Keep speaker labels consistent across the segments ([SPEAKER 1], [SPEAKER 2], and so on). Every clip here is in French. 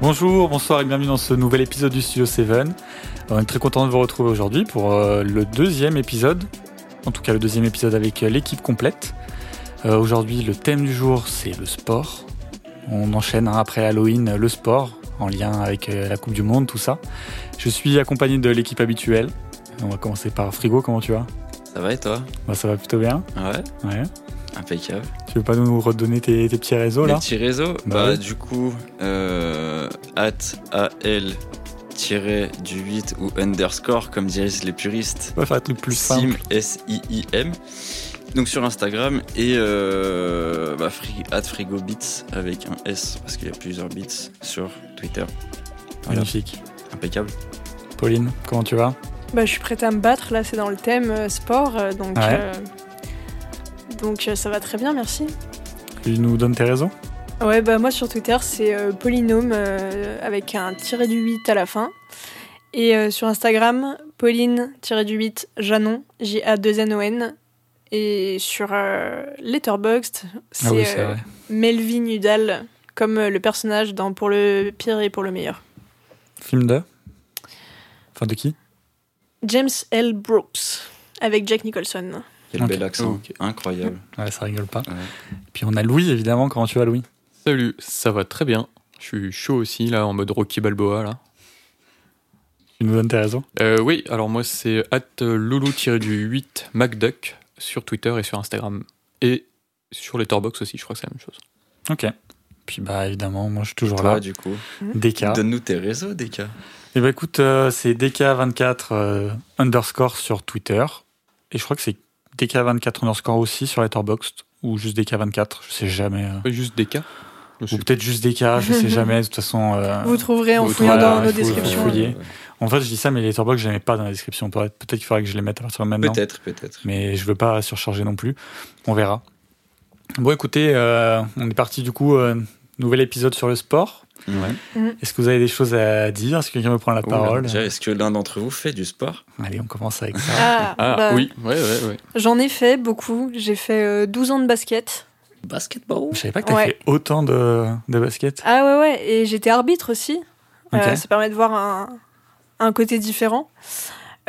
[SPEAKER 1] Bonjour, bonsoir et bienvenue dans ce nouvel épisode du Studio 7. On est très content de vous retrouver aujourd'hui pour euh, le deuxième épisode, en tout cas le deuxième épisode avec euh, l'équipe complète. Euh, aujourd'hui, le thème du jour, c'est le sport. On enchaîne hein, après Halloween le sport, en lien avec euh, la Coupe du Monde, tout ça. Je suis accompagné de l'équipe habituelle. On va commencer par Frigo, comment tu vas
[SPEAKER 2] Ça va et toi
[SPEAKER 1] Bah, Ça va plutôt bien.
[SPEAKER 2] Ouais,
[SPEAKER 1] Ouais.
[SPEAKER 2] impeccable.
[SPEAKER 1] Tu veux pas nous redonner tes, tes petits réseaux
[SPEAKER 2] Les
[SPEAKER 1] là
[SPEAKER 2] petits réseaux
[SPEAKER 1] Bah
[SPEAKER 2] Bah,
[SPEAKER 1] oui.
[SPEAKER 2] du coup, euh, at, al, tiré du 8 ou underscore, comme disent les puristes.
[SPEAKER 1] On va faire un truc plus simple.
[SPEAKER 2] Sim, S-I-I-M. Donc sur Instagram et euh, bah, free, at frigobits avec un S parce qu'il y a plusieurs bits sur Twitter. Voilà.
[SPEAKER 1] Magnifique.
[SPEAKER 2] Impeccable.
[SPEAKER 1] Pauline, comment tu vas
[SPEAKER 3] Bah, je suis prête à me battre, là c'est dans le thème euh, sport, euh, donc,
[SPEAKER 1] Ouais.
[SPEAKER 3] euh, donc euh, ça va très bien, merci.
[SPEAKER 1] Tu nous donnes tes réseaux
[SPEAKER 3] Ouais, bah moi sur Twitter c'est euh, polynôme euh, avec un tiré du 8 à la fin. Et euh, sur Instagram, Pauline tiré du 8 Janon, J-A-2-N-O-N. Et sur euh, Letterboxd,
[SPEAKER 1] Ah
[SPEAKER 3] c'est euh, Melvin Udall, comme euh, le personnage dans Pour le pire et pour le meilleur.
[SPEAKER 1] Film de Enfin, de qui
[SPEAKER 3] James L. Brooks avec Jack Nicholson.
[SPEAKER 2] Quel
[SPEAKER 1] Ok.
[SPEAKER 2] bel accent. Incroyable.
[SPEAKER 1] Ouais, ça rigole pas.
[SPEAKER 2] Ouais.
[SPEAKER 1] Puis on a Louis, évidemment. Comment tu vas, Louis
[SPEAKER 4] Salut, ça va très bien. Je suis chaud aussi, là, en mode Rocky Balboa, là.
[SPEAKER 1] Tu nous donnes tes
[SPEAKER 2] hein.
[SPEAKER 1] réseaux
[SPEAKER 4] Euh, oui, alors moi, c'est at loulou-du-8 MacDuck sur Twitter et sur Instagram. Et sur Letterboxd aussi, je crois que c'est la même chose.
[SPEAKER 1] Ok. Puis, bah, évidemment, moi, je suis toujours
[SPEAKER 2] Toi,
[SPEAKER 1] là.
[SPEAKER 2] du coup,
[SPEAKER 1] DK.
[SPEAKER 2] donne-nous tes réseaux, des cas.
[SPEAKER 1] Et bah, écoute, euh, c'est DK24 euh, underscore sur Twitter. Et je crois que c'est DK24 underscore aussi sur Letterboxd. Ou juste DK24, je sais jamais. euh.
[SPEAKER 4] Euh, Juste des cas. Je
[SPEAKER 1] Ou
[SPEAKER 4] suis-
[SPEAKER 1] peut-être juste DK, je sais jamais. De toute façon. euh,
[SPEAKER 3] Vous trouverez en
[SPEAKER 4] Vous
[SPEAKER 3] fouillant
[SPEAKER 1] trouverez,
[SPEAKER 3] dans
[SPEAKER 1] ouais,
[SPEAKER 3] nos
[SPEAKER 1] il faut-
[SPEAKER 3] descriptions.
[SPEAKER 1] faut fouiller. En fait, je dis ça, mais Letterboxd, je les mets pas dans la description. Peut-être peut-être qu'il faudrait que je les mette à partir de maintenant.
[SPEAKER 2] Peut-être, peut-être.
[SPEAKER 1] mais je veux pas surcharger non plus. On verra. Bon, écoutez, euh, on est parti du coup, euh, nouvel épisode sur le sport.
[SPEAKER 2] Ouais.
[SPEAKER 1] Est-ce que vous avez des choses à dire Est-ce que quelqu'un veut prendre la
[SPEAKER 2] Oula,
[SPEAKER 1] parole
[SPEAKER 2] déjà, Est-ce que l'un d'entre vous fait du sport
[SPEAKER 1] Allez, on commence avec ça.
[SPEAKER 3] Ah,
[SPEAKER 4] Ah
[SPEAKER 3] bah,
[SPEAKER 4] oui, ouais, ouais, ouais.
[SPEAKER 3] J'en ai fait beaucoup. J'ai fait euh, 12 ans de basket.
[SPEAKER 2] Basketball
[SPEAKER 1] Je savais pas que t'as
[SPEAKER 3] Ouais.
[SPEAKER 1] fait autant de, de basket.
[SPEAKER 3] Ah ouais, ouais. Et j'étais arbitre aussi. Euh,
[SPEAKER 1] Ok.
[SPEAKER 3] ça permet de voir un, un côté différent.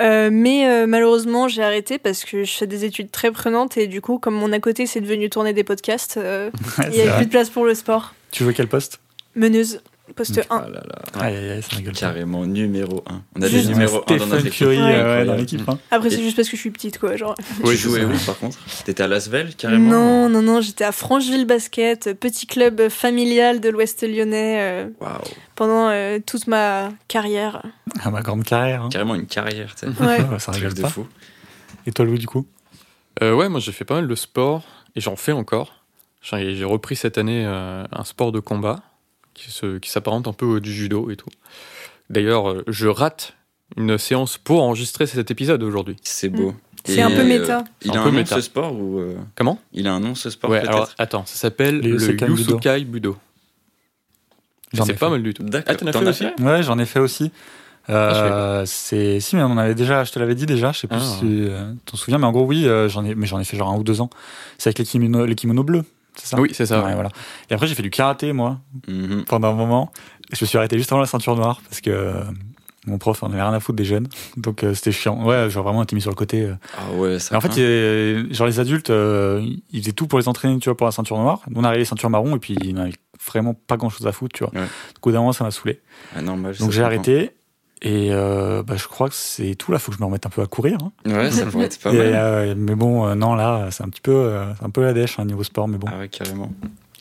[SPEAKER 3] Euh, mais euh, malheureusement, j'ai arrêté parce que je fais des études très prenantes et du coup, comme mon à côté, c'est devenu tourner des podcasts, euh,
[SPEAKER 1] Ouais,
[SPEAKER 3] il
[SPEAKER 1] c'est
[SPEAKER 3] n'y avait
[SPEAKER 1] vrai.
[SPEAKER 3] plus de place pour le sport.
[SPEAKER 1] Tu jouais quel poste
[SPEAKER 3] Meneuse, poste
[SPEAKER 1] Ok.
[SPEAKER 3] 1.
[SPEAKER 2] Ah là là.
[SPEAKER 1] Aïe, aïe, aïe, ça rigole. pas.
[SPEAKER 2] Carrément numéro 1. On a
[SPEAKER 3] Juste
[SPEAKER 2] des numéros 1 dans notre
[SPEAKER 1] Stephen
[SPEAKER 2] équipe.
[SPEAKER 1] Curry
[SPEAKER 3] Ouais.
[SPEAKER 1] euh, ouais, dans
[SPEAKER 2] Incroyable.
[SPEAKER 1] l'équipe. hein.
[SPEAKER 3] Après, c'est
[SPEAKER 2] Et-
[SPEAKER 3] juste parce que je suis petite, quoi. Genre.
[SPEAKER 2] Tu
[SPEAKER 4] Oui,
[SPEAKER 2] jouais
[SPEAKER 1] c'est
[SPEAKER 2] où par contre T'étais à Lasvel carrément
[SPEAKER 3] Non, non, non, j'étais à Francheville Basket, petit club familial de l'Ouest lyonnais euh,
[SPEAKER 2] Waouh
[SPEAKER 3] pendant euh, toute ma carrière.
[SPEAKER 1] Ah, ma grande carrière. hein.
[SPEAKER 2] Carrément une carrière, tu sais.
[SPEAKER 3] Ouais.
[SPEAKER 1] Ouais, ça
[SPEAKER 2] Truc
[SPEAKER 1] rigole
[SPEAKER 2] de
[SPEAKER 1] pas.
[SPEAKER 2] fou.
[SPEAKER 1] Et toi, Louis, du coup
[SPEAKER 4] Euh, ouais, moi, j'ai fait pas mal de sport et j'en fais encore. J'ai j'ai repris cette année euh, un sport de combat qui se- qui s'apparente un peu au du judo et tout. D'ailleurs, euh, je rate une séance pour enregistrer cet épisode aujourd'hui.
[SPEAKER 2] C'est beau.
[SPEAKER 3] Mm. C'est
[SPEAKER 2] Et,
[SPEAKER 3] un peu
[SPEAKER 2] euh,
[SPEAKER 3] méta.
[SPEAKER 2] il
[SPEAKER 4] Un
[SPEAKER 2] a
[SPEAKER 4] peu
[SPEAKER 2] un nom
[SPEAKER 4] méta.
[SPEAKER 2] ce sport ou. euh,
[SPEAKER 4] Comment
[SPEAKER 2] Il a un nom ce sport
[SPEAKER 4] Ouais,
[SPEAKER 2] peut-être
[SPEAKER 4] alors attends, ça s'appelle
[SPEAKER 1] Les
[SPEAKER 4] le
[SPEAKER 1] Yusekai Budo.
[SPEAKER 4] Yusukai Budo. Et
[SPEAKER 1] J'en ai
[SPEAKER 4] C'est
[SPEAKER 1] fait.
[SPEAKER 4] pas mal du tout.
[SPEAKER 2] D'accord.
[SPEAKER 4] Ah, t'en as
[SPEAKER 2] T'en
[SPEAKER 4] fait
[SPEAKER 2] as
[SPEAKER 4] aussi
[SPEAKER 2] fait
[SPEAKER 1] Ouais, j'en ai fait aussi.
[SPEAKER 4] Ah, je savais
[SPEAKER 1] Euh, c'est si mais on en avait déjà je te l'avais dit déjà je sais plus
[SPEAKER 4] Ah.
[SPEAKER 1] si euh, t'en souviens mais en gros oui euh, j'en ai mais j'en ai fait genre un ou deux ans c'est avec les kimonos les kimonos bleus c'est ça
[SPEAKER 4] Oui, c'est ça.
[SPEAKER 1] Ouais, voilà et après j'ai fait du karaté moi
[SPEAKER 2] Mhm.
[SPEAKER 1] pendant un moment je me suis arrêté juste avant la ceinture noire parce que euh, mon prof en avait rien à foutre des jeunes donc euh, c'était chiant ouais genre vraiment on était mis sur le côté euh,
[SPEAKER 2] Ah ouais, ça.
[SPEAKER 1] mais en fait, il y a- genre les adultes, euh, ils faisaient tout pour les entraîner, tu vois, pour la ceinture noire. Nous, on arrivait les ceintures marron et puis ils n'avaient vraiment pas grand chose à foutre, tu vois.
[SPEAKER 2] Ouais.
[SPEAKER 1] Donc, au bout d'un moment, ça m'a saoulé.
[SPEAKER 2] Ah, normal.
[SPEAKER 1] Donc,
[SPEAKER 2] ça
[SPEAKER 1] j'ai
[SPEAKER 2] se
[SPEAKER 1] arrêté et euh, bah, je crois que c'est tout. Là, faut que je me remette un peu à courir. hein.
[SPEAKER 2] comprend. Ouais, ça pourrait être pas
[SPEAKER 1] Et,
[SPEAKER 2] mal.
[SPEAKER 1] euh, mais bon, euh, non, là, c'est un petit peu, euh, c'est un peu la dèche hein, niveau sport, mais bon.
[SPEAKER 2] Ah ouais, carrément.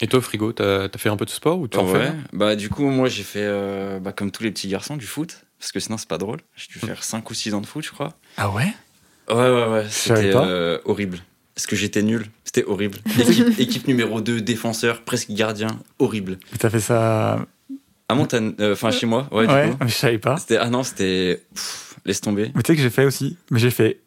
[SPEAKER 4] Et toi, Frigo, t'as t'as fait un peu de sport ou tu en
[SPEAKER 2] Ouais.
[SPEAKER 4] fais là
[SPEAKER 2] Bah du coup moi j'ai fait euh, bah, comme tous les petits garçons du foot parce que sinon c'est pas drôle. J'ai
[SPEAKER 1] Hmm.
[SPEAKER 2] dû faire 5 ou 6 ans de foot je crois.
[SPEAKER 1] Ah ouais
[SPEAKER 2] Ouais ouais ouais,
[SPEAKER 1] savais
[SPEAKER 2] c'était
[SPEAKER 1] pas.
[SPEAKER 2] euh, horrible. Parce que j'étais nul, c'était horrible. Équipe, équipe numéro 2, défenseur, presque gardien, horrible.
[SPEAKER 1] Mais t'as fait ça
[SPEAKER 2] À Montagne, euh, enfin chez moi, ouais,
[SPEAKER 1] Ouais,
[SPEAKER 2] du coup.
[SPEAKER 1] mais je savais pas.
[SPEAKER 2] C'était ah non, c'était pff, laisse tomber.
[SPEAKER 1] Mais tu sais que j'ai fait aussi. Mais j'ai fait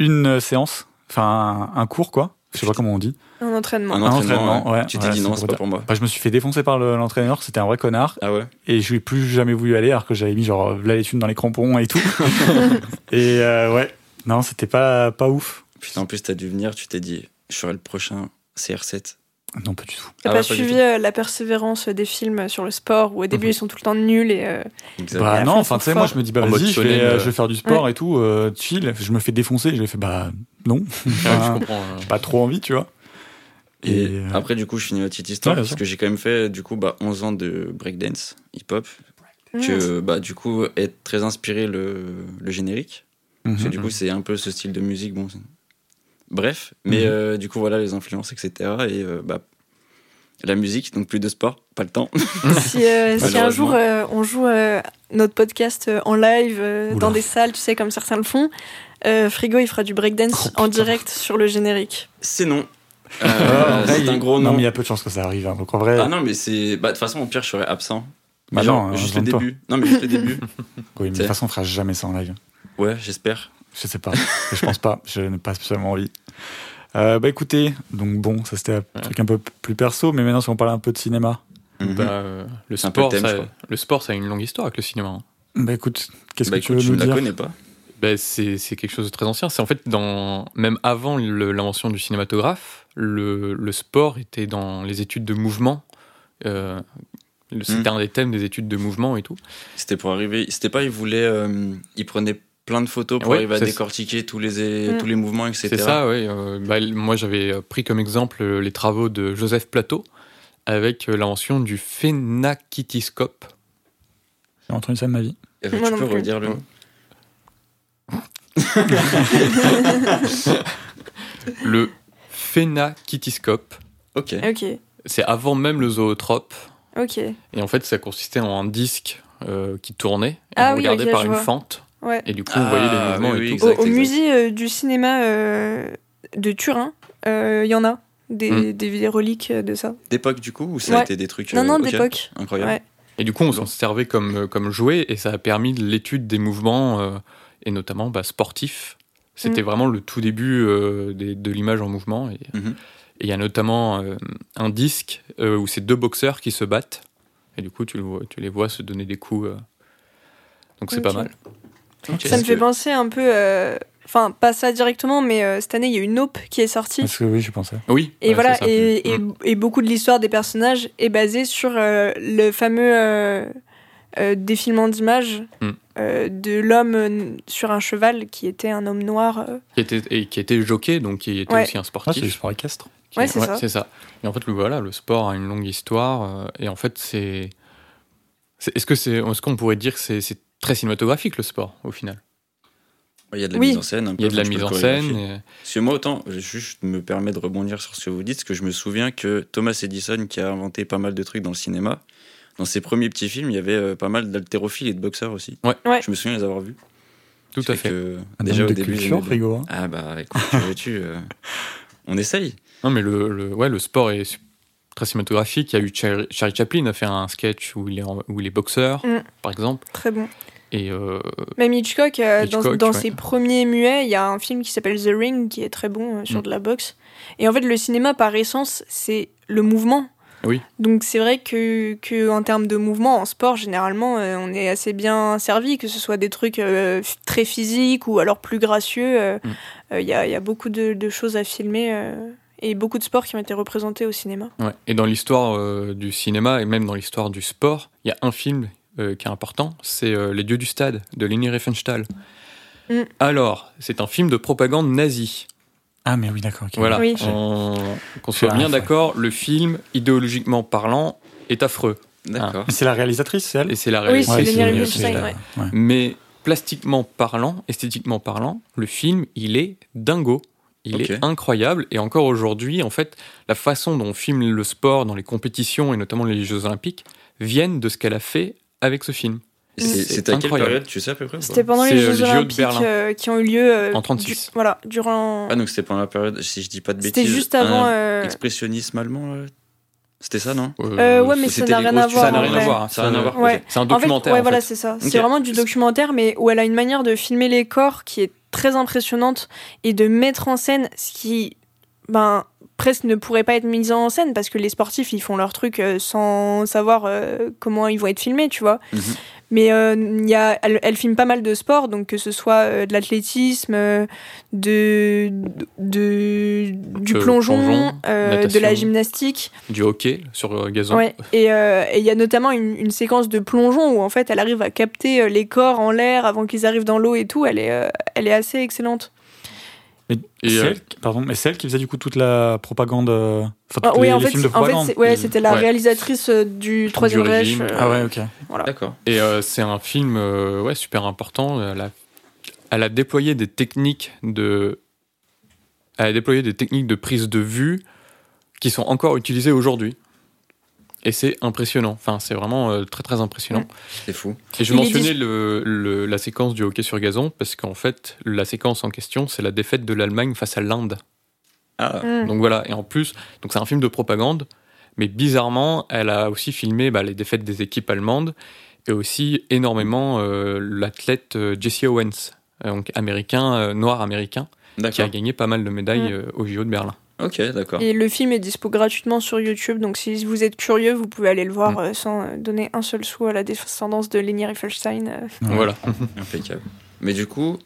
[SPEAKER 1] une euh, séance, enfin un, un cours quoi. Je sais pas comment on dit.
[SPEAKER 3] Un entraînement.
[SPEAKER 2] Un
[SPEAKER 1] Un
[SPEAKER 2] entraînement,
[SPEAKER 1] entraînement, ouais.
[SPEAKER 2] Tu t'es
[SPEAKER 1] Ouais,
[SPEAKER 2] dit
[SPEAKER 1] c'est
[SPEAKER 2] non,
[SPEAKER 1] trop
[SPEAKER 2] c'est pas
[SPEAKER 1] tard.
[SPEAKER 2] pour moi.
[SPEAKER 1] Bah, je me suis fait défoncer par le- l'entraîneur. C'était un vrai connard.
[SPEAKER 2] Ah ouais.
[SPEAKER 1] et je n'ai plus jamais voulu aller alors que j'avais mis genre là les thunes dans les crampons et tout. et euh, ouais, non, c'était pas, pas ouf.
[SPEAKER 2] Putain en plus t'as dû venir, tu t'es dit je serai le prochain CR7.
[SPEAKER 1] Non, pas du tout.
[SPEAKER 3] T'as
[SPEAKER 4] Ah
[SPEAKER 3] pas
[SPEAKER 4] ouais, pas du
[SPEAKER 3] suivi
[SPEAKER 4] tout.
[SPEAKER 3] euh, la persévérance des films sur le sport où au
[SPEAKER 2] Mhm.
[SPEAKER 3] début ils sont tout le temps nuls et euh,
[SPEAKER 2] Exactement.
[SPEAKER 1] Bah
[SPEAKER 3] la
[SPEAKER 1] non, enfin
[SPEAKER 3] fin, ils
[SPEAKER 1] tu
[SPEAKER 3] sont
[SPEAKER 1] sais, moi
[SPEAKER 3] forts.
[SPEAKER 1] je me dis, bah
[SPEAKER 4] En mode
[SPEAKER 1] vas-y, je, vais,
[SPEAKER 4] shonen,
[SPEAKER 1] euh,
[SPEAKER 4] euh,
[SPEAKER 1] je vais faire du sport et tout, euh, chill, je me fais défoncer, je lui fais, bah non,
[SPEAKER 4] Ouais, je comprends. euh.
[SPEAKER 1] pas trop envie, tu vois.
[SPEAKER 2] Et ah,
[SPEAKER 1] Et, euh,
[SPEAKER 2] après, du coup, je finis ma petite histoire
[SPEAKER 1] Ouais, bien
[SPEAKER 2] parce
[SPEAKER 1] sûr.
[SPEAKER 2] que j'ai quand même fait du coup bah, 11 ans de breakdance, hip-hop,
[SPEAKER 3] hmm,
[SPEAKER 2] que bah, du coup, être très inspiré le, le générique.
[SPEAKER 1] mhm.
[SPEAKER 2] Parce que du coup, c'est un peu ce style de musique. Bon, c'est- Bref, mais
[SPEAKER 1] Mhm.
[SPEAKER 2] euh, du coup, voilà les influences, etc. Et euh, bah, la musique, donc plus de sport, pas le temps.
[SPEAKER 3] si, euh, si un
[SPEAKER 2] Malheureusement.
[SPEAKER 3] jour euh, on joue euh, notre podcast euh, en live euh,
[SPEAKER 1] Oula.
[SPEAKER 3] dans des salles, tu sais comme certains le font, euh, Frigo il fera du breakdance
[SPEAKER 1] Oh,
[SPEAKER 3] en
[SPEAKER 1] putain.
[SPEAKER 3] direct sur le générique.
[SPEAKER 2] C'est non. Euh,
[SPEAKER 1] Ah, en vrai,
[SPEAKER 2] c'est un
[SPEAKER 1] il-
[SPEAKER 2] gros
[SPEAKER 1] Non,
[SPEAKER 2] nom.
[SPEAKER 1] mais il y a peu de chances que ça arrive. hein. Donc en vrai,
[SPEAKER 2] Ah non, mais c'est. Bah, de toute façon, au pire, je serais absent.
[SPEAKER 1] bah
[SPEAKER 2] Genre,
[SPEAKER 1] non,
[SPEAKER 2] juste le
[SPEAKER 1] invente-toi.
[SPEAKER 2] début. Non, mais juste le début.
[SPEAKER 1] Oui, mais de
[SPEAKER 2] T'sais.
[SPEAKER 1] toute façon, on fera jamais ça en live.
[SPEAKER 2] Ouais, j'espère.
[SPEAKER 1] Je sais pas. je pense pas. Je n'ai pas spécialement envie. Euh, bah écoutez, donc bon, ça c'était un truc un peu p- plus perso, mais maintenant si on parle un peu de cinéma.
[SPEAKER 2] Mhm.
[SPEAKER 4] Bah, euh, le,
[SPEAKER 2] C'est un peu le
[SPEAKER 4] sport,
[SPEAKER 2] thème,
[SPEAKER 4] ça,
[SPEAKER 2] je crois.
[SPEAKER 4] le sport, ça a une longue histoire avec le cinéma. hein.
[SPEAKER 1] Bah écoute, qu'est-ce
[SPEAKER 2] Bah,
[SPEAKER 1] que tu veux
[SPEAKER 2] écoute, je
[SPEAKER 1] nous
[SPEAKER 2] ne la
[SPEAKER 1] dire
[SPEAKER 2] connais pas.
[SPEAKER 4] Ben, c'est c'est quelque chose de très ancien. C'est en fait dans même avant le- l'invention du cinématographe, le, le sport était dans les études de mouvement. Euh, le- C'était
[SPEAKER 1] Hmm.
[SPEAKER 4] un des thèmes des études de mouvement et tout.
[SPEAKER 2] C'était pour arriver. C'était pas, il voulait. euh, il prenait plein de photos pour
[SPEAKER 4] Ouais,
[SPEAKER 2] arriver à
[SPEAKER 4] c'est-
[SPEAKER 2] décortiquer tous les,
[SPEAKER 3] Mm.
[SPEAKER 2] tous les mouvements, etc.
[SPEAKER 4] C'est ça, oui. moi, j'avais euh, pris comme exemple euh, les travaux de Joseph Plateau avec euh, l'invention du phénakitiscope.
[SPEAKER 1] J'ai entendu ça de ma vie.
[SPEAKER 2] Euh, tu
[SPEAKER 3] Moi non
[SPEAKER 2] peux
[SPEAKER 3] plus.
[SPEAKER 2] redire le
[SPEAKER 4] Mm.
[SPEAKER 2] mot
[SPEAKER 4] Le phénakitiscope,
[SPEAKER 2] Ok.
[SPEAKER 3] Ok,
[SPEAKER 4] c'est avant même le zootrope.
[SPEAKER 3] ok,
[SPEAKER 4] Et en fait, ça consistait en un disque euh, qui tournait et
[SPEAKER 3] Ah
[SPEAKER 4] on
[SPEAKER 3] oui,
[SPEAKER 4] regardait
[SPEAKER 3] ok,
[SPEAKER 4] par
[SPEAKER 3] je
[SPEAKER 4] une
[SPEAKER 3] vois.
[SPEAKER 4] fente.
[SPEAKER 3] ouais.
[SPEAKER 4] Et du coup,
[SPEAKER 2] Ah,
[SPEAKER 4] on voyait les mouvements
[SPEAKER 2] oui,
[SPEAKER 4] et
[SPEAKER 2] oui,
[SPEAKER 4] tout.
[SPEAKER 3] Au,
[SPEAKER 2] exact,
[SPEAKER 3] au
[SPEAKER 2] exact.
[SPEAKER 3] musée euh, du cinéma euh, de Turin, euh, il y en a des,
[SPEAKER 4] Hmm.
[SPEAKER 3] des, des reliques de ça.
[SPEAKER 2] D'époque, du coup, ou ça a
[SPEAKER 3] Ouais.
[SPEAKER 2] été des trucs.
[SPEAKER 3] non,
[SPEAKER 2] euh,
[SPEAKER 3] non,
[SPEAKER 2] ok.
[SPEAKER 3] d'époque.
[SPEAKER 2] Incroyable.
[SPEAKER 3] Ouais.
[SPEAKER 4] Et du coup, on s'en servait comme, euh, comme jouet et ça a permis de l'étude des mouvements euh, et notamment bah, sportifs. C'était
[SPEAKER 3] Mm.
[SPEAKER 4] vraiment le tout début euh, des- de l'image en mouvement. Et et il
[SPEAKER 3] Mm-hmm.
[SPEAKER 2] Mhm.
[SPEAKER 4] y a notamment euh, un disque euh, où c'est deux boxeurs qui se battent. Et du coup, tu, le vois- tu les vois se donner des coups. euh. Donc c'est
[SPEAKER 3] Ok.
[SPEAKER 4] pas mal.
[SPEAKER 2] Ok.
[SPEAKER 3] Ça me
[SPEAKER 2] Parce
[SPEAKER 3] fait
[SPEAKER 2] que-
[SPEAKER 3] penser un peu, euh, enfin pas ça directement, mais euh, cette année il y a une Nope qui est sortie.
[SPEAKER 1] Parce que oui, je pensais.
[SPEAKER 4] Oui.
[SPEAKER 3] Et
[SPEAKER 4] ouais,
[SPEAKER 3] voilà,
[SPEAKER 4] c'est ça.
[SPEAKER 3] et, et-
[SPEAKER 4] Mm.
[SPEAKER 3] et beaucoup de l'histoire des personnages est basée sur euh, le fameux euh, euh, défilement d'images
[SPEAKER 4] Mm.
[SPEAKER 3] euh, de l'homme euh, sur un cheval qui était un homme noir. euh.
[SPEAKER 4] Qui était, et qui était jockey, donc qui était
[SPEAKER 3] Ouais.
[SPEAKER 4] aussi un
[SPEAKER 1] Ah, c'est du
[SPEAKER 4] sportif.
[SPEAKER 1] sport équestre.
[SPEAKER 4] Qui-
[SPEAKER 3] Ouais, c'est ça.
[SPEAKER 4] C'est ça. Et en fait, le- voilà, le sport a une longue histoire. euh, et en fait, c'est. c'est- Est-ce que c'est, est-ce qu'on pourrait dire que c'est, c'est très cinématographique le sport au final
[SPEAKER 2] Il y a de la
[SPEAKER 3] Oui.
[SPEAKER 2] mise en scène. un
[SPEAKER 4] Il y a
[SPEAKER 2] peu,
[SPEAKER 4] de la
[SPEAKER 2] tu peux
[SPEAKER 4] mise
[SPEAKER 2] le
[SPEAKER 4] en
[SPEAKER 2] chorégraphier.
[SPEAKER 4] scène. euh, et-
[SPEAKER 2] Parce que moi, autant, je juste me permets de rebondir sur ce que vous dites, parce que je me souviens que Thomas Edison, qui a inventé pas mal de trucs dans le cinéma, dans ses premiers petits films, il y avait euh, pas mal d'haltérophiles et de boxeurs aussi.
[SPEAKER 4] Ouais.
[SPEAKER 3] Ouais.
[SPEAKER 2] Je me souviens les avoir vus.
[SPEAKER 4] Tout
[SPEAKER 2] C'est
[SPEAKER 4] à fait.
[SPEAKER 2] que,
[SPEAKER 1] Un
[SPEAKER 2] déjà
[SPEAKER 1] homme
[SPEAKER 2] au
[SPEAKER 1] de
[SPEAKER 2] début.
[SPEAKER 1] culture,
[SPEAKER 2] j'aimais bien.
[SPEAKER 1] frigo. hein.
[SPEAKER 2] Ah bah, écoute, tu veux-tu. euh, on essaye.
[SPEAKER 4] Non, mais le, le- ouais, le sport est su- très cinématographique. Il y a eu Char- Charlie Chaplin a fait un sketch où il est, en- où il est boxeur,
[SPEAKER 3] Mm.
[SPEAKER 4] par exemple.
[SPEAKER 3] Très bon.
[SPEAKER 4] Et euh,
[SPEAKER 3] Même Hitchcock, euh, dans-
[SPEAKER 4] Hitchcock,
[SPEAKER 3] dans,
[SPEAKER 4] ouais.
[SPEAKER 3] ses premiers muets, il y a un film qui s'appelle The Ring qui est très bon euh, sur
[SPEAKER 4] Mm.
[SPEAKER 3] de la boxe. Et en fait, le cinéma, par essence, c'est le mouvement.
[SPEAKER 4] Oui.
[SPEAKER 3] Donc c'est vrai que, que en termes de mouvement en sport, généralement, euh, on est assez bien servi, que ce soit des trucs euh, f- très physiques ou alors plus gracieux. euh, euh,
[SPEAKER 4] Mm.
[SPEAKER 3] Il y, a, il y a beaucoup de, de choses à filmer euh, et beaucoup de sports qui ont été représentés au cinéma.
[SPEAKER 4] Ouais. Et dans l'histoire euh, du cinéma et même dans l'histoire du sport, il y a un film euh, qui est important, c'est euh, Les Dieux du Stade de Leni Riefenstahl.
[SPEAKER 3] Mm.
[SPEAKER 4] Alors, c'est un film de propagande nazie.
[SPEAKER 1] Ah, mais oui, d'accord. ok.
[SPEAKER 4] Voilà,
[SPEAKER 3] Oui.
[SPEAKER 4] On- qu'on
[SPEAKER 1] J'ai
[SPEAKER 4] soit bien
[SPEAKER 1] rien fait.
[SPEAKER 4] d'accord, le film, idéologiquement parlant, est affreux.
[SPEAKER 2] D'accord.
[SPEAKER 1] Mais c'est la réalisatrice, c'est elle
[SPEAKER 4] Et c'est la
[SPEAKER 3] Oui,
[SPEAKER 4] réalité.
[SPEAKER 3] c'est Leni
[SPEAKER 1] c'est-
[SPEAKER 3] Riefenstahl,
[SPEAKER 1] c'est-
[SPEAKER 3] ouais.
[SPEAKER 1] ouais.
[SPEAKER 4] Mais plastiquement parlant, esthétiquement parlant, le film, il est dingo. Il
[SPEAKER 2] Ok.
[SPEAKER 4] est incroyable. Et encore aujourd'hui, en fait, la façon dont on filme le sport dans les compétitions et notamment les Jeux Olympiques viennent de ce qu'elle a fait avec ce film.
[SPEAKER 3] Ah.
[SPEAKER 2] Et c'est-
[SPEAKER 4] C'est
[SPEAKER 2] C'était à quelle
[SPEAKER 4] incroyable.
[SPEAKER 2] période Tu sais à peu près ou pas
[SPEAKER 3] C'était pendant les
[SPEAKER 4] C'est,
[SPEAKER 3] Jeux
[SPEAKER 4] euh, les JO de
[SPEAKER 3] Olympiques
[SPEAKER 4] Berlin.
[SPEAKER 3] euh, qui ont eu lieu euh,
[SPEAKER 4] En 36.
[SPEAKER 3] du- voilà, durant.
[SPEAKER 2] Ah, donc c'était pendant la période, si je dis pas de bêtises.
[SPEAKER 3] C'était juste avant.
[SPEAKER 2] un
[SPEAKER 3] euh,
[SPEAKER 2] Expressionnisme allemand, là. C'était ça, non
[SPEAKER 3] Euh, ouais, mais ça
[SPEAKER 2] C'était
[SPEAKER 3] n'a
[SPEAKER 2] les
[SPEAKER 3] rien
[SPEAKER 2] grosses
[SPEAKER 3] à
[SPEAKER 2] tueries.
[SPEAKER 3] voir,
[SPEAKER 4] Ça n'a
[SPEAKER 3] en
[SPEAKER 4] rien
[SPEAKER 3] vrai.
[SPEAKER 4] à voir. hein.
[SPEAKER 2] Ça n'a rien à voir.
[SPEAKER 3] Ouais.
[SPEAKER 2] ok.
[SPEAKER 4] C'est un
[SPEAKER 3] En fait,
[SPEAKER 4] documentaire.
[SPEAKER 3] ouais,
[SPEAKER 4] en
[SPEAKER 3] voilà,
[SPEAKER 4] fait.
[SPEAKER 3] c'est ça.
[SPEAKER 2] Ok.
[SPEAKER 3] C'est vraiment du documentaire, mais où elle a une manière de filmer les corps qui est très impressionnante et de mettre en scène ce qui, ben, presque ne pourrait pas être mis en scène parce que les sportifs, ils font leur truc euh, sans savoir euh, comment ils vont être filmés, tu vois.
[SPEAKER 2] Mhm.
[SPEAKER 3] Mais euh, il y a, elle, elle filme pas mal de sports, donc que ce soit euh, de l'athlétisme, euh, de, de, du
[SPEAKER 4] Le
[SPEAKER 3] plongeon,
[SPEAKER 4] plongeon,
[SPEAKER 3] euh, de
[SPEAKER 4] natation.
[SPEAKER 3] la gymnastique.
[SPEAKER 4] Du hockey sur euh, gazon.
[SPEAKER 3] Ouais. Et euh, et il y a notamment une, une séquence de plongeon où en fait elle arrive à capter euh, les corps en l'air avant qu'ils arrivent dans l'eau et tout. Elle est, euh, elle est assez excellente.
[SPEAKER 4] Et,
[SPEAKER 1] C'est
[SPEAKER 4] euh,
[SPEAKER 1] elle qui- pardon, mais c'est elle qui faisait du coup toute la propagande. euh, Enfin,
[SPEAKER 3] Ah,
[SPEAKER 1] tous
[SPEAKER 3] oui,
[SPEAKER 1] les,
[SPEAKER 3] en
[SPEAKER 1] les
[SPEAKER 3] fait,
[SPEAKER 1] films de
[SPEAKER 3] en fait
[SPEAKER 1] propagande.
[SPEAKER 3] c'est- ouais,
[SPEAKER 4] Ils-
[SPEAKER 3] c'était la
[SPEAKER 4] ouais.
[SPEAKER 3] réalisatrice euh, du Troisième Reich.
[SPEAKER 4] régime.
[SPEAKER 3] euh,
[SPEAKER 1] Ah ouais, ok.
[SPEAKER 2] D'accord.
[SPEAKER 4] Et euh, c'est un film euh, ouais, super important. Elle a, elle a déployé des techniques de. Elle a déployé des techniques de prise de vue qui sont encore utilisées aujourd'hui. Et c'est impressionnant. Enfin, c'est vraiment euh, très très impressionnant.
[SPEAKER 2] C'est fou.
[SPEAKER 4] Et je
[SPEAKER 3] Il est
[SPEAKER 4] mentionnais
[SPEAKER 3] dis-
[SPEAKER 4] le- le- la séquence du hockey sur gazon parce qu'en fait, la séquence en question, c'est la défaite de l'Allemagne face à l'Inde.
[SPEAKER 2] Ah,
[SPEAKER 3] hmm.
[SPEAKER 4] Donc voilà, et en plus, donc c'est un film de propagande, mais bizarrement, elle a aussi filmé bah, les défaites des équipes allemandes et aussi énormément euh, l'athlète euh, Jesse Owens, euh, donc américain, euh, noir américain, qui a
[SPEAKER 2] d'accord.
[SPEAKER 4] gagné pas mal de médailles
[SPEAKER 3] Mm.
[SPEAKER 4] euh, aux JO de Berlin.
[SPEAKER 2] Ok, d'accord.
[SPEAKER 3] Et le film est dispo gratuitement sur YouTube, donc si vous êtes curieux, vous pouvez aller le voir
[SPEAKER 4] Mm.
[SPEAKER 3] euh, sans euh, donner un seul sou à la descendance de Leni Riefenstein. euh.
[SPEAKER 1] Ouais.
[SPEAKER 4] Voilà.
[SPEAKER 2] Impeccable. Mais du coup,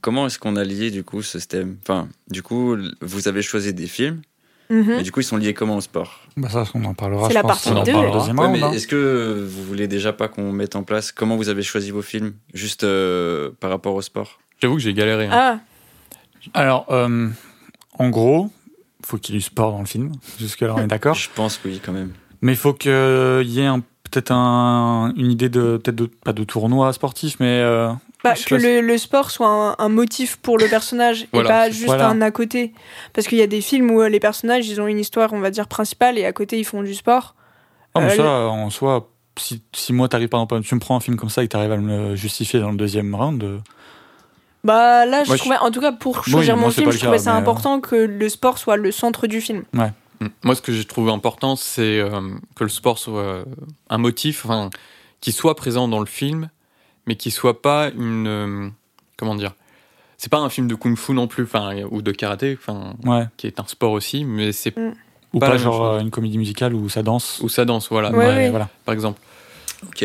[SPEAKER 2] comment est-ce qu'on a lié du coup ce thème Enfin, du coup, l- vous avez choisi des films,
[SPEAKER 3] Mhm. Hmm.
[SPEAKER 2] mais du coup, ils sont liés comment au sport
[SPEAKER 1] Bah, ça, on en parlera.
[SPEAKER 3] C'est
[SPEAKER 1] je
[SPEAKER 3] la
[SPEAKER 1] pense,
[SPEAKER 3] partie
[SPEAKER 1] on en
[SPEAKER 3] deux.
[SPEAKER 1] parlera. deuxième
[SPEAKER 2] Ouais,
[SPEAKER 1] round,
[SPEAKER 2] mais
[SPEAKER 1] hein.
[SPEAKER 2] est-ce que vous voulez déjà pas qu'on mette en place comment vous avez choisi vos films juste euh, par rapport au sport
[SPEAKER 4] J'avoue que j'ai galéré. hein.
[SPEAKER 3] Ah,
[SPEAKER 1] Alors, euh, en gros, faut qu'il y ait du sport dans le film. Jusque-là, on est d'accord.
[SPEAKER 2] Je pense oui quand même.
[SPEAKER 1] Mais il faut qu'il y ait un- peut-être un- une idée de, peut-être de, pas de tournoi sportif, mais euh,
[SPEAKER 3] bah,
[SPEAKER 1] je sais
[SPEAKER 3] que
[SPEAKER 1] pas
[SPEAKER 3] le, le sport soit un, un motif pour le personnage
[SPEAKER 4] Voilà,
[SPEAKER 3] et pas
[SPEAKER 4] c'est-
[SPEAKER 3] juste
[SPEAKER 1] voilà.
[SPEAKER 3] un à côté. Parce qu'il y a des films où euh, les personnages, ils ont une histoire, on va dire, principale et à côté, ils font du sport.
[SPEAKER 1] ah, mais
[SPEAKER 3] Euh,
[SPEAKER 1] ça,
[SPEAKER 3] le-
[SPEAKER 1] en soi, si, si moi t'arrives par exemple, tu me prends un film comme ça et que t'arrives à me le justifier dans le deuxième round, euh,
[SPEAKER 3] Bah là, je
[SPEAKER 1] Moi, je-
[SPEAKER 3] trouvais, en tout cas, pour
[SPEAKER 1] Oui,
[SPEAKER 3] choisir
[SPEAKER 1] moi,
[SPEAKER 3] mon
[SPEAKER 1] c'est
[SPEAKER 3] film,
[SPEAKER 1] pas le
[SPEAKER 3] je trouvais
[SPEAKER 1] cas,
[SPEAKER 3] ça
[SPEAKER 1] mais, euh,
[SPEAKER 3] important que le sport soit le centre du film.
[SPEAKER 4] Mm. Moi, ce que j'ai trouvé important, c'est euh, que le sport soit euh, un motif, enfin, qui soit présent dans le film, mais qui soit pas une. euh, comment dire C'est pas un film de kung-fu non plus, enfin, ou de karaté, enfin,
[SPEAKER 1] ouais.
[SPEAKER 4] qui est un sport aussi, mais c'est
[SPEAKER 1] Ou
[SPEAKER 4] Pas
[SPEAKER 1] pas,
[SPEAKER 4] la même
[SPEAKER 1] genre
[SPEAKER 4] chose.
[SPEAKER 1] euh, une comédie musicale où ça danse.
[SPEAKER 4] où ça danse, voilà.
[SPEAKER 3] Mm. Ouais, ouais.
[SPEAKER 1] voilà.
[SPEAKER 4] Par exemple,
[SPEAKER 2] Ok.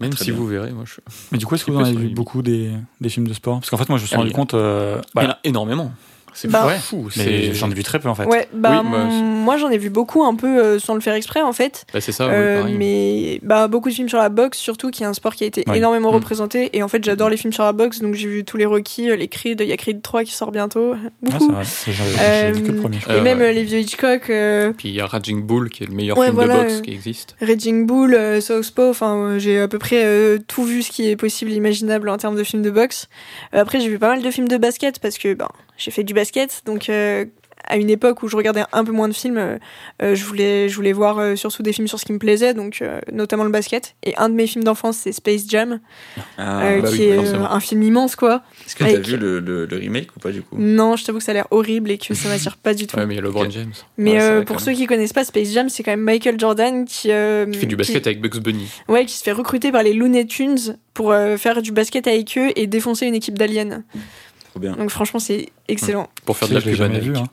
[SPEAKER 4] même
[SPEAKER 2] Très
[SPEAKER 4] si
[SPEAKER 2] bien.
[SPEAKER 4] vous verrez, moi, je...
[SPEAKER 1] Mais du coup, est-ce que vous
[SPEAKER 4] Petit
[SPEAKER 1] en
[SPEAKER 4] peu
[SPEAKER 1] avez
[SPEAKER 4] sur
[SPEAKER 1] vu
[SPEAKER 4] les
[SPEAKER 1] beaucoup des, des films de sport Parce qu'en fait, moi, je me suis
[SPEAKER 4] Ah
[SPEAKER 1] rendu
[SPEAKER 4] oui.
[SPEAKER 1] compte. euh, bah,
[SPEAKER 4] il y en a énormément. C'est
[SPEAKER 3] Bah,
[SPEAKER 1] ouais.
[SPEAKER 4] fou.
[SPEAKER 1] mais
[SPEAKER 4] C'est
[SPEAKER 1] j'en ai vu très peu en fait.
[SPEAKER 3] Ouais, bah
[SPEAKER 4] Oui, moi
[SPEAKER 3] m-
[SPEAKER 4] aussi.
[SPEAKER 3] moi, j'en ai vu beaucoup un peu euh, sans le faire exprès, en fait.
[SPEAKER 4] Bah,
[SPEAKER 1] Ah
[SPEAKER 4] c'est ça. oui,
[SPEAKER 3] Euh,
[SPEAKER 4] pareil.
[SPEAKER 3] mais bah, beaucoup de films sur la boxe, surtout qui est un sport qui a été
[SPEAKER 1] Ouais.
[SPEAKER 3] énormément
[SPEAKER 4] Mm.
[SPEAKER 3] représenté. Et en fait, j'adore les films sur la boxe, donc j'ai vu tous les Rocky, euh, les Creed, il y a Creed 3 qui sort bientôt.
[SPEAKER 1] Ouais,
[SPEAKER 3] Beaucoup.
[SPEAKER 1] c'est vrai. J'ai- J'ai vu que le
[SPEAKER 3] Euh,
[SPEAKER 1] premier. je crois.
[SPEAKER 3] et
[SPEAKER 4] Euh,
[SPEAKER 3] même
[SPEAKER 4] ouais.
[SPEAKER 3] euh, les vieux Hitchcock, euh,
[SPEAKER 4] Puis il y a Raging Bull, qui est le meilleur
[SPEAKER 3] Ouais,
[SPEAKER 4] film
[SPEAKER 3] voilà,
[SPEAKER 4] de boxe
[SPEAKER 3] euh.
[SPEAKER 4] qui existe.
[SPEAKER 3] Raging Bull, euh, Southpaw, enfin, euh, j'ai à peu près euh, tout vu ce qui est possible, imaginable en termes de films de boxe. Euh, après, j'ai vu pas mal de films de basket parce que ben, j'ai fait du basket, donc. euh, à une époque où je regardais un peu moins de films, euh, euh, je, voulais, je voulais voir euh, surtout des films sur ce qui me plaisait, donc euh, notamment le basket. Et un de mes films d'enfance, c'est Space Jam,
[SPEAKER 2] Ah,
[SPEAKER 3] euh,
[SPEAKER 4] bah
[SPEAKER 3] qui
[SPEAKER 4] oui,
[SPEAKER 3] est euh,
[SPEAKER 4] forcément.
[SPEAKER 3] un film immense, quoi.
[SPEAKER 2] Est-ce que t'as
[SPEAKER 3] avec-
[SPEAKER 2] vu le, le- le remake ou pas du coup
[SPEAKER 3] Non, je t'avoue que ça a l'air horrible et que ça m'attire pas du tout.
[SPEAKER 4] Ouais, mais il y a LeBron
[SPEAKER 2] Ok.
[SPEAKER 4] James.
[SPEAKER 3] Mais
[SPEAKER 2] Ouais, c'est
[SPEAKER 3] euh,
[SPEAKER 2] vrai,
[SPEAKER 3] pour
[SPEAKER 2] quand
[SPEAKER 3] ceux qui connaissent pas Space Jam, c'est quand même Michael Jordan qui, euh,
[SPEAKER 4] Qui fait du basket avec Bugs Bunny.
[SPEAKER 3] ouais, qui se fait recruter par les Looney Tunes pour euh, faire du basket avec eux et défoncer une équipe d'aliens.
[SPEAKER 2] Trop bien.
[SPEAKER 3] Donc franchement, c'est excellent.
[SPEAKER 4] Pour faire
[SPEAKER 1] Je
[SPEAKER 4] de la
[SPEAKER 1] l'ai
[SPEAKER 4] pub
[SPEAKER 1] jamais
[SPEAKER 4] avec.
[SPEAKER 1] vu. hein.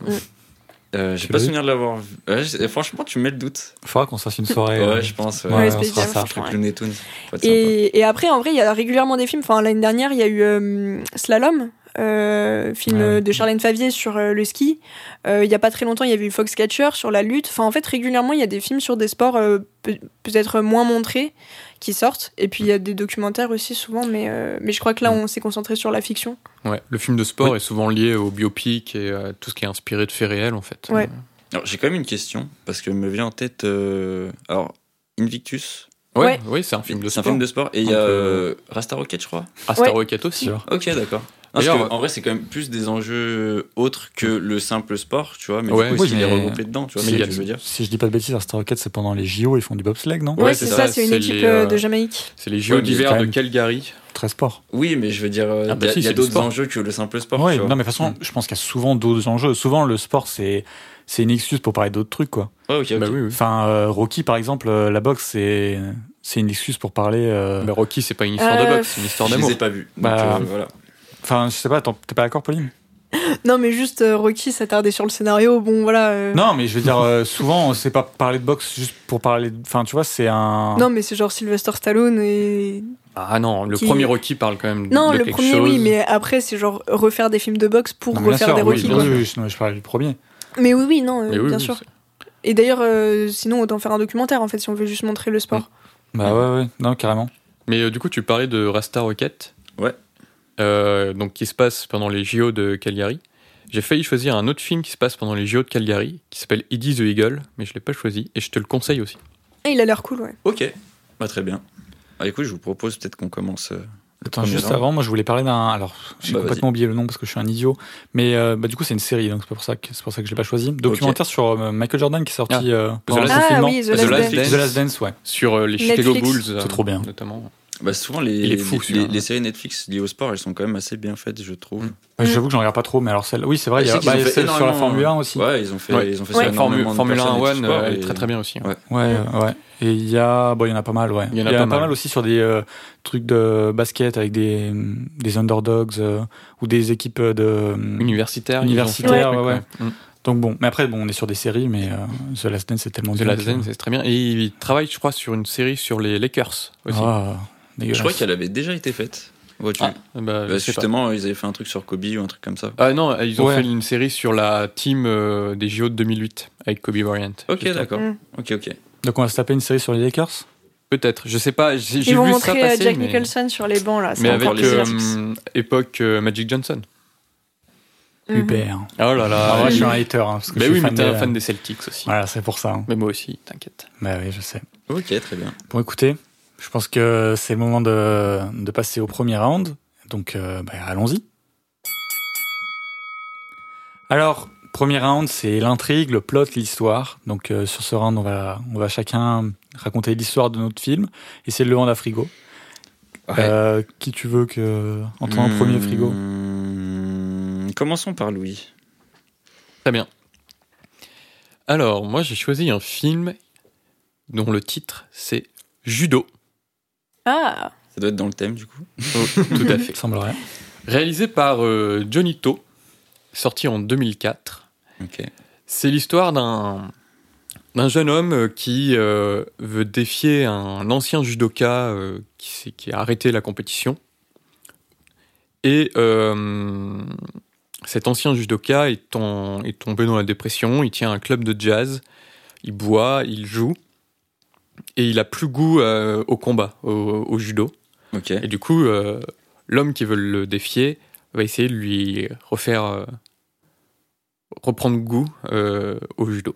[SPEAKER 2] Euh,
[SPEAKER 1] Tu
[SPEAKER 2] J'ai pas
[SPEAKER 1] l'as vu
[SPEAKER 2] souvenir de l'avoir vu. Ouais, je- franchement, tu me mets le doute.
[SPEAKER 1] Faudra qu'on se fasse une soirée.
[SPEAKER 2] Ouais,
[SPEAKER 1] euh,
[SPEAKER 2] je pense.
[SPEAKER 1] Ouais,
[SPEAKER 2] ouais.
[SPEAKER 1] on
[SPEAKER 3] Space
[SPEAKER 1] se fera
[SPEAKER 3] Jam,
[SPEAKER 1] ça.
[SPEAKER 3] franchement, ouais.
[SPEAKER 2] Truc Looney Tunes. Faut être sympa.
[SPEAKER 3] Et, et après, en vrai, il y a régulièrement des films. Enfin, l'année dernière, il y a eu euh, Slalom, euh, film
[SPEAKER 1] Ouais.
[SPEAKER 3] euh, de Charlène Favier sur euh, le ski. Euh, Il y a pas très longtemps, il y avait eu Foxcatcher sur la lutte. Enfin, en fait, régulièrement, il y a des films sur des sports euh, peut- peut-être moins montrés qui sortent. Et puis, il y a des documentaires aussi souvent, mais, euh, mais je crois que là, on s'est concentré sur la fiction.
[SPEAKER 4] Ouais, le film de sport est souvent lié au biopic et à tout ce qui est inspiré de faits réels en fait.
[SPEAKER 3] Ouais.
[SPEAKER 2] Alors, j'ai quand même une question parce que me vient en tête. euh, Alors, Invictus.
[SPEAKER 4] Ouais,
[SPEAKER 3] Ouais.
[SPEAKER 4] oui, c'est un film de
[SPEAKER 2] C'est un
[SPEAKER 4] sport.
[SPEAKER 2] film de sport et il y
[SPEAKER 4] On
[SPEAKER 2] a
[SPEAKER 4] peut-
[SPEAKER 2] euh, Rasta Rocket, je crois.
[SPEAKER 4] Asta
[SPEAKER 3] Ouais.
[SPEAKER 4] Rocket aussi.
[SPEAKER 1] Sûr.
[SPEAKER 2] Ok, d'accord. Parce que,
[SPEAKER 4] D'ailleurs, euh,
[SPEAKER 2] en vrai, c'est quand même plus des enjeux autres que le simple sport, tu vois. Mais
[SPEAKER 4] Ouais,
[SPEAKER 2] du coup,
[SPEAKER 1] oui,
[SPEAKER 2] il est
[SPEAKER 1] mais-
[SPEAKER 2] regroupé dedans, tu vois.
[SPEAKER 4] Mais
[SPEAKER 2] C'est
[SPEAKER 4] il y
[SPEAKER 2] ce
[SPEAKER 4] a-
[SPEAKER 2] que je veux dire.
[SPEAKER 1] Si je dis pas de bêtises, Star Rocket, c'est pendant les JO, ils font du bobsleigh, non
[SPEAKER 3] Ouais,
[SPEAKER 2] Ouais,
[SPEAKER 3] c'est
[SPEAKER 2] c'est
[SPEAKER 3] ça,
[SPEAKER 2] ça,
[SPEAKER 3] c'est une
[SPEAKER 4] c'est
[SPEAKER 3] équipe
[SPEAKER 4] les,
[SPEAKER 3] euh,
[SPEAKER 4] euh,
[SPEAKER 3] de Jamaïque.
[SPEAKER 4] C'est les Jeux
[SPEAKER 2] Ouais, mais
[SPEAKER 4] d'hiver
[SPEAKER 1] quand
[SPEAKER 4] de
[SPEAKER 1] même-
[SPEAKER 4] Calgary.
[SPEAKER 1] Très sport.
[SPEAKER 2] Oui, mais je veux dire, euh,
[SPEAKER 4] Ah
[SPEAKER 2] il
[SPEAKER 4] bah
[SPEAKER 2] y a-
[SPEAKER 4] si,
[SPEAKER 2] il y a,
[SPEAKER 4] c'est du
[SPEAKER 2] d'autres
[SPEAKER 4] sport. bah, Mm.
[SPEAKER 2] enjeux que le simple sport.
[SPEAKER 1] Ouais,
[SPEAKER 2] tu vois.
[SPEAKER 1] non, mais de toute façon, je pense qu'il y a souvent d'autres enjeux. Souvent, le sport, c'est c'est une excuse pour parler d'autres trucs, quoi.
[SPEAKER 2] Ouais, ok, ok.
[SPEAKER 4] Bah oui, oui.
[SPEAKER 1] Enfin, euh, Rocky, par exemple, euh, la boxe, c'est c'est une excuse pour parler. euh,
[SPEAKER 4] Mais Rocky, c'est pas une histoire de
[SPEAKER 3] Euh,
[SPEAKER 4] boxe, c'est une histoire
[SPEAKER 2] Je les
[SPEAKER 4] d'amour.
[SPEAKER 2] ai pas vus. Donc,
[SPEAKER 1] Bah,
[SPEAKER 2] euh, voilà.
[SPEAKER 1] Enfin, je sais pas, t'en- t'es pas d'accord, Pauline
[SPEAKER 3] Non, mais juste euh, Rocky s'attarder sur le scénario. Bon, voilà. euh,
[SPEAKER 1] Non, mais je veux dire, euh, souvent, c'est pas parler de boxe juste pour parler. de- Enfin, tu vois, c'est un.
[SPEAKER 3] Non, mais c'est genre Sylvester Stallone et.
[SPEAKER 4] Ah non, le
[SPEAKER 3] Qui-
[SPEAKER 4] premier Rocky parle quand même
[SPEAKER 3] Non,
[SPEAKER 4] de
[SPEAKER 3] le
[SPEAKER 4] quelque
[SPEAKER 3] premier,
[SPEAKER 4] chose.
[SPEAKER 3] oui, mais après, c'est genre refaire des films de boxe pour
[SPEAKER 1] Non, mais bien
[SPEAKER 3] refaire
[SPEAKER 1] sûr,
[SPEAKER 3] des
[SPEAKER 1] oui,
[SPEAKER 3] Rocky.
[SPEAKER 1] bien
[SPEAKER 3] quoi.
[SPEAKER 1] sûr, oui, je, je parlais du premier.
[SPEAKER 3] Mais oui, oui, non, euh,
[SPEAKER 4] Mais oui,
[SPEAKER 3] bien
[SPEAKER 4] oui,
[SPEAKER 3] sûr.
[SPEAKER 4] c'est-
[SPEAKER 3] Et d'ailleurs, euh, sinon, autant faire un documentaire, en fait, si on veut juste montrer le sport.
[SPEAKER 1] Bah ouais, ouais, non, carrément.
[SPEAKER 4] Mais euh, du coup, tu parlais de Rasta Rocket.
[SPEAKER 2] Ouais.
[SPEAKER 4] Euh, donc, qui se passe pendant les JO de Calgary. J'ai failli choisir un autre film qui se passe pendant les JO de Calgary, qui s'appelle Eddie the Eagle, mais je l'ai pas choisi, et je te le conseille aussi.
[SPEAKER 3] Et Ah, il a l'air cool, ouais.
[SPEAKER 2] Ok. Bah, très bien. Ah, écoute, je vous propose peut-être qu'on commence. euh, le
[SPEAKER 1] Attends,
[SPEAKER 2] premier
[SPEAKER 1] juste
[SPEAKER 2] round.
[SPEAKER 1] avant, moi, je voulais parler d'un. Alors, j'ai
[SPEAKER 2] Bah,
[SPEAKER 1] complètement oublié le nom parce que je suis un idiot. Mais euh, bah, du coup, c'est une série, donc c'est pour ça que c'est pour ça que je l'ai pas choisi. Documentaire sur euh, Michael Jordan qui est sorti
[SPEAKER 4] Ah.
[SPEAKER 1] euh, pendant
[SPEAKER 4] Last
[SPEAKER 1] le
[SPEAKER 4] Ah,
[SPEAKER 1] confinement.
[SPEAKER 3] oui, The Last
[SPEAKER 4] The Last
[SPEAKER 3] Dance.
[SPEAKER 4] Dance.
[SPEAKER 1] The Last Dance, ouais.
[SPEAKER 4] Sur euh, les
[SPEAKER 3] Netflix.
[SPEAKER 4] Chicago Bulls. euh,
[SPEAKER 1] C'est trop bien.
[SPEAKER 4] Notamment.
[SPEAKER 2] Bah, souvent, les,
[SPEAKER 4] Il est fou,
[SPEAKER 2] les,
[SPEAKER 4] celui-là.
[SPEAKER 2] les séries Netflix liées au sport, elles sont quand même assez bien faites, je trouve.
[SPEAKER 4] Mm.
[SPEAKER 1] Ouais, J'avoue que j'en regarde pas trop, mais alors celle. Oui, c'est vrai, il y
[SPEAKER 2] Je
[SPEAKER 1] a,
[SPEAKER 2] sais qu'ils
[SPEAKER 1] bah, il
[SPEAKER 2] ont
[SPEAKER 1] y a
[SPEAKER 2] fait
[SPEAKER 1] celle sur la
[SPEAKER 2] énormément-
[SPEAKER 1] Formule 1 aussi.
[SPEAKER 2] Ouais, ils ont fait,
[SPEAKER 4] Ouais.
[SPEAKER 2] ils ont fait
[SPEAKER 3] Ouais.
[SPEAKER 2] ça.
[SPEAKER 4] La Formule,
[SPEAKER 2] énormément de
[SPEAKER 4] Formule 1
[SPEAKER 2] personnes et tout
[SPEAKER 4] One
[SPEAKER 2] le sport,
[SPEAKER 4] euh, elle
[SPEAKER 2] et-
[SPEAKER 4] est très très bien aussi. hein.
[SPEAKER 2] Ouais.
[SPEAKER 1] Ouais, euh, ouais. Et il y a, bon, il y en a pas mal, ouais. Il y en a, pas, mal. aussi sur des euh, trucs de basket avec des, mm, des underdogs euh, ou des équipes de.
[SPEAKER 4] Universitaire.
[SPEAKER 1] Universitaire,
[SPEAKER 4] ils ont fait
[SPEAKER 1] ouais,
[SPEAKER 4] un truc, ouais. Mm.
[SPEAKER 1] Donc bon, mais après, bon, on est sur des séries, mais euh, The Last Dance, c'est tellement
[SPEAKER 4] The
[SPEAKER 1] bien
[SPEAKER 4] Last
[SPEAKER 1] que-
[SPEAKER 4] Dance, c'est très bien. Et il travaille, je crois, sur une série sur les Lakers aussi.
[SPEAKER 1] Ah,
[SPEAKER 2] Je
[SPEAKER 1] dégueulasse.
[SPEAKER 2] crois qu'elle avait déjà été faite. Vois-tu
[SPEAKER 4] Ah, bah,
[SPEAKER 2] Bah,
[SPEAKER 4] je sais pas.
[SPEAKER 2] Justement, ils avaient fait un truc sur Kobe ou un truc comme ça.
[SPEAKER 4] Ah non, ils ont
[SPEAKER 1] Ouais.
[SPEAKER 4] fait une série sur la team euh, des JO de 2008 avec Kobe Bryant.
[SPEAKER 2] Ok,
[SPEAKER 4] justement.
[SPEAKER 2] d'accord.
[SPEAKER 3] Mm.
[SPEAKER 2] Ok, ok.
[SPEAKER 1] Donc on va se taper une série sur les Lakers
[SPEAKER 4] Peut-être, je sais pas, j'ai j'ai
[SPEAKER 3] Ils vont
[SPEAKER 4] vu ça
[SPEAKER 3] montrer euh,
[SPEAKER 4] passer,
[SPEAKER 3] Jack
[SPEAKER 4] mais,
[SPEAKER 3] Nicholson sur les bancs, là. ça
[SPEAKER 4] mais
[SPEAKER 3] va
[SPEAKER 4] avec
[SPEAKER 3] faire plaisir.
[SPEAKER 4] euh, hum, époque euh, Magic Johnson.
[SPEAKER 3] Mhm.
[SPEAKER 1] Uber.
[SPEAKER 4] Oh là
[SPEAKER 1] Ah,
[SPEAKER 4] là.
[SPEAKER 1] ouais,
[SPEAKER 4] oui.
[SPEAKER 1] je suis un hater, hein, parce que
[SPEAKER 4] Bah
[SPEAKER 1] je suis
[SPEAKER 4] oui, mais
[SPEAKER 1] fan
[SPEAKER 4] t'es un
[SPEAKER 1] des-
[SPEAKER 4] fan des Celtics aussi.
[SPEAKER 1] Voilà, c'est pour ça. hein.
[SPEAKER 4] Mais moi aussi, t'inquiète.
[SPEAKER 1] Bah oui, je sais.
[SPEAKER 2] Ok, très bien.
[SPEAKER 1] Bon, écoutez, je pense que c'est le moment de, de passer au premier round. Donc, euh, bah, allons-y. Alors, premier round, c'est l'intrigue, le plot, l'histoire. Donc, euh, sur ce round, on va, on va chacun raconter l'histoire de notre film et c'est le vendre à frigo. Euh, qui tu veux que entende
[SPEAKER 2] Hmm.
[SPEAKER 1] en premier frigo
[SPEAKER 2] Mmh, Commençons par Louis.
[SPEAKER 4] Très bien. Alors, moi j'ai choisi un film dont le titre c'est Judo.
[SPEAKER 3] Ah,
[SPEAKER 2] Ça doit être dans le thème, du coup.
[SPEAKER 4] Oh, tout à fait.
[SPEAKER 1] Il semblerait.
[SPEAKER 4] Réalisé par euh, Johnny To, sorti en 2004.
[SPEAKER 2] Ok.
[SPEAKER 4] C'est l'histoire d'un d'un jeune homme euh, qui euh, veut défier un ancien judoka euh, qui, s'est- qui a arrêté la compétition. Et euh, cet ancien judoka est, en- est tombé dans la dépression, il tient un club de jazz, il boit, il joue, et il a plus goût euh, au combat, au- au judo.
[SPEAKER 2] Ok.
[SPEAKER 4] Et du coup, euh, l'homme qui veut le défier va essayer de lui refaire euh, reprendre goût euh, au judo.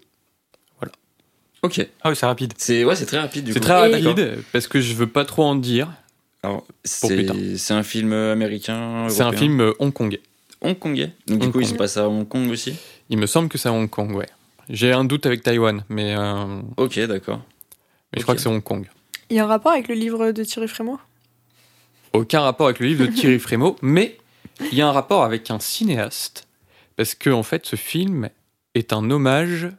[SPEAKER 2] Ok.
[SPEAKER 1] Ah oui, c'est rapide.
[SPEAKER 2] C'est ouais, c'est très rapide. Du
[SPEAKER 4] C'est
[SPEAKER 2] coup.
[SPEAKER 4] très
[SPEAKER 3] Et-
[SPEAKER 4] rapide parce que je veux pas trop en dire.
[SPEAKER 2] Alors,
[SPEAKER 4] plus tard.
[SPEAKER 2] c'est c'est un film américain.
[SPEAKER 4] C'est un
[SPEAKER 2] européen
[SPEAKER 4] film euh, hongkongais.
[SPEAKER 2] hongkongais. Donc du coup, il se
[SPEAKER 4] Hongkong.
[SPEAKER 2] passe à Hong Kong aussi.
[SPEAKER 4] Il me semble que c'est à Hong Kong, ouais. J'ai un doute avec Taïwan, mais, euh, mais
[SPEAKER 2] Ok, d'accord.
[SPEAKER 4] je
[SPEAKER 2] Ok.
[SPEAKER 4] crois que c'est Hong Kong.
[SPEAKER 3] il y a un rapport avec le livre de Thierry Frémaux
[SPEAKER 4] Aucun rapport avec le livre de Thierry Frémaux, mais il y a un rapport avec un cinéaste parce que en fait, ce film est un hommage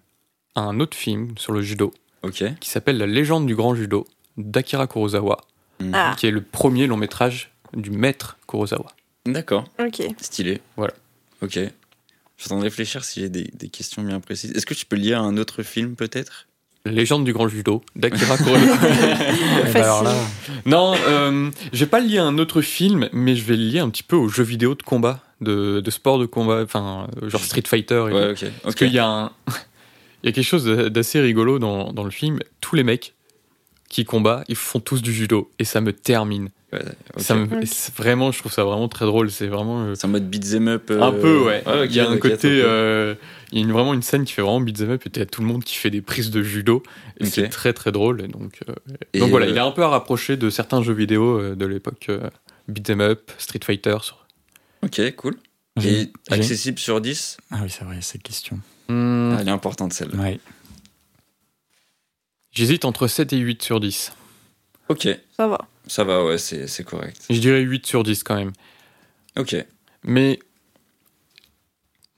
[SPEAKER 4] à un autre film sur le judo
[SPEAKER 2] Ok.
[SPEAKER 4] qui s'appelle La légende du grand judo d'Akira Kurosawa.
[SPEAKER 2] Mmh.
[SPEAKER 3] Ah,
[SPEAKER 4] qui est le premier long métrage du maître Kurosawa.
[SPEAKER 2] D'accord.
[SPEAKER 3] ok.
[SPEAKER 2] Stylé.
[SPEAKER 4] Voilà.
[SPEAKER 2] Ok. Je suis en train de réfléchir si j'ai des, des questions bien précises. Est-ce que tu peux lier à un autre film peut-être
[SPEAKER 4] La Légende du grand judo d'Akira Kurosawa.
[SPEAKER 1] Eh ben alors là,
[SPEAKER 4] non, euh, je vais pas le lier à un autre film, mais je vais le lier un petit peu aux jeux vidéo de combat, de, de sport de combat, enfin, euh, genre Street Fighter. Et tout.
[SPEAKER 2] Ouais, ok.
[SPEAKER 4] Parce
[SPEAKER 2] Ok.
[SPEAKER 4] qu'il y a un- il y a quelque chose d'a- d'assez rigolo dans, dans le film. Tous les mecs qui combattent, ils font tous du judo et ça me termine.
[SPEAKER 2] Ouais, ok. Mm.
[SPEAKER 4] Ça me-
[SPEAKER 3] Ok.
[SPEAKER 4] c'est vraiment, je trouve ça vraiment très drôle. C'est vraiment. euh,
[SPEAKER 2] C'est en mode beat'em up. euh,
[SPEAKER 4] Un peu, ouais.
[SPEAKER 2] ok,
[SPEAKER 4] il y a un
[SPEAKER 2] ok,
[SPEAKER 4] côté.
[SPEAKER 2] ok.
[SPEAKER 4] euh, il y a une- vraiment une scène qui fait vraiment beat'em up et t'as tout le monde qui fait des prises de judo. Et
[SPEAKER 2] Ok.
[SPEAKER 4] c'est très très drôle. Et donc, euh,
[SPEAKER 2] Et,
[SPEAKER 4] donc voilà,
[SPEAKER 2] euh,
[SPEAKER 4] il est un peu à rapprocher de certains jeux vidéo euh, de l'époque euh, beat'em up, Street Fighter. sur-
[SPEAKER 2] Ok, cool.
[SPEAKER 1] j'ai-
[SPEAKER 2] Et accessible sur 10
[SPEAKER 1] Ah oui, c'est vrai, cette question.
[SPEAKER 4] Hmm,
[SPEAKER 2] Ah, Elle est importante celle-là.
[SPEAKER 1] Ouais.
[SPEAKER 4] J'hésite entre 7 et 8 sur 10.
[SPEAKER 2] Ok,
[SPEAKER 3] Ça va.
[SPEAKER 2] ça va, ouais, c'est c'est correct.
[SPEAKER 4] Je dirais 8 sur 10 quand même.
[SPEAKER 2] Ok,
[SPEAKER 4] Mais.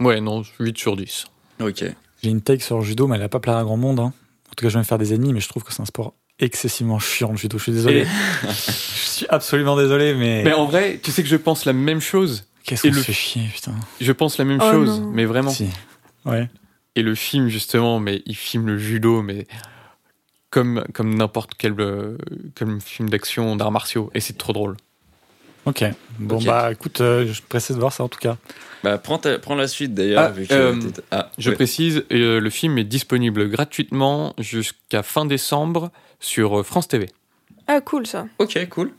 [SPEAKER 4] Ouais, non, 8 sur 10.
[SPEAKER 2] ok.
[SPEAKER 1] J'ai une take sur le judo, mais elle n'a pas plaire à grand monde. hein. En tout cas, je vais me faire des ennemis, mais je trouve que c'est un sport excessivement chiant le judo. Je suis désolé. je suis absolument désolé, mais.
[SPEAKER 4] Mais en vrai, tu sais que je pense la même chose.
[SPEAKER 1] Qu'est-ce
[SPEAKER 4] Et
[SPEAKER 1] qu'on
[SPEAKER 4] le-
[SPEAKER 1] se fait chier, putain.
[SPEAKER 4] Je pense la même
[SPEAKER 3] Oh
[SPEAKER 4] chose,
[SPEAKER 3] non.
[SPEAKER 4] mais vraiment.
[SPEAKER 1] Si. Ouais.
[SPEAKER 4] Et le film, justement, mais il filme le judo, mais comme, comme n'importe quel euh, comme film d'action d'arts martiaux. Et c'est trop drôle.
[SPEAKER 1] Ok. Bon,
[SPEAKER 2] Ok.
[SPEAKER 1] bah écoute, euh, je suis pressé de voir ça en tout cas.
[SPEAKER 2] Bah, prends, ta- prends la suite d'ailleurs.
[SPEAKER 4] Ah,
[SPEAKER 2] vu que
[SPEAKER 4] euh,
[SPEAKER 2] t'étais- ah,
[SPEAKER 4] Je
[SPEAKER 2] ouais.
[SPEAKER 4] précise, euh, le film est disponible gratuitement jusqu'à fin décembre sur euh, France TV.
[SPEAKER 3] Ah, cool ça.
[SPEAKER 2] Ok, cool.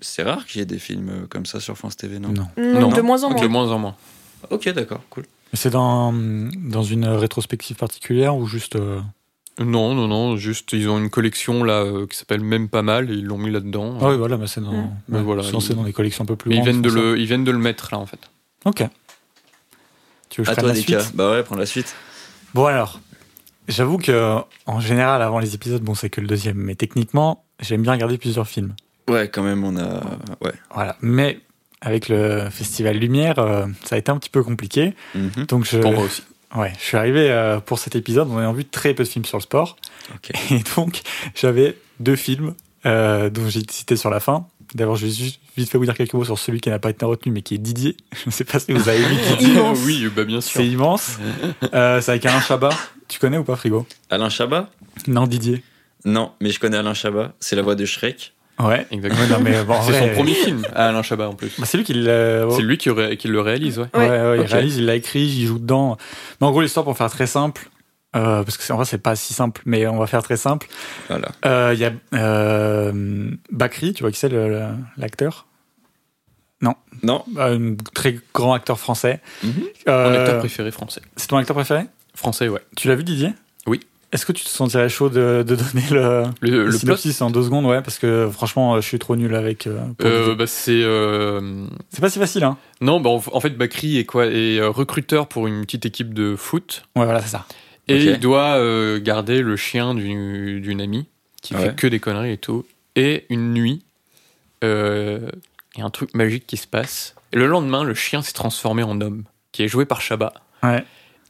[SPEAKER 2] C'est rare qu'il y ait des films euh, comme ça sur France TV,
[SPEAKER 4] Mmh.
[SPEAKER 2] non
[SPEAKER 1] Non.
[SPEAKER 3] Non,
[SPEAKER 4] Non.
[SPEAKER 3] de moins en
[SPEAKER 4] De
[SPEAKER 3] moins.
[SPEAKER 4] moins en moins.
[SPEAKER 2] Ok, d'accord, cool.
[SPEAKER 1] Mais c'est dans, dans une rétrospective particulière ou juste. euh,
[SPEAKER 4] Non, non, non, juste ils ont une collection là euh, qui s'appelle Même pas mal et ils l'ont mis là-dedans.
[SPEAKER 1] Ah oui, voilà, mais c'est dans.
[SPEAKER 3] Ouais.
[SPEAKER 1] ouais,
[SPEAKER 4] Mais voilà,
[SPEAKER 1] sinon, c'est
[SPEAKER 4] ils-
[SPEAKER 1] dans des collections un peu plus
[SPEAKER 4] mais ils
[SPEAKER 1] grandes,
[SPEAKER 4] viennent, de
[SPEAKER 1] c'est
[SPEAKER 4] le, ils viennent de le mettre là en fait.
[SPEAKER 1] pour ça. Ok. Tu veux que je
[SPEAKER 2] À
[SPEAKER 1] prenne
[SPEAKER 2] toi,
[SPEAKER 1] la
[SPEAKER 2] Deka.
[SPEAKER 1] suite
[SPEAKER 2] Bah ouais, prends la suite.
[SPEAKER 1] Bon alors, j'avoue que en général avant les épisodes, bon c'est que le deuxième, mais techniquement j'aime bien regarder plusieurs films.
[SPEAKER 2] Ouais, quand même, on a. Ouais.
[SPEAKER 1] Voilà. Mais avec le festival Lumière, euh, ça a été un petit peu compliqué.
[SPEAKER 2] Mhm.
[SPEAKER 1] Donc je,
[SPEAKER 4] Pour moi aussi.
[SPEAKER 1] ouais, je suis arrivé euh, pour cet épisode en ayant vu très peu de films sur le sport.
[SPEAKER 2] Ok.
[SPEAKER 1] Et donc j'avais deux films euh, dont j'ai cité sur la fin. D'abord, je vais juste vite fait vous dire quelques mots sur celui qui n'a pas été retenu, mais qui est Didier. Je ne sais pas si vous avez vu Didier.
[SPEAKER 3] Immense.
[SPEAKER 4] Oui, bah bien sûr.
[SPEAKER 1] C'est immense. Euh, c'est avec Alain Chabat. Tu connais ou pas, Frigo
[SPEAKER 2] Alain Chabat
[SPEAKER 1] Non, Didier.
[SPEAKER 2] Non, mais je connais Alain Chabat. C'est la voix de Shrek.
[SPEAKER 1] Ouais.
[SPEAKER 4] Exactement.
[SPEAKER 1] Ouais, non, mais bon, en
[SPEAKER 4] C'est
[SPEAKER 1] vrai,
[SPEAKER 4] son premier film, à Ah, Alain Chabat en plus.
[SPEAKER 1] bah, c'est lui qui l'a.
[SPEAKER 4] C'est lui qui, aurait- qui le réalise, ouais.
[SPEAKER 1] Ouais,
[SPEAKER 3] Ouais,
[SPEAKER 1] ouais,
[SPEAKER 4] ok.
[SPEAKER 1] il réalise, il l'a écrit, il joue dedans. Mais en gros, l'histoire, pour faire très simple, euh, parce que c'est- en vrai, c'est pas si simple, mais on va faire très simple.
[SPEAKER 2] Voilà.
[SPEAKER 1] Euh, Il y a euh, Bakri, tu vois qui c'est le- le- l'acteur
[SPEAKER 2] Non
[SPEAKER 1] Euh, Un très grand acteur français.
[SPEAKER 2] Mhm.
[SPEAKER 1] Euh,
[SPEAKER 4] Mon acteur préféré français.
[SPEAKER 1] c'est ton acteur préféré
[SPEAKER 4] Français, ouais.
[SPEAKER 1] Tu l'as vu, Didier
[SPEAKER 4] Oui. Euh,
[SPEAKER 1] Est-ce que tu te sentirais chaud de, de donner le,
[SPEAKER 4] Le,
[SPEAKER 1] le
[SPEAKER 4] le plot,
[SPEAKER 1] synopsis en deux secondes Ouais, parce que franchement, je suis trop nul avec. euh, pour
[SPEAKER 4] euh,
[SPEAKER 1] Didier.
[SPEAKER 4] bah, c'est. euh,
[SPEAKER 1] C'est pas si facile, hein
[SPEAKER 4] Non, bah, en en fait, Bakri est quoi Est euh, recruteur pour une petite équipe de foot
[SPEAKER 1] Ouais, voilà, c'est ça.
[SPEAKER 4] et
[SPEAKER 2] Ok.
[SPEAKER 4] il doit euh, garder le chien d'une d'une amie qui
[SPEAKER 2] Ouais.
[SPEAKER 4] fait que des conneries et tout. Et une nuit, euh, il y a un truc magique qui se passe. Et le lendemain, le chien s'est transformé en homme, qui est joué par Chabat.
[SPEAKER 1] Ouais.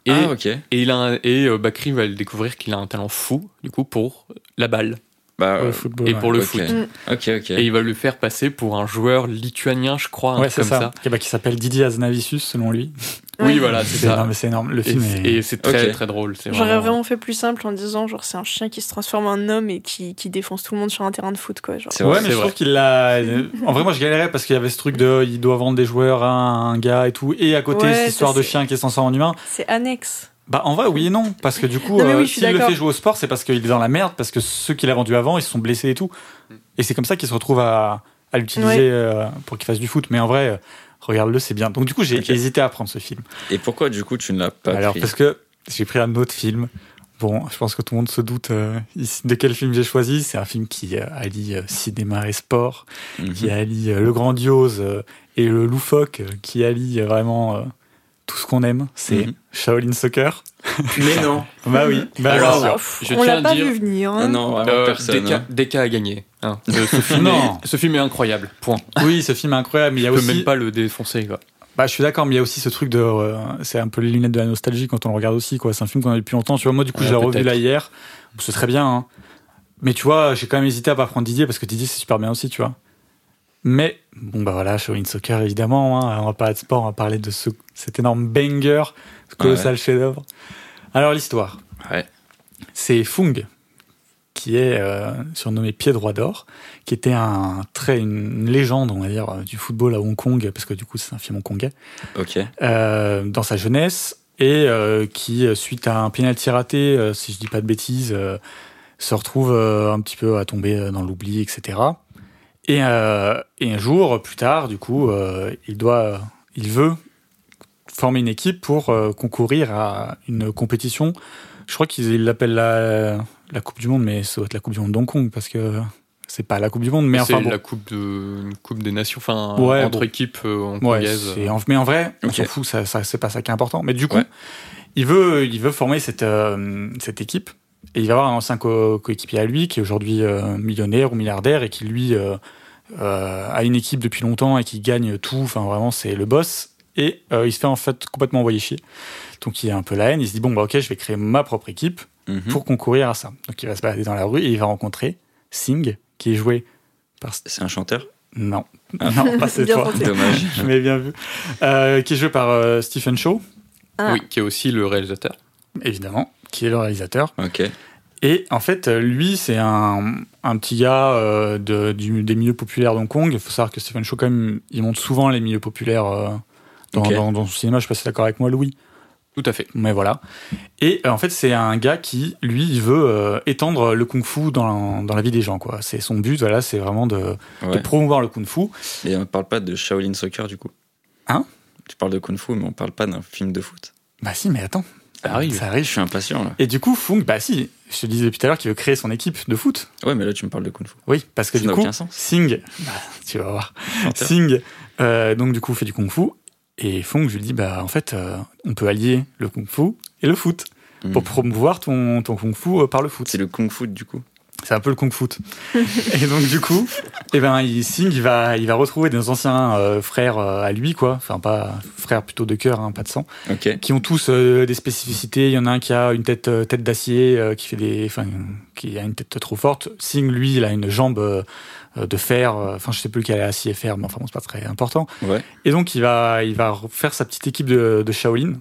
[SPEAKER 4] Et,
[SPEAKER 2] Ah, ok.
[SPEAKER 4] et, il a un- et euh, Bakri va le découvrir qu'il a un talent fou, du coup, pour la balle
[SPEAKER 2] Bah,
[SPEAKER 1] Pour
[SPEAKER 2] euh,
[SPEAKER 1] le football.
[SPEAKER 4] et
[SPEAKER 1] ouais.
[SPEAKER 4] pour le
[SPEAKER 2] ok. Mm.
[SPEAKER 4] foot.
[SPEAKER 2] Ok, ok.
[SPEAKER 4] Et il va le faire passer pour un joueur lituanien, je crois, un
[SPEAKER 1] Ouais,
[SPEAKER 4] truc
[SPEAKER 1] c'est
[SPEAKER 4] comme ça.
[SPEAKER 1] ça. Qui- bah, qui s'appelle Didier Aznavicius, selon lui.
[SPEAKER 4] Oui,
[SPEAKER 3] Ouais.
[SPEAKER 4] voilà, c'est
[SPEAKER 1] C'est
[SPEAKER 4] ça.
[SPEAKER 1] énorme, c'est énorme. Le
[SPEAKER 4] Et,
[SPEAKER 1] film est...
[SPEAKER 4] et c'est très
[SPEAKER 2] Ok.
[SPEAKER 4] très drôle. c'est
[SPEAKER 3] J'aurais
[SPEAKER 4] vraiment-
[SPEAKER 3] vraiment fait plus simple en disant genre c'est un chien qui se transforme en homme et qui, qui défonce tout le monde sur un terrain de foot quoi. Genre.
[SPEAKER 2] C'est
[SPEAKER 1] Ouais,
[SPEAKER 2] vrai.
[SPEAKER 1] mais
[SPEAKER 4] c'est
[SPEAKER 1] je
[SPEAKER 4] vrai.
[SPEAKER 1] trouve qu'il l'a. En vrai, moi, je galérais parce qu'il y avait ce truc de. Il doit vendre des joueurs à un gars et tout. Et à côté,
[SPEAKER 3] Ouais,
[SPEAKER 1] cette histoire
[SPEAKER 3] ça,
[SPEAKER 1] de
[SPEAKER 3] c'est-
[SPEAKER 1] chien qui est transformé en humain.
[SPEAKER 3] C'est annexe.
[SPEAKER 1] Bah, en vrai, oui et non. Parce que du coup,
[SPEAKER 3] Non, mais
[SPEAKER 1] euh,
[SPEAKER 3] oui, je suis
[SPEAKER 1] s'il le
[SPEAKER 3] d'accord.
[SPEAKER 1] fait jouer au sport, c'est parce qu'il est dans la merde. Parce que ceux qu'il a vendu avant, ils se sont blessés et tout. Et c'est comme ça qu'il se retrouve à, à l'utiliser
[SPEAKER 3] Ouais.
[SPEAKER 1] euh, pour qu'il fasse du foot. Mais en vrai, euh, regarde-le, c'est bien. Donc, du coup, j'ai
[SPEAKER 2] Ok.
[SPEAKER 1] hésité à prendre ce film.
[SPEAKER 2] Et pourquoi, du coup, tu ne l'as pas
[SPEAKER 1] Alors,
[SPEAKER 2] pris
[SPEAKER 1] parce que j'ai pris un autre film. Bon, je pense que tout le monde se doute euh, ici de quel film j'ai choisi. C'est un film qui euh, allie euh, cinéma et sport,
[SPEAKER 2] Mhm.
[SPEAKER 1] qui allie euh, le grandiose euh, et le loufoque, euh, qui allie euh, vraiment euh, tout ce qu'on aime. C'est
[SPEAKER 2] Mhm.
[SPEAKER 1] Shaolin Soccer.
[SPEAKER 2] Mais non.
[SPEAKER 1] Bah oui, bah
[SPEAKER 4] Alors,
[SPEAKER 1] bien sûr.
[SPEAKER 3] pff,
[SPEAKER 4] je
[SPEAKER 3] on
[SPEAKER 4] tiens
[SPEAKER 3] l'a
[SPEAKER 4] à
[SPEAKER 3] pas
[SPEAKER 4] dire-
[SPEAKER 3] vu venir. hein.
[SPEAKER 2] Ah non, vraiment
[SPEAKER 4] Euh,
[SPEAKER 2] personne.
[SPEAKER 4] Deka,
[SPEAKER 2] hein.
[SPEAKER 4] Deka a gagné. hein. Ce, ce film
[SPEAKER 1] Non.
[SPEAKER 4] est, ce film est incroyable. Point.
[SPEAKER 1] Oui, ce film est incroyable. mais Il y
[SPEAKER 4] Je
[SPEAKER 1] a
[SPEAKER 4] peux
[SPEAKER 1] aussi,
[SPEAKER 4] même pas le défoncer. Quoi.
[SPEAKER 1] bah, je suis d'accord, mais il y a aussi ce truc de, euh, c'est un peu les lunettes de la nostalgie quand on le regarde aussi. Quoi, c'est un film qu'on a vu depuis longtemps. Tu vois, moi du coup,
[SPEAKER 4] Ouais,
[SPEAKER 1] je l'ai revu
[SPEAKER 4] peut-être.
[SPEAKER 1] là hier. C'est très bien. hein. Mais tu vois, j'ai quand même hésité à pas prendre Didier parce que Didier c'est super bien aussi, tu vois. Mais bon, bah voilà, Shaolin Soccer évidemment. hein. on va parler de sport, on va parler de ce, cet énorme banger, ce colossal chef-d'œuvre. Alors l'histoire.
[SPEAKER 2] Ouais.
[SPEAKER 1] C'est Fung qui est euh, surnommé Pied droit d'or, qui était un très une légende, on va dire, euh, du football à Hong Kong, parce que du coup c'est un film hongkongais
[SPEAKER 2] Ok.
[SPEAKER 1] euh, dans sa jeunesse et euh, qui, euh, suite à un pénalty raté, euh, si je dis pas de bêtises, euh, se retrouve euh, un petit peu à tomber euh, dans l'oubli, etc. Et, euh, et un jour, plus tard, du coup, euh, il doit, euh, il veut former une équipe pour euh, concourir à une compétition. Je crois qu'ils l'appellent la, la Coupe du Monde, mais ça doit être la Coupe du Monde de Hong Kong parce que c'est pas la Coupe du Monde, mais
[SPEAKER 4] c'est
[SPEAKER 1] enfin bon.
[SPEAKER 4] la coupe, de, une coupe des nations, enfin,
[SPEAKER 1] Ouais,
[SPEAKER 4] entre
[SPEAKER 1] bon.
[SPEAKER 4] équipes euh,
[SPEAKER 1] Ouais,
[SPEAKER 4] hongkongaises.
[SPEAKER 1] c'est- en- mais en vrai, on
[SPEAKER 2] Ok.
[SPEAKER 1] s'en fout, ça, ça- c'est pas ça qui est important. Mais du coup,
[SPEAKER 2] Ouais.
[SPEAKER 1] il, veut, il veut former cette, euh, cette équipe. Et il va avoir un ancien co- coéquipier à lui, qui est aujourd'hui euh, millionnaire ou milliardaire, et qui lui euh, euh, a une équipe depuis longtemps et qui gagne tout. Enfin, vraiment, c'est le boss. Et euh, il se fait en fait complètement envoyer chier. Donc il a un peu la haine. Il se dit bon, bah ok, je vais créer ma propre équipe
[SPEAKER 2] Mhm.
[SPEAKER 1] pour concourir à ça. Donc il va se balader dans la rue et il va rencontrer Singh, qui est joué par
[SPEAKER 2] C'est un chanteur
[SPEAKER 1] Non. Non, pas c'est
[SPEAKER 3] Bien
[SPEAKER 1] toi.
[SPEAKER 3] tenté.
[SPEAKER 2] Dommage.
[SPEAKER 1] Mais bien vu. Euh, qui est joué par euh, Stephen Shaw,
[SPEAKER 3] Ah.
[SPEAKER 4] Oui, qui est aussi le réalisateur.
[SPEAKER 1] évidemment, qui est le réalisateur.
[SPEAKER 2] Ok.
[SPEAKER 1] Et en fait, euh, lui, c'est un, un petit gars euh, de- du- des milieux populaires d'Hong Kong. Il faut savoir que Stephen Chow, quand même, il monte souvent les milieux populaires euh, dans,
[SPEAKER 2] Ok.
[SPEAKER 1] dans- dans son cinéma. Je sais pas si t'es d'accord avec moi, Louis.
[SPEAKER 4] Tout à fait.
[SPEAKER 1] Mais voilà. Et euh, en fait, c'est un gars qui, lui, il veut euh, étendre le kung-fu dans, dans la vie des gens. quoi. C'est son but, voilà, c'est vraiment de, de
[SPEAKER 2] Ouais.
[SPEAKER 1] promouvoir le kung-fu.
[SPEAKER 2] Et on parle pas de Shaolin Soccer du coup.
[SPEAKER 1] Hein
[SPEAKER 2] Tu parles de Kung Fu, mais on parle pas d'un film de foot.
[SPEAKER 1] Bah si, mais attends.
[SPEAKER 4] Ça arrive.
[SPEAKER 1] Ça
[SPEAKER 2] Je suis impatient là.
[SPEAKER 1] Et du coup, Fung, bah si, je te disais depuis tout à l'heure qu'il veut créer son équipe de foot.
[SPEAKER 2] Ouais, mais là tu me parles de Kung Fu.
[SPEAKER 1] Oui, parce que
[SPEAKER 2] Ça
[SPEAKER 1] du
[SPEAKER 2] n'a
[SPEAKER 1] coup,
[SPEAKER 2] aucun sens.
[SPEAKER 1] Singh, bah, tu vas voir,
[SPEAKER 2] Menteur.
[SPEAKER 1] Singh, euh, donc du coup, fait du kung-fu. Et Fong, je lui dis, bah en fait, euh, on peut allier le kung-fu et le foot
[SPEAKER 2] Hmm.
[SPEAKER 1] pour promouvoir ton, ton kung-fu euh, par le foot.
[SPEAKER 2] C'est le Kung Fu du coup.
[SPEAKER 1] C'est un peu le kung-fu. et donc du coup, eh ben, il, Singh, il va, il va retrouver des anciens euh, frères euh, à lui, quoi. Enfin, pas frères plutôt de cœur, hein, pas de sang
[SPEAKER 2] Ok.
[SPEAKER 1] qui ont tous euh, des spécificités. Il y en a un qui a une tête, euh, tête d'acier, euh, qui fait des, enfin, qui a une tête trop forte. Singh, lui, il a une jambe euh, euh, de fer. euh, Enfin, je sais plus lequel est acier et fer, mais enfin, bon, c'est pas très important.
[SPEAKER 2] Ouais.
[SPEAKER 1] Et donc, il va, il va faire sa petite équipe de, de Shaolin.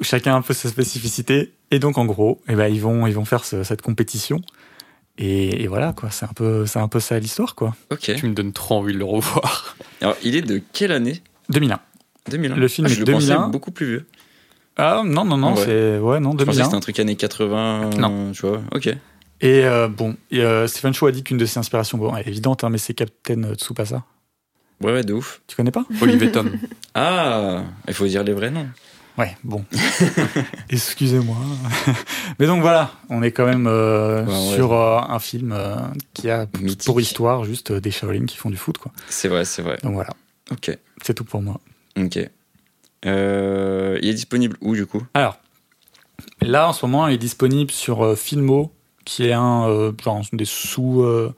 [SPEAKER 1] où Chacun a un peu sa spécificité. Et donc, en gros, eh ben, ils vont, ils vont faire ce- cette compétition. Et, et voilà, quoi. C'est un peu, c'est un peu ça l'histoire, quoi.
[SPEAKER 2] Ok.
[SPEAKER 4] Tu me donnes trop envie de le revoir.
[SPEAKER 2] Alors il est de quelle année
[SPEAKER 1] 2001.
[SPEAKER 2] 2001.
[SPEAKER 1] Le film
[SPEAKER 2] Ah,
[SPEAKER 1] est
[SPEAKER 2] je le pensais
[SPEAKER 1] 2001.
[SPEAKER 2] beaucoup plus vieux.
[SPEAKER 1] Ah non non non
[SPEAKER 2] Ah ouais.
[SPEAKER 1] c'est ouais non
[SPEAKER 2] Je pensais
[SPEAKER 1] 2001
[SPEAKER 2] que c'était un truc années 80. euh,
[SPEAKER 1] Non.
[SPEAKER 2] Tu vois. Ok.
[SPEAKER 1] Et euh, bon, et, euh, Stephen Chow a dit qu'une de ses inspirations, bon, elle est évidente, hein, mais c'est Captain Tsubasa.
[SPEAKER 2] Ouais, ouais, de ouf.
[SPEAKER 1] Tu connais pas
[SPEAKER 4] Olivier Tom.
[SPEAKER 2] Ah, il faut dire les vrais noms.
[SPEAKER 1] Ouais, bon. Excusez-moi. mais donc voilà, on est quand même euh,
[SPEAKER 2] Ouais, ouais.
[SPEAKER 1] sur euh, un film euh, qui a
[SPEAKER 2] Mythique.
[SPEAKER 1] pour histoire juste euh, des Shaolin qui font du foot, quoi.
[SPEAKER 2] C'est vrai, c'est vrai.
[SPEAKER 1] Donc voilà,
[SPEAKER 2] Ok.
[SPEAKER 1] c'est tout pour moi.
[SPEAKER 2] Ok. Euh, il est disponible où du coup
[SPEAKER 1] Alors, là en ce moment, il est disponible sur euh, Filmo, qui est un euh, genre des sous. euh,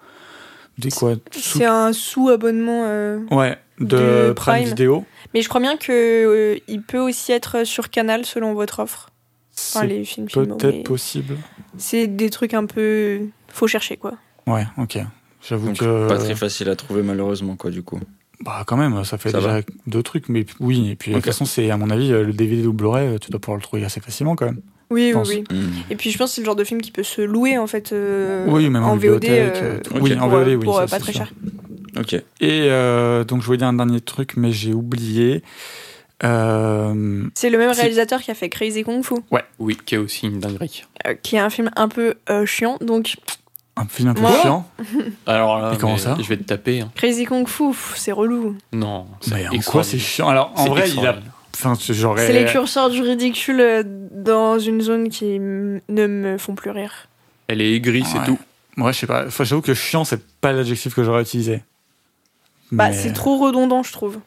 [SPEAKER 1] des quoi sous-
[SPEAKER 3] C'est un sous-abonnement. euh,
[SPEAKER 1] Ouais, de
[SPEAKER 3] de
[SPEAKER 1] Prime,
[SPEAKER 3] Prime.
[SPEAKER 1] Video.
[SPEAKER 3] Mais je crois bien que euh, il peut aussi être sur Canal selon votre offre. Enfin,
[SPEAKER 1] C'est
[SPEAKER 3] les films Filmo,
[SPEAKER 1] peut-être
[SPEAKER 3] mais
[SPEAKER 1] possible.
[SPEAKER 3] C'est des trucs un peu. euh, Faut chercher quoi.
[SPEAKER 1] Ouais, ok. J'avoue
[SPEAKER 2] Donc, euh,
[SPEAKER 1] que.
[SPEAKER 2] Pas très facile à trouver malheureusement quoi du coup.
[SPEAKER 1] Bah, quand même, ça fait
[SPEAKER 2] Ça
[SPEAKER 1] déjà deux trucs, mais oui. Et puis, de
[SPEAKER 2] Ok.
[SPEAKER 1] toute façon, c'est, à mon avis, euh, le DVD ou le Blu-ray, tu dois pouvoir le trouver assez facilement quand même.
[SPEAKER 3] Oui, oui,
[SPEAKER 1] pense.
[SPEAKER 3] oui.
[SPEAKER 2] Hmm.
[SPEAKER 3] Et puis je pense que c'est le genre de film qui peut se louer en fait. euh,
[SPEAKER 1] oui, même en,
[SPEAKER 3] en VOD.
[SPEAKER 1] bibliothèque.
[SPEAKER 3] euh,
[SPEAKER 1] tout- Oui,
[SPEAKER 2] ok.
[SPEAKER 1] en
[SPEAKER 3] pour,
[SPEAKER 1] VOD, oui.
[SPEAKER 3] pour,
[SPEAKER 1] ça,
[SPEAKER 3] euh, pas
[SPEAKER 1] c'est
[SPEAKER 3] très
[SPEAKER 1] sûr.
[SPEAKER 3] cher.
[SPEAKER 2] Ok.
[SPEAKER 1] Et euh, donc, je voulais dire un dernier truc, mais j'ai oublié. Euh,
[SPEAKER 3] C'est le même
[SPEAKER 1] Si.
[SPEAKER 3] réalisateur qui a fait Crazy Kung Fu,
[SPEAKER 4] Oui, qui est aussi une dinguerie.
[SPEAKER 3] euh, qui est un film un peu euh, chiant. Donc
[SPEAKER 1] un film un peu
[SPEAKER 3] Moi
[SPEAKER 1] chiant.
[SPEAKER 4] Alors là,
[SPEAKER 1] Mais comment
[SPEAKER 4] mais
[SPEAKER 1] ça
[SPEAKER 4] Je vais te taper. hein.
[SPEAKER 3] Crazy Kung Fu, pff, c'est relou.
[SPEAKER 4] Non.
[SPEAKER 1] Mais en quoi c'est
[SPEAKER 4] extraordinaire.
[SPEAKER 1] chiant Alors, en
[SPEAKER 4] C'est
[SPEAKER 1] vrai, il a.
[SPEAKER 4] extraordinaire.
[SPEAKER 1] Enfin, j'aurais.
[SPEAKER 3] C'est les curseurs du ridicule euh, dans une zone qui m- ne me font plus rire.
[SPEAKER 4] Elle est aigrie, c'est
[SPEAKER 1] Ouais.
[SPEAKER 4] tout.
[SPEAKER 1] Ouais, je sais pas. Enfin, j'avoue que chiant, c'est pas l'adjectif que j'aurais utilisé.
[SPEAKER 3] Bah,
[SPEAKER 1] Mais-
[SPEAKER 3] c'est trop redondant, je trouve.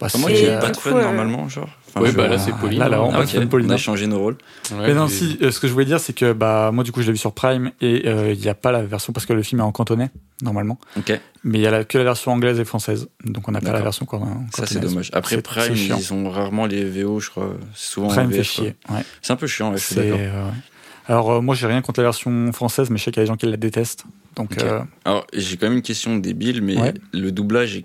[SPEAKER 1] Bah,
[SPEAKER 2] Enfin, moi
[SPEAKER 1] c'est-
[SPEAKER 2] j'ai
[SPEAKER 3] Et
[SPEAKER 2] pas
[SPEAKER 3] du
[SPEAKER 2] de
[SPEAKER 3] coup,
[SPEAKER 2] fun
[SPEAKER 3] euh,
[SPEAKER 2] normalement genre. Enfin,
[SPEAKER 4] Ouais,
[SPEAKER 2] je-
[SPEAKER 4] bah là, c'est poli.
[SPEAKER 1] Là, là, on
[SPEAKER 2] Ah,
[SPEAKER 1] parle
[SPEAKER 2] ok.
[SPEAKER 1] de film
[SPEAKER 2] On
[SPEAKER 1] Paulina.
[SPEAKER 2] a changé nos rôles.
[SPEAKER 4] Ouais,
[SPEAKER 1] Mais non,
[SPEAKER 4] mais-
[SPEAKER 1] si, euh, ce que je voulais dire, c'est que bah, moi, du coup, je l'ai vu sur Prime et euh, il n'y a pas la version parce que le film est en cantonais, normalement.
[SPEAKER 2] Ok.
[SPEAKER 1] Mais il n'y a la- que la version anglaise et française. Donc, on n'a pas la
[SPEAKER 2] D'accord.
[SPEAKER 1] version can- cantonaise.
[SPEAKER 2] Ça c'est dommage. Après
[SPEAKER 1] C'est-
[SPEAKER 2] Prime,
[SPEAKER 1] c'est chiant.
[SPEAKER 2] ils ont rarement les VO, je crois. C'est Souvent en
[SPEAKER 1] Prime fait
[SPEAKER 2] VF, quoi.
[SPEAKER 1] chier. Ouais.
[SPEAKER 2] C'est un peu chiant, ouais, je suis
[SPEAKER 1] C'est,
[SPEAKER 2] d'accord.
[SPEAKER 1] euh, ouais. Alors, euh, moi, j'ai rien contre la version française, mais je sais qu'il y a des gens qui la détestent. Donc,
[SPEAKER 2] Ok.
[SPEAKER 1] euh,
[SPEAKER 2] Alors, j'ai quand même une question débile, mais
[SPEAKER 1] Ouais.
[SPEAKER 2] le doublage est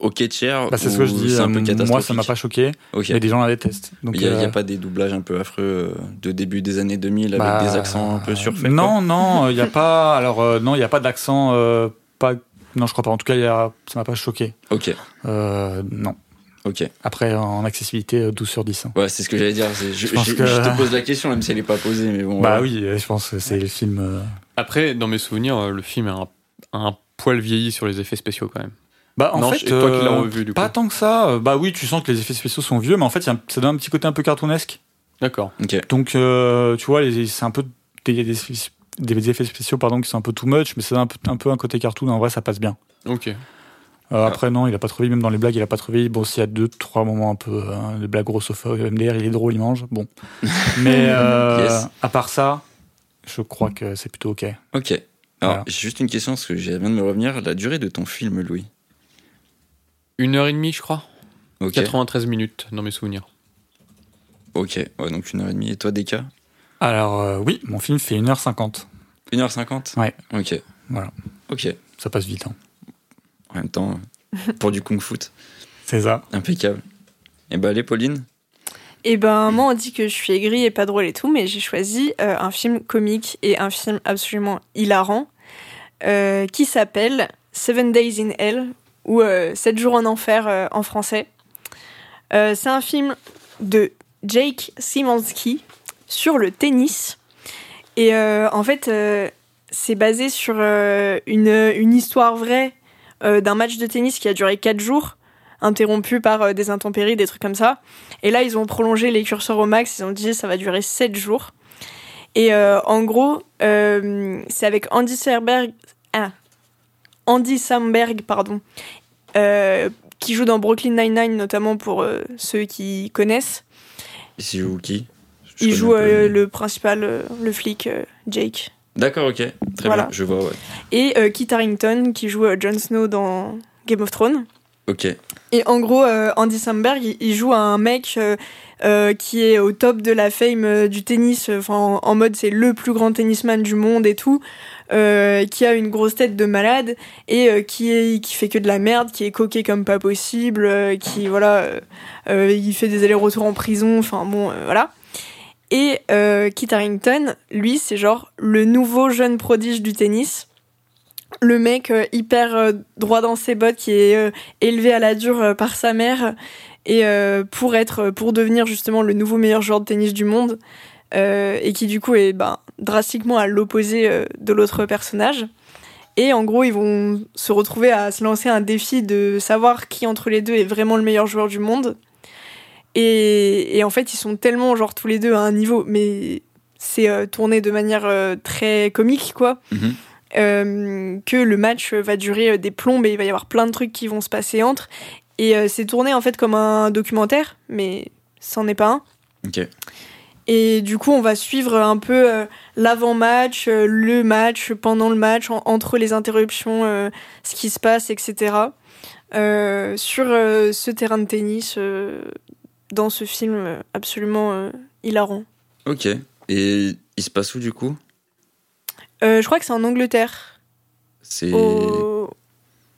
[SPEAKER 2] ok tiers
[SPEAKER 1] bah, c'est ce que je
[SPEAKER 2] ou
[SPEAKER 1] dis.
[SPEAKER 2] C'est un peu
[SPEAKER 1] euh,
[SPEAKER 2] catastrophique.
[SPEAKER 1] moi, ça m'a pas choqué,
[SPEAKER 2] Ok.
[SPEAKER 1] mais des gens la détestent. Donc,
[SPEAKER 2] Il n'y a, il y a
[SPEAKER 1] euh,
[SPEAKER 2] pas des doublages un peu affreux euh, de début des années 2000 avec
[SPEAKER 1] bah,
[SPEAKER 2] des accents un peu surfaits
[SPEAKER 1] Non, non, il n'y a pas. Alors, euh, non, il n'y a pas d'accent. euh, pas... Non, je crois pas. En tout cas, il y a... ça m'a pas choqué.
[SPEAKER 2] quoi Ok,
[SPEAKER 1] Euh, non.
[SPEAKER 2] ok.
[SPEAKER 1] Après, en accessibilité, euh, 12 sur 10. hein.
[SPEAKER 2] Ouais, c'est ce que j'allais dire. c'est- Je,
[SPEAKER 1] Je pense
[SPEAKER 2] je-
[SPEAKER 1] que-
[SPEAKER 2] je te pose la question, même si elle n'est pas posée, mais bon.
[SPEAKER 1] Bah
[SPEAKER 2] voilà.
[SPEAKER 1] oui, euh, je pense que c'est le film. euh,
[SPEAKER 4] Après, dans mes souvenirs, euh, le film a un, a un poil vieilli sur les effets spéciaux quand même.
[SPEAKER 1] Bah en
[SPEAKER 4] non,
[SPEAKER 1] fait,
[SPEAKER 4] et toi qui l'as
[SPEAKER 1] euh,
[SPEAKER 4] revu du
[SPEAKER 1] pas
[SPEAKER 4] coup.
[SPEAKER 1] tant que ça. Euh, Bah oui, tu sens que les effets spéciaux sont vieux, mais en fait, il y a un- ça donne un petit côté un peu cartoonesque.
[SPEAKER 4] D'accord.
[SPEAKER 2] Ok,
[SPEAKER 1] Donc, euh, tu vois, les- c'est un peu des, des, des effets spéciaux pardon qui sont un peu too much, mais ça donne un peu un, peu un côté cartoon. En vrai, ça passe bien.
[SPEAKER 4] Ok.
[SPEAKER 1] Euh,
[SPEAKER 2] Ah.
[SPEAKER 1] Après, non, il a pas trouvé, même dans les blagues, il a pas trouvé. Bon, s'il y a deux, trois moments un peu hein, de blagues grossophobes, MDR, il est drôle, il mange. Bon, mais euh,
[SPEAKER 2] Yes.
[SPEAKER 1] à part ça, je crois que c'est plutôt ok.
[SPEAKER 2] ok. Alors,
[SPEAKER 1] Voilà.
[SPEAKER 2] j'ai juste une question, parce que j'ai viens de me revenir. La durée de ton film, Louis
[SPEAKER 4] Une heure et demie, je crois.
[SPEAKER 2] Ok,
[SPEAKER 4] 93 minutes dans mes souvenirs.
[SPEAKER 1] Ah.
[SPEAKER 2] ok. Ouais, donc une heure et demie. Et toi, Deka
[SPEAKER 1] Alors euh, oui, mon film fait 1h50.
[SPEAKER 2] 1h50
[SPEAKER 1] Ouais.
[SPEAKER 2] Ok.
[SPEAKER 1] Voilà.
[SPEAKER 2] Ok.
[SPEAKER 1] Ça passe vite. hein.
[SPEAKER 2] en même temps, euh, pour du kung-fu,
[SPEAKER 1] C'est ça.
[SPEAKER 2] impeccable. Et bah allez, Pauline,
[SPEAKER 3] Et ben, moi, on dit que je suis aigrie et pas drôle et tout, mais j'ai choisi euh, un film comique et un film absolument hilarant euh, qui s'appelle Seven Days in Hell ou euh, Sept jours en enfer euh, en français. Euh, c'est un film de Jake Simansky sur le tennis. Et euh, en fait, euh, c'est basé sur euh, une, une histoire vraie euh, d'un match de tennis qui a duré 4 jours, interrompu par euh, des intempéries, des trucs comme ça. Et là, ils ont prolongé les curseurs au max, ils ont dit ça va durer 7 jours. Et euh, en gros, euh, c'est avec Andy Serberg. ah, Andy Samberg, pardon, euh, qui joue dans Brooklyn Nine-Nine, notamment pour euh, ceux qui connaissent.
[SPEAKER 2] ici joue qui Je
[SPEAKER 3] il
[SPEAKER 2] connais
[SPEAKER 3] joue
[SPEAKER 2] un peu,
[SPEAKER 3] euh,
[SPEAKER 2] mais-
[SPEAKER 3] le principal, euh, le flic euh, Jake.
[SPEAKER 2] D'accord, ok. Très
[SPEAKER 3] Voilà.
[SPEAKER 2] bien, je vois, ouais.
[SPEAKER 3] Et euh, Kit Harington, qui joue euh, Jon Snow dans Game of Thrones.
[SPEAKER 2] Ok,
[SPEAKER 3] Et en gros, euh, Andy Samberg, il, il joue un mec euh, euh, qui est au top de la fame euh, du tennis, euh, 'fin, en, en mode c'est le plus grand tennisman du monde et tout, euh, qui a une grosse tête de malade et euh, qui, est, qui fait que de la merde, qui est coqué comme pas possible, euh, qui voilà, euh, euh, il fait des allers-retours en prison, enfin bon, euh, voilà. Et euh, Kit Harington, lui, c'est genre le nouveau jeune prodige du tennis. Le mec euh, hyper euh, droit dans ses bottes qui est euh, élevé à la dure euh, par sa mère et euh, pour être pour devenir justement le nouveau meilleur joueur de tennis du monde euh, et qui du coup est ben, drastiquement à l'opposé euh, de l'autre personnage et en gros ils vont se retrouver à se lancer un défi de savoir qui entre les deux est vraiment le meilleur joueur du monde et, et en fait ils sont tellement genre tous les deux à un niveau mais c'est euh, tourné de manière euh, très comique quoi
[SPEAKER 2] Mhm.
[SPEAKER 3] euh, que le match euh, va durer euh, des plombes et il va y avoir plein de trucs qui vont se passer entre. Et euh, c'est tourné en fait comme un documentaire, mais c'en est pas un.
[SPEAKER 2] ok.
[SPEAKER 3] Et du coup, on va suivre un peu euh, l'avant-match, euh, le match, pendant le match, en- entre les interruptions, euh, ce qui se passe, etc. euh, sur euh, ce terrain de tennis, euh, dans ce film euh, absolument euh, hilarant.
[SPEAKER 2] Ok. Et il se passe où du coup
[SPEAKER 3] Euh, je crois que c'est en Angleterre.
[SPEAKER 2] C'est.
[SPEAKER 3] au-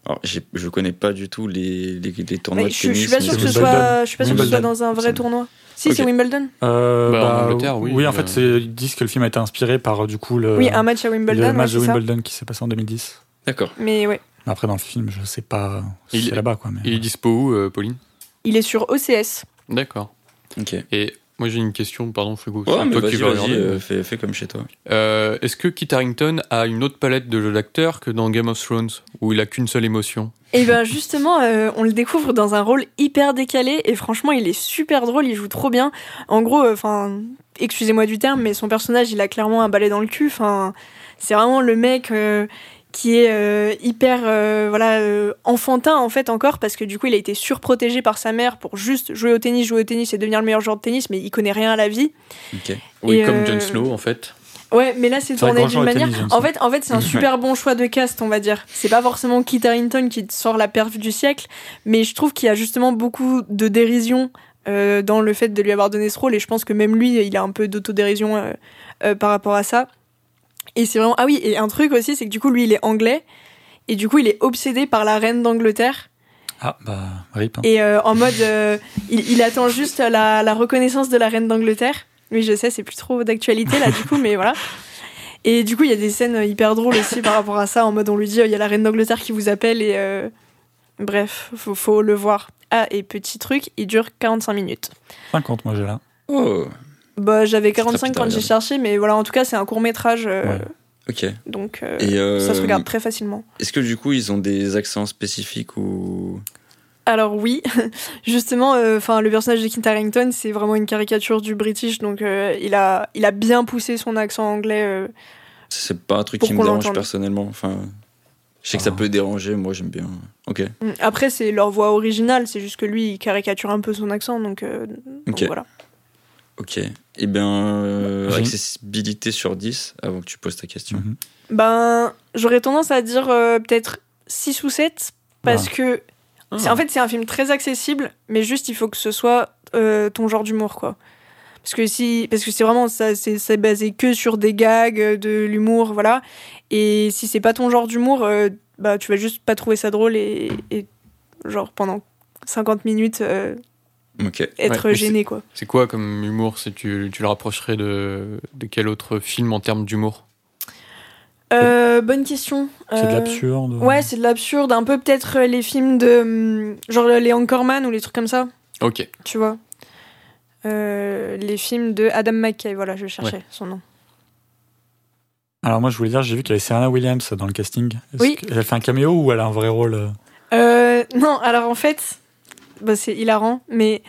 [SPEAKER 2] Alors, j'ai- je connais pas du tout les, les, les tournois
[SPEAKER 3] Mais
[SPEAKER 2] de
[SPEAKER 3] je, je
[SPEAKER 2] tennis.
[SPEAKER 3] suis pas sûre
[SPEAKER 2] mais-
[SPEAKER 3] que ce
[SPEAKER 1] c'est
[SPEAKER 3] soit,
[SPEAKER 1] Wimbledon.
[SPEAKER 3] je suis pas sûre que ce soit
[SPEAKER 1] Wimbledon,
[SPEAKER 3] dans un vrai
[SPEAKER 2] c'est-
[SPEAKER 3] tournoi. Si,
[SPEAKER 2] Ok.
[SPEAKER 3] c'est Wimbledon.
[SPEAKER 1] Euh,
[SPEAKER 4] Bah, en Angleterre, oui,
[SPEAKER 1] Oui, en
[SPEAKER 4] mais-
[SPEAKER 1] fait, c'est- ils disent que le film a été inspiré par euh, du coup le,
[SPEAKER 3] oui, un match à
[SPEAKER 1] le
[SPEAKER 3] Wimbledon, ouais,
[SPEAKER 1] match de
[SPEAKER 3] c'est ça.
[SPEAKER 1] Wimbledon qui s'est passé en 2010.
[SPEAKER 2] D'accord.
[SPEAKER 3] Mais ouais,
[SPEAKER 1] Mais Après, dans le film, je sais pas si
[SPEAKER 4] Il-
[SPEAKER 1] c'est là-bas. quoi. Mais...
[SPEAKER 4] Il est dispo où, euh, Pauline
[SPEAKER 3] il est sur OCS.
[SPEAKER 4] D'accord.
[SPEAKER 2] Ok. Ouais,
[SPEAKER 4] Et moi j'ai une question, pardon Fugo, c'est
[SPEAKER 2] mais
[SPEAKER 4] toi
[SPEAKER 2] vas-y,
[SPEAKER 4] qui vas
[SPEAKER 2] vas-y,
[SPEAKER 4] regarder.
[SPEAKER 2] euh, fais, fais comme chez toi.
[SPEAKER 4] Euh, Est-ce que Kit Harington a une autre palette de jeu d'acteur que dans Game of Thrones, où il a qu'une seule émotion
[SPEAKER 3] Et ben justement, euh, on le découvre dans un rôle hyper décalé et franchement, il est super drôle, il joue trop bien. En gros, euh, enfin, excusez-moi du terme, mais son personnage, il a clairement un balai dans le cul. Enfin, c'est vraiment le mec euh, qui est euh, hyper, euh, voilà, euh, enfantin en fait encore parce que du coup, il a été surprotégé par sa mère pour juste jouer au tennis, jouer au tennis et devenir le meilleur joueur de tennis, mais il connaît rien à la vie.
[SPEAKER 2] Ok.
[SPEAKER 4] Oui,
[SPEAKER 3] Et,
[SPEAKER 4] comme
[SPEAKER 3] euh,
[SPEAKER 4] Jon Snow en fait.
[SPEAKER 3] Ouais, mais là c'est
[SPEAKER 1] C'est vrai
[SPEAKER 3] tourné
[SPEAKER 1] que
[SPEAKER 3] d'une
[SPEAKER 1] Grandjean était
[SPEAKER 3] manière.
[SPEAKER 1] mis, il me
[SPEAKER 3] En
[SPEAKER 1] semble.
[SPEAKER 3] fait, en fait, c'est un super bon choix de cast, on va dire. C'est pas forcément Kit Harington qui te sort la perf du siècle, mais je trouve qu'il y a justement beaucoup de dérision euh, dans le fait de lui avoir donné ce rôle, et je pense que même lui, il a un peu d'autodérision euh, euh, par rapport à ça. Et c'est vraiment ah oui, et un truc aussi, c'est que du coup, lui, il est anglais, et du coup, il est obsédé par la reine d'Angleterre.
[SPEAKER 1] Ah, bah, rip. hein.
[SPEAKER 3] Et euh, en mode, euh, il, il attend juste la, la reconnaissance de la reine d'Angleterre. Oui, je sais, c'est plus trop d'actualité là, du coup, mais voilà. Et du coup, il y a des scènes euh, hyper drôles aussi par rapport à ça. En mode, on lui dit, euh, il y a la reine d'Angleterre qui vous appelle et. euh, Bref, faut, faut le voir. Ah, et petit truc, il dure 45 minutes.
[SPEAKER 1] 50, moi, j'ai là.
[SPEAKER 2] Oh,
[SPEAKER 3] Bah, j'avais
[SPEAKER 2] très
[SPEAKER 3] 45
[SPEAKER 2] vite à
[SPEAKER 3] quand j'ai
[SPEAKER 2] regarder.
[SPEAKER 3] cherché, mais voilà, en tout cas, c'est un court métrage, euh,
[SPEAKER 1] Ouais.
[SPEAKER 2] ok. Et
[SPEAKER 3] donc euh,
[SPEAKER 2] euh,
[SPEAKER 3] ça se regarde très facilement.
[SPEAKER 2] Est-ce que du coup, ils ont des accents spécifiques ou.
[SPEAKER 3] Alors oui, justement, euh, enfin le personnage de Kit Harington, c'est vraiment une caricature du British, donc euh, il a il a bien poussé son accent anglais. euh.
[SPEAKER 2] C'est pas un truc
[SPEAKER 3] Pour
[SPEAKER 2] qui me
[SPEAKER 3] qu'on
[SPEAKER 2] dérange
[SPEAKER 3] l'entende.
[SPEAKER 2] personnellement. Enfin, je sais que ça
[SPEAKER 1] Ah.
[SPEAKER 2] peut déranger, moi j'aime bien. Ok.
[SPEAKER 3] Mm. Après, c'est leur voix originale, c'est juste que lui, il caricature un peu son accent, donc, euh, donc
[SPEAKER 2] Ok.
[SPEAKER 3] voilà.
[SPEAKER 2] Ok. Eh bien,
[SPEAKER 4] Bah,
[SPEAKER 2] euh,
[SPEAKER 1] J'ai-
[SPEAKER 2] accessibilité sur 10, avant que tu poses ta question.
[SPEAKER 1] Mhm.
[SPEAKER 3] Ben, j'aurais tendance à dire euh, peut-être 6 ou 7,
[SPEAKER 1] Ah.
[SPEAKER 3] parce que c'est- en fait, c'est un film très accessible, mais juste, il faut que ce soit euh, ton genre d'humour, quoi. Parce que si, parce que c'est vraiment ça, c'est c'est basé que sur des gags, euh, de l'humour, voilà. Et si c'est pas ton genre d'humour, euh, bah, tu vas juste pas trouver ça drôle et, et genre pendant 50 minutes euh,
[SPEAKER 4] Mm-hmm.
[SPEAKER 2] Ok.
[SPEAKER 3] être
[SPEAKER 4] mais
[SPEAKER 3] gêné quoi.
[SPEAKER 4] C'est quoi comme humour si tu, tu le rapprocherais de, de quel autre film en termes d'humour
[SPEAKER 3] Euh, bonne question.
[SPEAKER 1] C'est de
[SPEAKER 3] Euh,
[SPEAKER 1] l'absurde.
[SPEAKER 3] Ouais, c'est de l'absurde. Un peu peut-être euh, les films de hum, genre les Anchorman ou les trucs comme ça,
[SPEAKER 4] Ok.
[SPEAKER 3] tu vois. Euh, les films de Adam McKay, voilà, je cherchais son nom.
[SPEAKER 1] Alors moi je voulais dire, j'ai vu qu'il y avait Serena Williams dans le casting. Est-ce
[SPEAKER 3] Oui.
[SPEAKER 1] qu'elle fait un caméo ou elle a un vrai rôle euh
[SPEAKER 3] Euh, non, alors en fait, bah, c'est hilarant, mais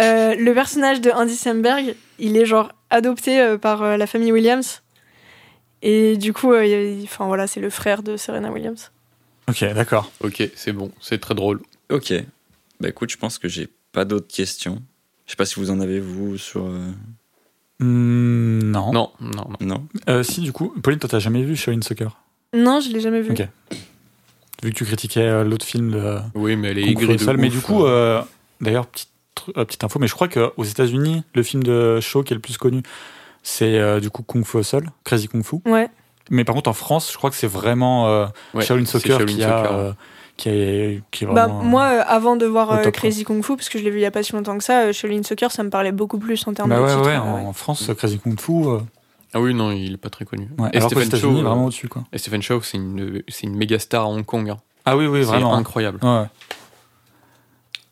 [SPEAKER 3] euh, le personnage de Andy Samberg, il est genre adopté euh, par euh, la famille Williams. Et du coup, euh, il y a- enfin voilà, c'est le frère de Serena Williams.
[SPEAKER 1] Ok, d'accord.
[SPEAKER 4] Ok, c'est bon, c'est très drôle.
[SPEAKER 2] Ok. Bah écoute, je pense que j'ai pas d'autres questions. Je sais pas si vous en avez, vous, sur. euh,
[SPEAKER 1] Hmm, non.
[SPEAKER 4] Non, non, non.
[SPEAKER 2] Non
[SPEAKER 1] Euh, si du coup, Pauline, toi t'as jamais vu Shaolin Soccer
[SPEAKER 3] Non, je l'ai jamais vu.
[SPEAKER 1] Ok. Vu que tu critiquais euh, l'autre film de
[SPEAKER 4] Oui, mais elle est
[SPEAKER 1] Kung Fu
[SPEAKER 4] aigrie de
[SPEAKER 1] Hustle, mais
[SPEAKER 4] ouf,
[SPEAKER 1] du coup,
[SPEAKER 4] hein.
[SPEAKER 1] euh, d'ailleurs petite tru- euh, petite info, mais je crois que aux États-Unis, le film de Shaw qui est le plus connu, c'est euh, du coup Kung Fu Hustle, Crazy Kung Fu.
[SPEAKER 3] Ouais.
[SPEAKER 1] Mais par contre en France, je crois que c'est vraiment euh,
[SPEAKER 4] Ouais,
[SPEAKER 1] Shaolin
[SPEAKER 4] c'est
[SPEAKER 1] Soccer
[SPEAKER 4] Shaolin
[SPEAKER 1] qui a
[SPEAKER 4] Soccer.
[SPEAKER 1] euh, qui est qui est
[SPEAKER 3] Bah,
[SPEAKER 1] vraiment. euh,
[SPEAKER 3] moi, euh, avant de voir
[SPEAKER 1] au
[SPEAKER 3] euh,
[SPEAKER 1] top, hein.
[SPEAKER 3] Crazy Kung Fu, parce que je l'ai vu il y a pas si longtemps que ça, euh, Shaolin Soccer, ça me parlait beaucoup plus en termes
[SPEAKER 1] bah
[SPEAKER 3] de
[SPEAKER 1] ouais,
[SPEAKER 3] titre.
[SPEAKER 1] ouais,
[SPEAKER 3] euh,
[SPEAKER 1] en
[SPEAKER 3] ouais.
[SPEAKER 1] France, Crazy Kung Fu, euh,
[SPEAKER 4] Ah oui, non, il est pas très connu.
[SPEAKER 1] ouais,
[SPEAKER 4] Et
[SPEAKER 1] alors qu'aux
[SPEAKER 4] Stephen Chow,
[SPEAKER 1] États-Unis,
[SPEAKER 4] euh,
[SPEAKER 1] vraiment au-dessus, quoi.
[SPEAKER 4] et Stephen Chow, c'est une, c'est une méga star à Hong Kong. hein.
[SPEAKER 1] Ah oui, oui,
[SPEAKER 4] C'est
[SPEAKER 1] vraiment.
[SPEAKER 4] incroyable.
[SPEAKER 1] Ouais.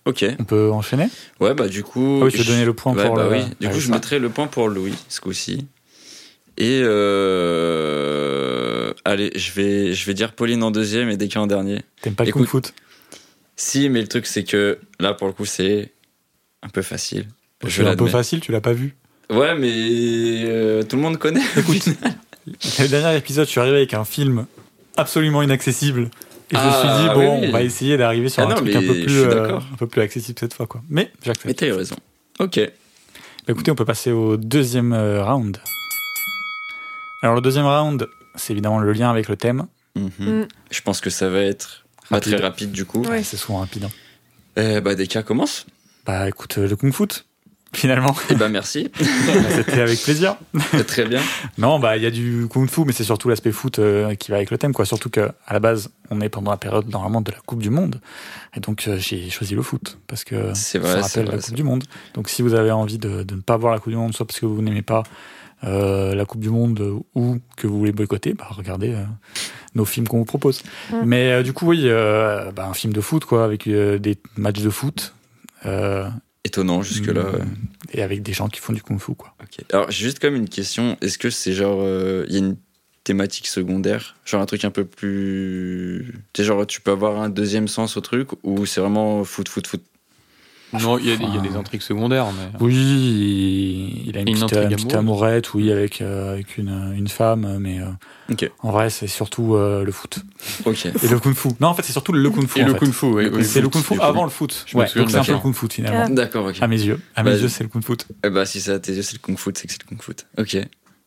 [SPEAKER 2] Ok.
[SPEAKER 1] On peut enchaîner
[SPEAKER 2] Ouais, bah du coup.
[SPEAKER 1] Ah oui, tu veux
[SPEAKER 2] je-
[SPEAKER 1] donner le point
[SPEAKER 2] Ouais,
[SPEAKER 1] pour
[SPEAKER 2] bah
[SPEAKER 1] le-
[SPEAKER 2] oui. Du
[SPEAKER 1] Ah
[SPEAKER 2] coup,
[SPEAKER 1] oui,
[SPEAKER 2] je
[SPEAKER 1] ça.
[SPEAKER 2] mettrai le point pour Louis, ce coup-ci. Et. euh, Allez, je vais, je vais dire Pauline en deuxième et Deka en dernier.
[SPEAKER 1] T'aimes pas le
[SPEAKER 2] Écoute.
[SPEAKER 1] Kung Foot
[SPEAKER 2] Si, mais le truc, c'est que là, pour le coup, c'est un peu facile. Je
[SPEAKER 1] C'est un peu
[SPEAKER 2] l'admets.
[SPEAKER 1] facile, tu l'as pas vu.
[SPEAKER 2] Ouais, mais euh, tout le monde connaît.
[SPEAKER 1] Écoute, le dernier épisode, je suis arrivé avec un film absolument inaccessible. Et
[SPEAKER 2] Ah,
[SPEAKER 1] je me suis dit, bon,
[SPEAKER 2] oui, oui.
[SPEAKER 1] on va essayer d'arriver sur
[SPEAKER 2] Ah
[SPEAKER 1] un
[SPEAKER 2] non,
[SPEAKER 1] truc un
[SPEAKER 2] mais
[SPEAKER 1] peu,
[SPEAKER 2] je
[SPEAKER 1] plus,
[SPEAKER 2] suis
[SPEAKER 1] euh,
[SPEAKER 2] d'accord.
[SPEAKER 1] un peu plus accessible cette fois. quoi. Mais
[SPEAKER 2] mais
[SPEAKER 1] j'accepte.
[SPEAKER 2] t'as eu raison. Ok.
[SPEAKER 1] Bah, écoutez, on peut passer au deuxième euh, round. Alors, le deuxième round, c'est évidemment le lien avec le thème.
[SPEAKER 2] Mhm.
[SPEAKER 3] Mm.
[SPEAKER 2] Je pense que ça va être pas
[SPEAKER 1] Rapide.
[SPEAKER 2] très rapide du coup.
[SPEAKER 3] Ouais.
[SPEAKER 1] C'est souvent rapide. hein.
[SPEAKER 2] Euh, bah, Deka commence.
[SPEAKER 1] Bah écoute, euh, le Kung Foot, finalement.
[SPEAKER 2] Et bah, merci.
[SPEAKER 1] C'était avec plaisir.
[SPEAKER 2] très bien.
[SPEAKER 1] Non, bah il y a du kung fu, mais c'est surtout l'aspect foot euh, qui va avec le thème, quoi. Surtout que à la base, on est pendant la période normalement de la Coupe du Monde, et donc euh, j'ai choisi le foot parce que
[SPEAKER 2] C'est
[SPEAKER 1] ça
[SPEAKER 2] vrai, c'est
[SPEAKER 1] rappelle la
[SPEAKER 2] vrai.
[SPEAKER 1] Coupe du Monde. Donc si vous avez envie de, de ne pas voir la Coupe du Monde, soit parce que vous n'aimez pas euh, la Coupe du Monde euh, ou que vous voulez boycotter, bah regardez euh, nos films qu'on vous propose.
[SPEAKER 3] Mm.
[SPEAKER 1] Mais euh, du coup, oui, euh, bah, un film de foot, quoi, avec euh, des matchs de foot. euh,
[SPEAKER 2] Étonnant jusque-là.
[SPEAKER 1] Hmm.
[SPEAKER 2] ouais.
[SPEAKER 1] Et avec des gens qui font du kung fu, quoi.
[SPEAKER 2] Ok. Alors, j'ai juste comme une question. Est-ce que c'est genre. euh, Il y a une thématique secondaire Genre un truc un peu plus. Tu sais, genre, tu peux avoir un deuxième sens au truc ou c'est vraiment foot, foot, foot
[SPEAKER 4] Non, il y, a- il y a des intrigues secondaires, mais.
[SPEAKER 1] Oui, il- il a une,
[SPEAKER 4] Une
[SPEAKER 1] petite, euh,
[SPEAKER 4] intrigue
[SPEAKER 1] une petite
[SPEAKER 4] amoureuse.
[SPEAKER 1] amourette, oui, avec, euh, avec une, une femme, mais euh,
[SPEAKER 2] Ok.
[SPEAKER 1] en vrai, c'est surtout euh, le foot.
[SPEAKER 2] Ok.
[SPEAKER 1] Et le kung fu. Non, en fait, c'est surtout le kung fu.
[SPEAKER 4] Et
[SPEAKER 1] en
[SPEAKER 4] le
[SPEAKER 1] fait.
[SPEAKER 4] kung fu, oui,
[SPEAKER 2] Le
[SPEAKER 4] oui,
[SPEAKER 2] kung
[SPEAKER 1] C'est
[SPEAKER 2] fu,
[SPEAKER 1] le kung fu
[SPEAKER 2] du
[SPEAKER 1] avant le foot.
[SPEAKER 4] Je me
[SPEAKER 1] Ouais,
[SPEAKER 4] souviens
[SPEAKER 1] donc
[SPEAKER 4] de
[SPEAKER 1] c'est
[SPEAKER 4] la
[SPEAKER 1] un peu le
[SPEAKER 4] fin.
[SPEAKER 1] kung fu finalement.
[SPEAKER 2] D'accord,
[SPEAKER 3] Ah.
[SPEAKER 2] ok.
[SPEAKER 1] À mes yeux. À mes
[SPEAKER 2] Bah,
[SPEAKER 1] yeux, c'est le kung fu.
[SPEAKER 2] Eh bah, si ça à tes yeux, c'est le kung foot, c'est que c'est le kung foot. Ok.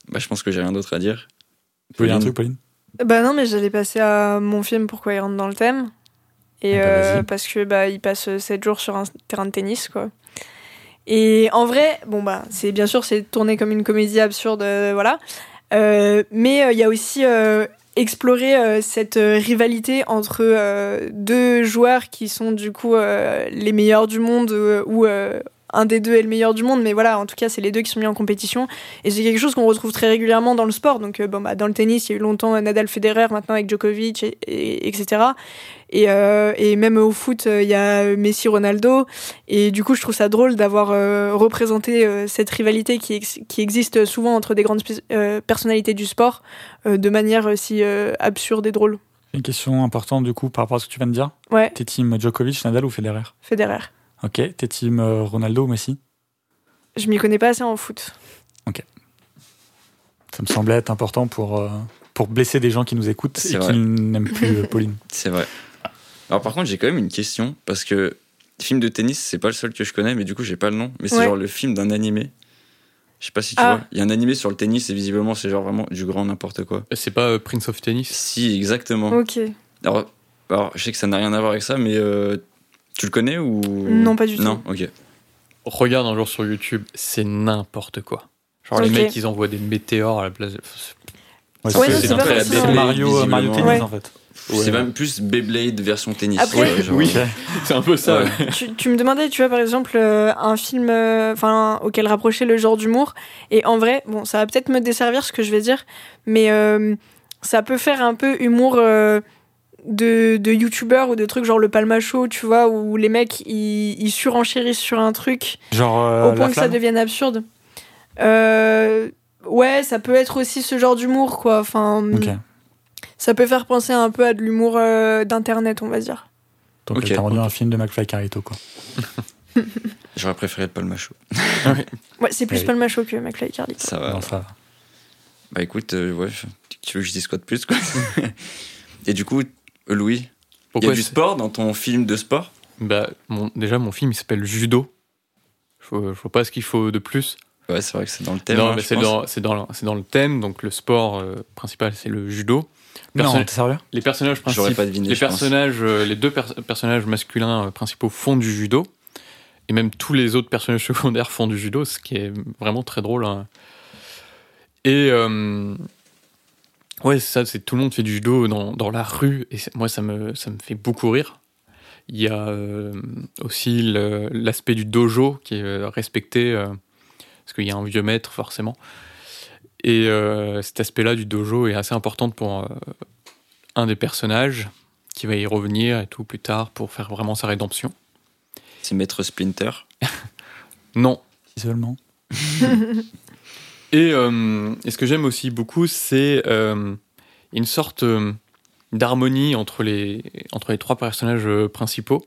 [SPEAKER 2] Bah, je pense que j'ai rien d'autre à dire.
[SPEAKER 1] Tu veux dire un
[SPEAKER 2] Pauline
[SPEAKER 1] truc, Pauline
[SPEAKER 3] Bah non, mais j'allais passer à mon film pourquoi il rentre dans le thème. Et
[SPEAKER 1] Ah bah,
[SPEAKER 3] euh,
[SPEAKER 1] vas-y.
[SPEAKER 3] parce que bah il passe 7 jours sur un terrain de tennis quoi. Et en vrai, bon bah c'est bien sûr c'est tourné comme une comédie absurde euh, voilà. Euh, mais euh, il y a aussi euh, explorer euh, cette euh, rivalité entre euh, deux joueurs qui sont du coup euh, les meilleurs du monde euh, ou euh, un des deux est le meilleur du monde, mais voilà, en tout cas, c'est les deux qui sont mis en compétition. Et c'est quelque chose qu'on retrouve très régulièrement dans le sport. Donc, euh, bon, bah, dans le tennis, il y a eu longtemps euh, Nadal Federer, maintenant avec Djokovic, et, et- etc. Et, euh, et même au foot, euh, il y a euh, Messi Ronaldo. Et du coup, je trouve ça drôle d'avoir euh, représenté euh, cette rivalité qui, ex- qui existe souvent entre des grandes spe- euh, personnalités du sport euh, de manière euh, si euh, absurde et drôle.
[SPEAKER 1] Une question importante du coup par rapport à ce que tu viens de dire.
[SPEAKER 3] Ouais,
[SPEAKER 1] T'es team Djokovic, Nadal ou Federer
[SPEAKER 3] Federer.
[SPEAKER 1] Ok. T'es team euh, Ronaldo ou Messi
[SPEAKER 3] Je m'y connais pas assez en foot.
[SPEAKER 1] Ça me semblait être important pour, euh, pour blesser des gens qui nous écoutent
[SPEAKER 2] C'est
[SPEAKER 1] et
[SPEAKER 2] vrai.
[SPEAKER 1] qui n'aiment plus euh, Pauline.
[SPEAKER 2] C'est vrai. Alors par contre, j'ai quand même une question parce que film de tennis, c'est pas le seul que je connais, mais du coup, j'ai pas le nom. Mais c'est
[SPEAKER 3] Ouais.
[SPEAKER 2] genre le film d'un animé. Je sais pas si tu
[SPEAKER 3] Ah.
[SPEAKER 2] vois. Il y a un animé sur le tennis et visiblement, c'est genre vraiment du grand n'importe quoi.
[SPEAKER 4] C'est pas euh, Prince of Tennis
[SPEAKER 2] Si, exactement.
[SPEAKER 3] Ok.
[SPEAKER 2] Alors, alors, je sais que ça n'a rien à voir avec ça, mais euh, tu le connais ou
[SPEAKER 3] Non, pas du
[SPEAKER 2] Non, ok.
[SPEAKER 4] Regarde un jour sur YouTube, c'est n'importe quoi. Genre les
[SPEAKER 3] Ok.
[SPEAKER 4] mecs, ils envoient des météores à la place. de-
[SPEAKER 3] Ouais,
[SPEAKER 2] non,
[SPEAKER 1] c'est
[SPEAKER 2] c'est pas
[SPEAKER 1] c'est
[SPEAKER 2] forcément-
[SPEAKER 1] Mario, euh, Mario
[SPEAKER 2] Visiblement.
[SPEAKER 1] Tennis
[SPEAKER 3] Ouais.
[SPEAKER 1] en fait.
[SPEAKER 2] C'est même plus Beyblade version tennis.
[SPEAKER 3] Après-
[SPEAKER 2] Ouais, genre,
[SPEAKER 4] Oui, c'est un peu ça.
[SPEAKER 2] Ouais.
[SPEAKER 4] ouais.
[SPEAKER 3] tu, tu me demandais, tu vois, par exemple, euh, un film euh, enfin auquel rapprocher le genre d'humour. Et en vrai, bon, ça va peut-être me desservir ce que je vais dire, mais euh, ça peut faire un peu humour euh, de, de youtubeurs ou de trucs genre le Palma Show, tu vois, où les mecs, ils, ils surenchérissent sur un truc
[SPEAKER 1] Genre euh,
[SPEAKER 3] au
[SPEAKER 1] la
[SPEAKER 3] point que ça
[SPEAKER 1] flamme
[SPEAKER 3] devienne absurde. Euh, ouais, ça peut être aussi ce genre d'humour, quoi. Enfin, mm,
[SPEAKER 1] Ok.
[SPEAKER 3] ça peut faire penser un peu à de l'humour euh, d'Internet, on va dire.
[SPEAKER 1] Donc
[SPEAKER 2] Ok.
[SPEAKER 1] t'as rendu un film de McFly Carito quoi.
[SPEAKER 2] J'aurais préféré le Palmacho.
[SPEAKER 3] Ouais, c'est plus
[SPEAKER 1] Eh Oui.
[SPEAKER 3] Palma Show que McFly et Carlito.
[SPEAKER 2] Ça va.
[SPEAKER 1] Non, ça va.
[SPEAKER 2] Bah écoute, euh, ouais, je- tu veux que je dise quoi de plus quoi Et du coup, euh, Louis, il y a
[SPEAKER 4] Pourquoi
[SPEAKER 2] du
[SPEAKER 4] c'est-
[SPEAKER 2] sport dans ton film de sport
[SPEAKER 4] bah, mon- Déjà, mon film, il s'appelle Judo. Je vois- je vois pas ce qu'il faut de plus.
[SPEAKER 2] Ouais, c'est vrai que c'est dans le thème.
[SPEAKER 4] non,
[SPEAKER 2] hein,
[SPEAKER 4] mais
[SPEAKER 2] je
[SPEAKER 4] c'est
[SPEAKER 2] pense.
[SPEAKER 4] dans, c'est dans le- c'est dans le thème. Donc, le sport euh, principal, c'est le judo. Personne-
[SPEAKER 1] Non, t'es sérieux
[SPEAKER 4] Les personnages
[SPEAKER 2] J'aurais
[SPEAKER 4] principaux.
[SPEAKER 2] pas deviné.
[SPEAKER 4] les
[SPEAKER 2] je pense.
[SPEAKER 4] personnages, euh, les deux pers- personnages masculins euh, principaux font du judo, et même tous les autres personnages secondaires font du judo, ce qui est vraiment très drôle. hein. Et euh, ouais, c'est ça, c'est tout le monde fait du judo dans, dans la rue, et c'est- moi ça me ça me fait beaucoup rire. Il y a euh, aussi le- l'aspect du dojo qui est euh, respecté, euh, parce qu'il y a un vieux maître forcément. Et euh, cet aspect-là du dojo est assez important pour euh, un des personnages qui va y revenir et tout plus tard pour faire vraiment sa rédemption.
[SPEAKER 2] C'est Maître Splinter.
[SPEAKER 4] Non.
[SPEAKER 1] Seulement.
[SPEAKER 4] Et, euh, et ce que j'aime aussi beaucoup, c'est euh, une sorte euh, d'harmonie entre les, entre les trois personnages euh, principaux.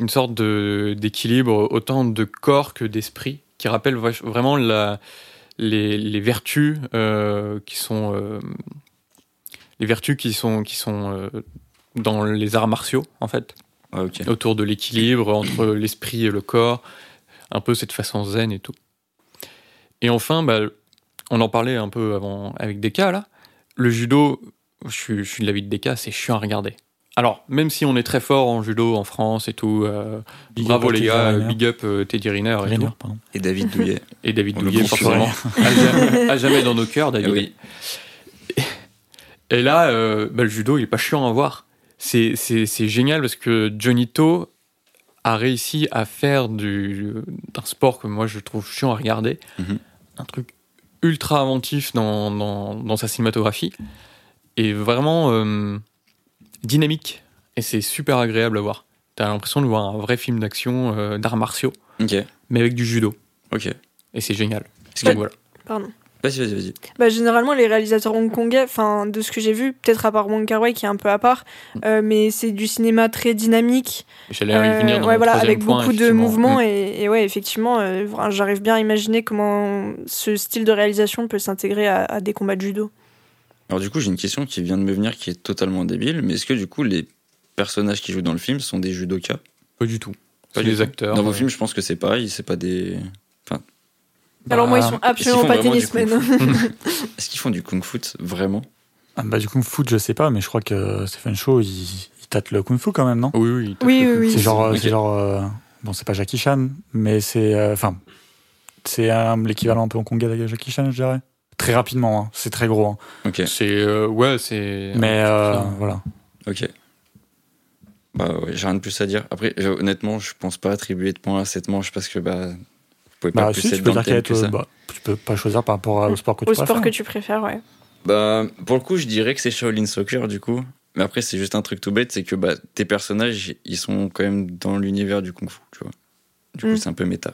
[SPEAKER 4] Une sorte de- d'équilibre autant de corps que d'esprit qui rappelle vach- vraiment la, les, les vertus euh, qui sont, euh, les vertus qui sont, qui sont euh, dans les arts martiaux, en fait.
[SPEAKER 2] Ouais, Ah, ok.
[SPEAKER 4] autour de l'équilibre entre l'esprit et le corps, un peu cette façon zen et tout. Et enfin, bah, on en parlait un peu avant avec Deka là. Le judo, je suis, je suis de l'avis de Deka, c'est chiant à regarder. Alors, même si on est très fort en judo en France et tout, euh,
[SPEAKER 1] Big
[SPEAKER 4] bravo
[SPEAKER 1] up à
[SPEAKER 4] les
[SPEAKER 1] Teddy
[SPEAKER 4] gars,
[SPEAKER 1] Riner.
[SPEAKER 4] big up euh, Teddy Riner et,
[SPEAKER 1] Riner,
[SPEAKER 4] tout.
[SPEAKER 1] pardon.
[SPEAKER 2] Et David Douillet.
[SPEAKER 4] et David
[SPEAKER 2] On le
[SPEAKER 4] Douillet,
[SPEAKER 2] confie,
[SPEAKER 4] forcément. à, jamais, à jamais dans nos cœurs,
[SPEAKER 2] Eh
[SPEAKER 4] David.
[SPEAKER 2] oui.
[SPEAKER 4] Et là, euh, bah, le judo, il est pas chiant à voir. C'est, c'est, c'est génial parce que Johnny To a réussi à faire du, d'un sport que moi je trouve chiant à regarder,
[SPEAKER 2] Mhm.
[SPEAKER 4] un truc ultra inventif dans, dans, dans sa cinématographie et vraiment euh, dynamique. Et c'est super agréable à voir. T'as l'impression de voir un vrai film d'action euh, d'arts martiaux,
[SPEAKER 2] Ok.
[SPEAKER 4] mais avec du judo.
[SPEAKER 2] Ok.
[SPEAKER 4] Et c'est génial.
[SPEAKER 2] Est-ce
[SPEAKER 4] Donc
[SPEAKER 2] que-
[SPEAKER 4] voilà.
[SPEAKER 3] Pardon.
[SPEAKER 2] Vas-y, vas-y, vas-y.
[SPEAKER 3] Bah, généralement, les réalisateurs hongkongais, enfin, de ce que j'ai vu, peut-être à part Wong Kar Wai qui est un peu à part, euh, mais c'est du cinéma très dynamique,
[SPEAKER 4] J'allais y
[SPEAKER 3] euh,
[SPEAKER 4] venir dans
[SPEAKER 3] ouais,
[SPEAKER 4] mon
[SPEAKER 3] voilà,
[SPEAKER 4] troisième
[SPEAKER 3] avec
[SPEAKER 4] point,
[SPEAKER 3] beaucoup de
[SPEAKER 4] effectivement. Mm.
[SPEAKER 3] mouvements et, et ouais, effectivement, euh, vra- j'arrive bien à imaginer comment ce style de réalisation peut s'intégrer à, à des combats de judo.
[SPEAKER 2] Alors du coup, j'ai une question qui vient de me venir qui est totalement débile, mais est-ce que du coup les personnages qui jouent dans le film sont des judokas
[SPEAKER 4] Pas du tout. Pas
[SPEAKER 2] du
[SPEAKER 4] des
[SPEAKER 2] tout.
[SPEAKER 4] acteurs.
[SPEAKER 2] Dans vos
[SPEAKER 4] euh,
[SPEAKER 2] films, je pense que c'est pareil, c'est pas des
[SPEAKER 3] Alors moi, ils
[SPEAKER 1] Bah,
[SPEAKER 3] sont absolument
[SPEAKER 2] font
[SPEAKER 3] pas
[SPEAKER 2] vraiment du
[SPEAKER 3] tennismen.
[SPEAKER 2] Est-ce qu'ils font du kung-fu vraiment
[SPEAKER 1] Ah, bah, du kung fu, je sais pas, mais je crois que Stephen Chow, il, il tâte le kung fu quand même, non
[SPEAKER 4] Oui, oui. t'as
[SPEAKER 3] Oui,
[SPEAKER 4] fait
[SPEAKER 3] oui,
[SPEAKER 4] le-
[SPEAKER 3] oui.
[SPEAKER 1] C'est genre,
[SPEAKER 2] Ok.
[SPEAKER 1] c'est genre euh, bon, c'est pas Jackie Chan, mais c'est, euh, enfin, c'est euh, l'équivalent un peu hongkongais de Jackie Chan, je dirais. Très rapidement, hein. c'est très gros. hein.
[SPEAKER 2] Ok,
[SPEAKER 4] C'est euh, ouais, c'est.
[SPEAKER 1] Mais euh,
[SPEAKER 4] ça.
[SPEAKER 1] voilà.
[SPEAKER 2] hein. ok. Bah ouais, j'ai rien de plus à dire. Après, j'ai- honnêtement, je pense pas attribuer de points à cette manche parce que bah vous pouvez pas
[SPEAKER 1] Bah,
[SPEAKER 2] plus
[SPEAKER 1] si,
[SPEAKER 2] être
[SPEAKER 1] tu peux
[SPEAKER 2] dans
[SPEAKER 1] dire qu'elle
[SPEAKER 2] le thème
[SPEAKER 1] est,
[SPEAKER 2] que ça.
[SPEAKER 1] euh, bah, tu peux pas choisir par rapport au sport que
[SPEAKER 3] Au
[SPEAKER 1] tu
[SPEAKER 3] sport
[SPEAKER 1] préfères.
[SPEAKER 3] que tu préfères, ouais.
[SPEAKER 2] Bah, pour le coup, je dirais que c'est Shaolin Soccer, du coup. Mais après, c'est juste un truc tout bête, c'est que bah, tes personnages, ils sont quand même dans l'univers du Kung Fu, tu vois. Du coup,
[SPEAKER 3] Mm.
[SPEAKER 2] c'est un peu méta.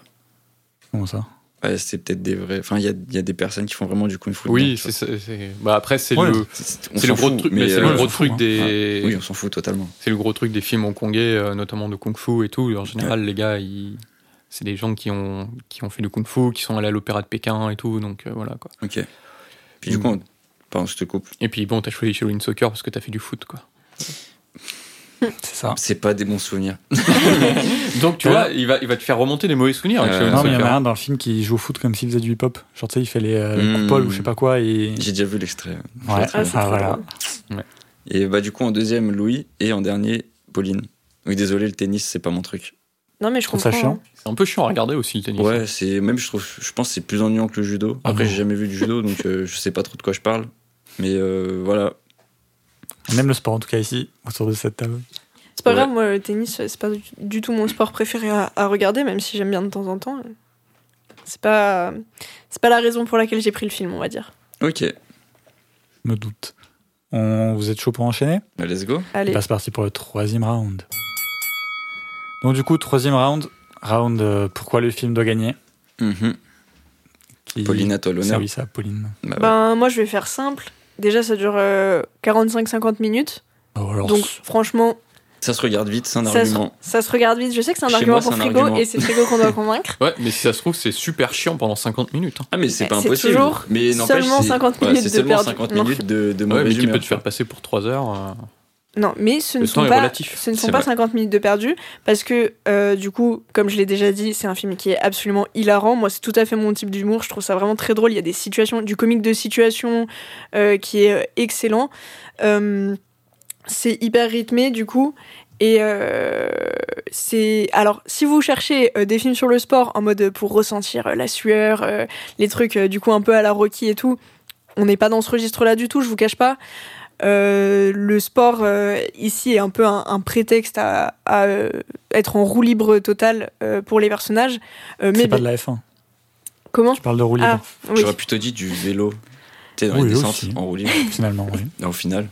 [SPEAKER 1] Comment ça
[SPEAKER 2] Ouais, c'est peut-être des vrais. Enfin, il y a, il y a des personnes qui font vraiment du Kung Fu.
[SPEAKER 4] Oui,
[SPEAKER 2] dedans, tu
[SPEAKER 4] c'est ça, c'est- Bah après, c'est
[SPEAKER 1] Ouais.
[SPEAKER 4] le.
[SPEAKER 2] vois. C'est- on
[SPEAKER 4] C'est
[SPEAKER 2] s'en
[SPEAKER 4] le gros
[SPEAKER 2] fout,
[SPEAKER 4] truc, mais, c'est
[SPEAKER 1] euh,
[SPEAKER 4] le gros
[SPEAKER 1] on s'en fout,
[SPEAKER 4] truc
[SPEAKER 1] hein.
[SPEAKER 4] des,
[SPEAKER 2] Oui, on s'en fout totalement.
[SPEAKER 4] c'est le gros truc des films hongkongais, euh, notamment de kung-fu et tout. En général, les gars, ils- c'est des gens qui ont qui ont fait du kung-fu, qui sont allés à l'opéra de Pékin et tout. Donc euh, voilà quoi.
[SPEAKER 2] Ok. Puis
[SPEAKER 4] Mm.
[SPEAKER 2] du coup, on... pardon, je te coupe.
[SPEAKER 4] Et puis bon, t'as choisi Shaolin Soccer parce que t'as fait du foot quoi.
[SPEAKER 1] C'est
[SPEAKER 4] Ah.
[SPEAKER 1] ça.
[SPEAKER 2] C'est pas des bons souvenirs.
[SPEAKER 4] Donc tu
[SPEAKER 1] Ouais.
[SPEAKER 4] vois, il va il va te faire remonter des mauvais souvenirs. avec
[SPEAKER 2] Euh,
[SPEAKER 4] Shaolin
[SPEAKER 1] Non, mais il y en a
[SPEAKER 4] Soccer.
[SPEAKER 1] un dans le film qui joue au foot comme s'il faisait du hip-hop. Genre, tu sais, il fait les euh,
[SPEAKER 2] Hmm.
[SPEAKER 1] coupoles ou je sais pas quoi. Et...
[SPEAKER 4] Mm.
[SPEAKER 2] J'ai déjà vu l'extrait.
[SPEAKER 1] Ouais,
[SPEAKER 3] Ah, c'est
[SPEAKER 1] ah,
[SPEAKER 3] trop
[SPEAKER 1] voilà.
[SPEAKER 3] drôle.
[SPEAKER 2] Et bah, du coup, en deuxième, Louis, et en dernier, Pauline. Oui, désolé, le tennis, c'est pas mon truc.
[SPEAKER 3] Non, mais je
[SPEAKER 1] trouve ça
[SPEAKER 3] comprends.
[SPEAKER 1] chiant.
[SPEAKER 3] hein.
[SPEAKER 4] C'est un peu chiant à regarder aussi le tennis.
[SPEAKER 2] Ouais, c'est même je trouve, je pense que c'est plus ennuyant que le judo.
[SPEAKER 1] Ah
[SPEAKER 2] Après,
[SPEAKER 1] bon
[SPEAKER 2] j'ai jamais vu du judo, donc euh, je sais pas trop de quoi je parle. Mais euh, voilà.
[SPEAKER 1] On aime le sport en tout cas ici, autour de cette table.
[SPEAKER 3] C'est pas
[SPEAKER 4] Ouais.
[SPEAKER 3] grave, moi, le tennis, c'est pas du- du tout mon sport préféré à, à regarder, même si j'aime bien de temps en temps. C'est pas, c'est pas la raison pour laquelle j'ai pris le film, on va dire.
[SPEAKER 2] Ok,
[SPEAKER 1] Me doute. On, vous êtes chaud pour enchaîner
[SPEAKER 2] bah, let's go.
[SPEAKER 3] Allez,
[SPEAKER 1] Bah, c'est parti pour le troisième round. Donc du coup, troisième round, round euh, pourquoi le film doit gagner.
[SPEAKER 2] Mhm.
[SPEAKER 1] Qui
[SPEAKER 2] Pauline, à toi l'honneur.
[SPEAKER 1] service à Pauline.
[SPEAKER 2] Bah, ouais.
[SPEAKER 3] ben, moi, je vais faire simple. Déjà, ça dure euh, 45-50 minutes.
[SPEAKER 1] Oh, alors,
[SPEAKER 3] Donc, franchement,
[SPEAKER 2] Ça se regarde vite, c'est un
[SPEAKER 3] ça se,
[SPEAKER 2] argument.
[SPEAKER 3] ça se regarde vite. Je sais que c'est un
[SPEAKER 2] Chez
[SPEAKER 3] argument
[SPEAKER 2] moi,
[SPEAKER 3] pour
[SPEAKER 2] c'est un
[SPEAKER 3] Frigo,
[SPEAKER 2] argument.
[SPEAKER 3] et c'est Frigo qu'on doit convaincre.
[SPEAKER 4] Ouais, mais si ça se trouve, c'est super chiant pendant 50 minutes. hein.
[SPEAKER 2] Ah, mais c'est pas
[SPEAKER 3] C'est
[SPEAKER 2] impossible.
[SPEAKER 3] toujours
[SPEAKER 2] mais n'empêche,
[SPEAKER 3] seulement
[SPEAKER 2] c'est-
[SPEAKER 3] 50
[SPEAKER 2] ouais,
[SPEAKER 3] minutes
[SPEAKER 2] c'est
[SPEAKER 3] de
[SPEAKER 2] seulement
[SPEAKER 3] perdu.
[SPEAKER 2] 50
[SPEAKER 3] Non.
[SPEAKER 2] minutes de, de
[SPEAKER 4] Ouais,
[SPEAKER 2] mauvaise
[SPEAKER 4] mais qui
[SPEAKER 2] humeur.
[SPEAKER 4] peut te faire passer pour 3 heures. euh,
[SPEAKER 3] Non, mais ce ne
[SPEAKER 4] Le temps
[SPEAKER 3] sont
[SPEAKER 4] est
[SPEAKER 3] pas,
[SPEAKER 4] relatif,
[SPEAKER 3] ce ne sont
[SPEAKER 2] c'est
[SPEAKER 3] pas
[SPEAKER 2] vrai.
[SPEAKER 3] 50 minutes de perdu parce que euh, du coup, comme je l'ai déjà dit, c'est un film qui est absolument hilarant. Moi, c'est tout à fait mon type d'humour. Je trouve ça vraiment très drôle. Il y a des situations, du comique de situation euh, qui est euh, excellent. Euh, c'est hyper rythmé du coup. Et euh, c'est alors si vous cherchez euh, des films sur le sport en mode euh, pour ressentir euh, la sueur, euh, les trucs euh, du coup un peu à la Rocky et tout, on n'est pas dans ce registre-là du tout. Je vous cache pas. Euh, le sport euh, ici est un peu un, un prétexte à, à, euh, être en roue libre totale euh, pour les personnages. Euh, mais
[SPEAKER 1] c'est pas de la F1.
[SPEAKER 3] comment
[SPEAKER 1] Tu parles de roue libre,
[SPEAKER 3] Ah, oui.
[SPEAKER 2] J'aurais plutôt dit du vélo. Tu sais, dans
[SPEAKER 1] Oui,
[SPEAKER 2] les descentes,
[SPEAKER 1] aussi.
[SPEAKER 2] en roulis.
[SPEAKER 1] finalement. oui.
[SPEAKER 2] Au final,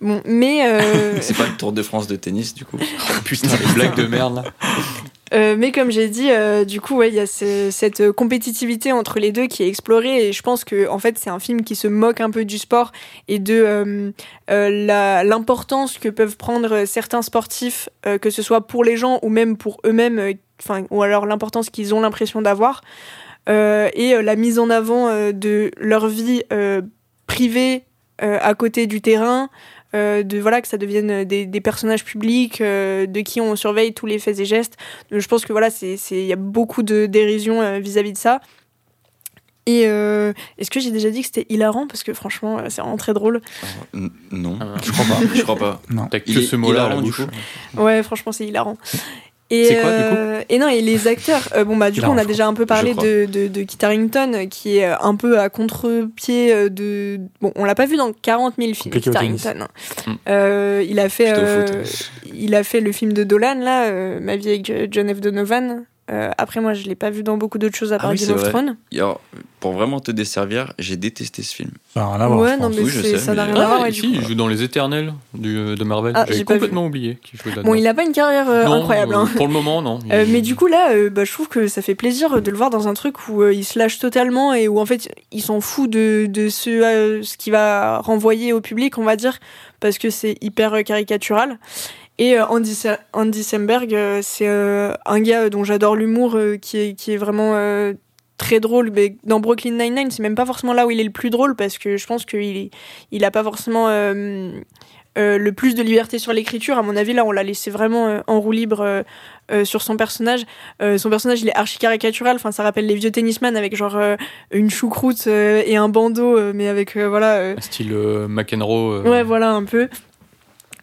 [SPEAKER 3] Bon, mais euh,
[SPEAKER 2] c'est pas le Tour de France de tennis, du coup.
[SPEAKER 4] Putain, les blagues de merde là.
[SPEAKER 3] Euh, mais comme j'ai dit, euh, du coup, ouais, il y a ce- cette euh, compétitivité entre les deux qui est explorée. Et je pense que, en fait, c'est un film qui se moque un peu du sport et de euh, euh, la- l'importance que peuvent prendre euh, certains sportifs, euh, que ce soit pour les gens ou même pour eux-mêmes, euh, enfin, ou alors l'importance qu'ils ont l'impression d'avoir. Euh, et euh, la mise en avant euh, de leur vie euh, privée euh, à côté du terrain. euh, de voilà que ça devienne des, des personnages publics euh, de qui on surveille tous les faits et gestes je pense que voilà, c'est c'est- il y a beaucoup de dérision euh, vis-à-vis de ça. Et euh, est-ce que j'ai déjà dit que c'était hilarant parce que franchement, euh, c'est vraiment très drôle.
[SPEAKER 2] Alors, n- non,
[SPEAKER 4] Ah,
[SPEAKER 2] je crois pas. Je crois pas.
[SPEAKER 4] T'as que
[SPEAKER 2] Il est-
[SPEAKER 4] ce mot-là à
[SPEAKER 2] il
[SPEAKER 4] la
[SPEAKER 2] a
[SPEAKER 4] bouche.
[SPEAKER 2] rond, du
[SPEAKER 3] Ouais, franchement, c'est hilarant. Et
[SPEAKER 4] C'est quoi, du coup
[SPEAKER 3] euh, Et non, et les acteurs. euh, bon bah du coup,
[SPEAKER 1] Hilarant,
[SPEAKER 3] on a
[SPEAKER 1] je
[SPEAKER 3] déjà un peu parlé
[SPEAKER 2] crois.
[SPEAKER 3] de de, de Kit Harington euh, qui est euh, un peu à contre-pied euh, de. Bon, on l'a pas vu dans 40 000 films.
[SPEAKER 1] Compliqué
[SPEAKER 3] Kit
[SPEAKER 1] au tennis.
[SPEAKER 3] Harington.
[SPEAKER 4] Mm.
[SPEAKER 3] Euh, il a fait
[SPEAKER 2] Plutôt au
[SPEAKER 3] euh,
[SPEAKER 2] foot. hein.
[SPEAKER 3] il a fait le film de Dolan là, euh, Ma vie avec euh, John F. Donovan. Euh, après moi, je l'ai pas vu dans beaucoup d'autres choses à
[SPEAKER 2] Ah
[SPEAKER 3] part
[SPEAKER 2] oui,
[SPEAKER 3] Game
[SPEAKER 2] c'est
[SPEAKER 3] of
[SPEAKER 2] vrai.
[SPEAKER 3] Thrones.
[SPEAKER 2] Et alors, pour vraiment te desservir, j'ai détesté ce film.
[SPEAKER 1] Enfin, rien à voir,
[SPEAKER 3] ouais,
[SPEAKER 1] Ah je
[SPEAKER 3] non,
[SPEAKER 1] pense.
[SPEAKER 3] mais
[SPEAKER 2] Oui, je
[SPEAKER 3] c'est-
[SPEAKER 2] sais,
[SPEAKER 3] ça n'a
[SPEAKER 2] mais-
[SPEAKER 3] rien
[SPEAKER 4] Ah,
[SPEAKER 3] à voir. ouais,
[SPEAKER 4] mais
[SPEAKER 3] du
[SPEAKER 4] si,
[SPEAKER 3] coup.
[SPEAKER 4] il joue dans Les Éternels du, euh, de Marvel.
[SPEAKER 3] Ah, j'ai
[SPEAKER 4] J'avais
[SPEAKER 3] pas vu.
[SPEAKER 4] complètement oublié qu'il jouait là-dedans.
[SPEAKER 3] Bon, il a pas une carrière euh,
[SPEAKER 4] Non,
[SPEAKER 3] incroyable. hein.
[SPEAKER 4] euh, Pour le moment, non.
[SPEAKER 3] Euh,
[SPEAKER 4] Il-
[SPEAKER 3] mais du coup là, euh, bah, je trouve que ça fait plaisir euh, de le voir dans un truc où euh, il se lâche totalement et où en fait il s'en fout de, de ce, euh, ce qui va renvoyer au public, on va dire, parce que c'est hyper euh, caricatural. Et euh, Andy, Sa- Andy Samberg, euh, c'est euh, un gars dont j'adore l'humour, euh, qui, est, qui est vraiment euh, très drôle. Mais dans Brooklyn Nine-Nine, c'est même pas forcément là où il est le plus drôle, parce que je pense qu'il est- il a pas forcément euh, euh, le plus de liberté sur l'écriture. À mon avis, là, on l'a laissé vraiment euh, en roue libre euh, euh, sur son personnage. Euh, son personnage, il est archi caricatural. Enfin, ça rappelle les vieux tennisman avec genre euh, une choucroute euh, et un bandeau, euh, mais avec euh, voilà. euh,
[SPEAKER 4] Style euh, McEnroe. euh,
[SPEAKER 3] ouais, voilà un peu.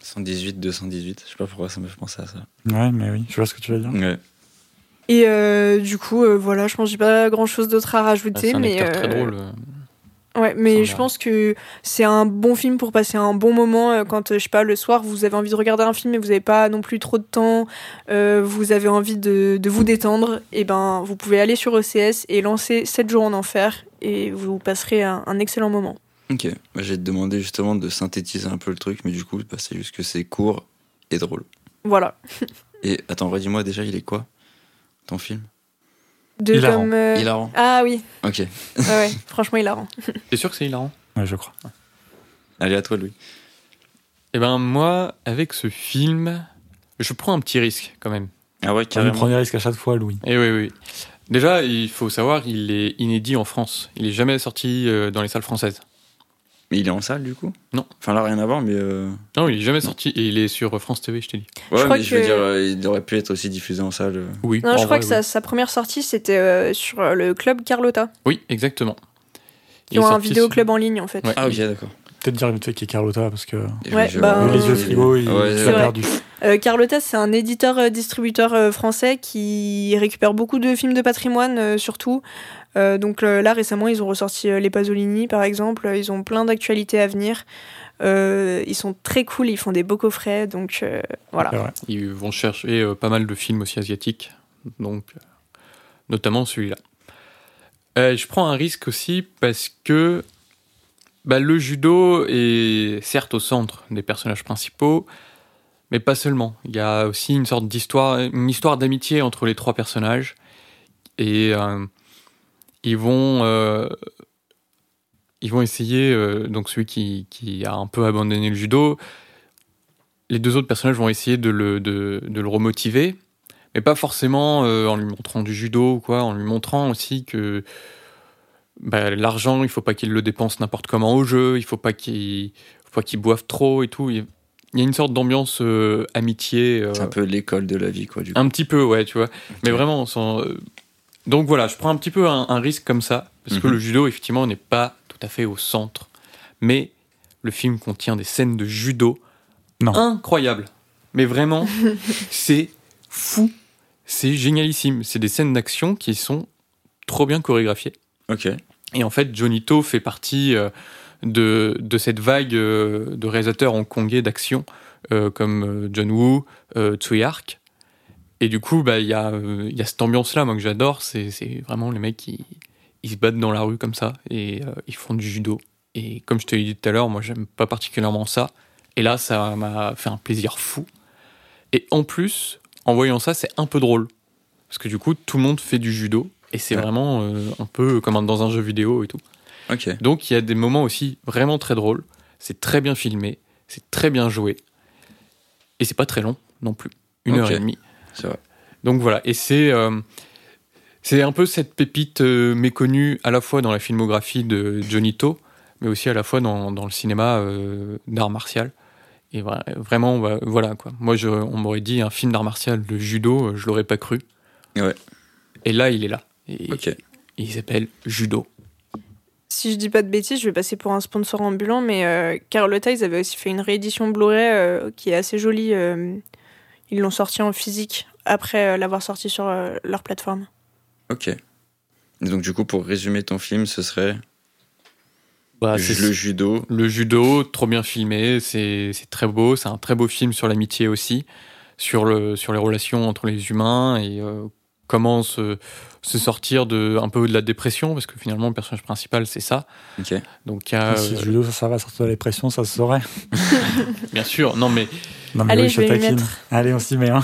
[SPEAKER 2] 118, 218, je sais pas pourquoi ça me fait penser à ça.
[SPEAKER 1] Ouais, mais oui, je vois ce que tu veux dire.
[SPEAKER 2] Ouais.
[SPEAKER 3] Et euh, du coup, euh, voilà, je pense que j'ai pas grand chose d'autre à
[SPEAKER 4] ah,
[SPEAKER 3] rajouter.
[SPEAKER 4] C'est un
[SPEAKER 3] mais,
[SPEAKER 4] acteur très
[SPEAKER 3] euh,
[SPEAKER 4] drôle. euh.
[SPEAKER 3] Ouais,
[SPEAKER 4] Ça
[SPEAKER 3] mais
[SPEAKER 4] me
[SPEAKER 3] je
[SPEAKER 4] va.
[SPEAKER 3] pense que c'est un bon film pour passer un bon moment euh, quand, euh, je sais pas, le soir, vous avez envie de regarder un film mais vous n'avez pas non plus trop de temps, euh, vous avez envie de, de vous détendre, et ben vous pouvez aller sur OCS et lancer 7 jours en enfer et vous passerez un, un excellent moment.
[SPEAKER 2] Ok, Bah, j'ai demandé justement de synthétiser un peu le truc, mais du coup, bah, c'est juste que c'est court et drôle.
[SPEAKER 3] Voilà.
[SPEAKER 2] Et attends, redis-moi déjà, il est quoi ton film
[SPEAKER 3] De
[SPEAKER 1] Hilarant.
[SPEAKER 3] comme, euh,
[SPEAKER 2] Hilarant.
[SPEAKER 3] Ah oui,
[SPEAKER 2] Ok,
[SPEAKER 3] ouais, ouais, franchement hilarant.
[SPEAKER 4] T'es sûr que c'est hilarant
[SPEAKER 1] Ouais, je crois.
[SPEAKER 2] allez à toi, Louis.
[SPEAKER 4] Eh ben, moi, avec ce film, je prends un petit risque quand même.
[SPEAKER 2] Ah ouais,
[SPEAKER 1] Tu
[SPEAKER 2] carrément.
[SPEAKER 1] prends des risques à chaque fois, Louis.
[SPEAKER 4] Eh oui, oui. Déjà, il faut savoir, il est inédit en France. Il est jamais sorti euh, dans les salles françaises.
[SPEAKER 2] Mais il est en salle du coup
[SPEAKER 4] Non.
[SPEAKER 2] Enfin là, rien à voir, mais. euh,
[SPEAKER 4] Non, il est jamais sorti et il est sur France TV, je t'ai dit.
[SPEAKER 2] Ouais,
[SPEAKER 3] crois
[SPEAKER 2] mais je veux
[SPEAKER 3] que-
[SPEAKER 2] dire, euh, il aurait pu être aussi diffusé en salle. euh.
[SPEAKER 4] Oui.
[SPEAKER 3] Non,
[SPEAKER 4] en
[SPEAKER 3] je crois
[SPEAKER 4] vrai,
[SPEAKER 3] que
[SPEAKER 4] oui.
[SPEAKER 3] sa, sa première sortie c'était euh, sur euh, le club Carlotta,
[SPEAKER 4] Oui, exactement.
[SPEAKER 3] qui ont un vidéoclub en ligne en fait.
[SPEAKER 4] Ouais.
[SPEAKER 2] Ah ok, d'accord.
[SPEAKER 1] Peut-être dire vite fait qui est Carlotta, parce que
[SPEAKER 2] Et je-
[SPEAKER 3] Ouais,
[SPEAKER 2] je-
[SPEAKER 3] bah,
[SPEAKER 1] vu les yeux frigo, il
[SPEAKER 2] Ouais,
[SPEAKER 1] il
[SPEAKER 2] ouais,
[SPEAKER 1] a
[SPEAKER 3] vrai.
[SPEAKER 1] perdu.
[SPEAKER 3] Euh, Carlotta, c'est un éditeur-distributeur euh, français qui récupère beaucoup de films de patrimoine, euh, surtout. Euh, donc euh, là, récemment, ils ont ressorti euh, Les Pasolini, par exemple. Ils ont plein d'actualités à venir. Euh, ils sont très cool, ils font des beaux coffrets. Donc euh, voilà.
[SPEAKER 1] C'est vrai.
[SPEAKER 4] Ils vont chercher euh, pas mal de films aussi asiatiques, donc euh, notamment celui-là. Euh, je prends un risque aussi parce que bah, le judo est certes au centre des personnages principaux, mais pas seulement. Il y a aussi une sorte d'histoire, une histoire d'amitié entre les trois personnages, et euh, ils vont euh, ils vont essayer euh, donc celui qui, qui a un peu abandonné le judo, les deux autres personnages vont essayer de le, de, de le remotiver, mais pas forcément euh, en lui montrant du judo ou quoi, en lui montrant aussi que bah, l'argent, il faut pas qu'il le dépense n'importe comment au jeu, il faut pas qu'il faut pas qu'il boive trop et tout. Il y a une sorte d'ambiance euh, amitié. euh,
[SPEAKER 2] C'est un peu l'école de la vie, quoi, du coup.
[SPEAKER 4] un petit peu, ouais, tu vois. Mais vraiment, sans... euh, donc voilà, je prends un petit peu un, un risque comme ça, parce que
[SPEAKER 2] Mhm.
[SPEAKER 4] le judo, effectivement, n'est pas tout à fait au centre. Mais le film contient des scènes de judo
[SPEAKER 1] Non.
[SPEAKER 4] incroyables. Mais vraiment, c'est fou. C'est génialissime. C'est des scènes d'action qui sont trop bien chorégraphiées.
[SPEAKER 2] Ok.
[SPEAKER 4] Et en fait, Johnny To fait partie euh, de, de cette vague euh, de réalisateurs hongkongais d'action euh, comme euh, John Woo, euh, Tsui Hark. Et du coup, bah, il y, a, euh, il y a cette ambiance-là, moi, que j'adore. C'est c'est vraiment les mecs qui ils se battent dans la rue comme ça et euh, ils font du judo. Et comme je te l'ai dit tout à l'heure, moi, j'aime pas particulièrement ça. Et là, ça m'a fait un plaisir fou. Et en plus, en voyant ça, c'est un peu drôle. Parce que du coup, tout le monde fait du judo. Et c'est
[SPEAKER 2] Ouais.
[SPEAKER 4] vraiment euh, un peu comme dans un jeu vidéo et tout.
[SPEAKER 2] Ok.
[SPEAKER 4] Donc il y a des moments aussi vraiment très drôles. C'est très bien filmé, c'est très bien joué. Et c'est pas très long non plus. Une
[SPEAKER 2] Ok.
[SPEAKER 4] heure et demie.
[SPEAKER 2] C'est vrai.
[SPEAKER 4] Donc voilà. Et c'est. euh, c'est un peu cette pépite euh, méconnue à la fois dans la filmographie de Johnny To, mais aussi à la fois dans, dans le cinéma euh, d'art martial. Et vra- vraiment, bah, voilà quoi. Moi, je- on m'aurait dit un film d'art martial de judo, euh, je l'aurais pas cru.
[SPEAKER 2] Ouais.
[SPEAKER 4] Et là, il est là. Et
[SPEAKER 2] Ok.
[SPEAKER 4] Il s'appelle Judo.
[SPEAKER 3] Si je dis pas de bêtises, je vais passer pour un sponsor ambulant, mais euh, Carlotta, ils avaient aussi fait une réédition Blu-ray euh, qui est assez jolie. euh, ils l'ont sorti en physique après euh, l'avoir sorti sur euh, leur plateforme.
[SPEAKER 2] Ok. Et donc, du coup, pour résumer ton film, ce serait
[SPEAKER 1] Ah,
[SPEAKER 4] Bah, c'est-
[SPEAKER 2] le judo.
[SPEAKER 4] Le judo, trop bien filmé, c'est c'est très beau, c'est un très beau film sur l'amitié aussi, sur, le, sur les relations entre les humains et euh, comment se, se sortir de, un peu de la dépression, parce que finalement le personnage principal c'est ça.
[SPEAKER 2] Ok.
[SPEAKER 4] Donc il y
[SPEAKER 2] Ah,
[SPEAKER 4] a,
[SPEAKER 1] Si le
[SPEAKER 4] euh,
[SPEAKER 1] judo, ça servait à sortir de la dépression, ça se saurait.
[SPEAKER 4] bien sûr, non mais,
[SPEAKER 1] Non, mais
[SPEAKER 3] Allez,
[SPEAKER 1] oui,
[SPEAKER 3] je vais y
[SPEAKER 1] taquine. Allez, on s'y met. hein.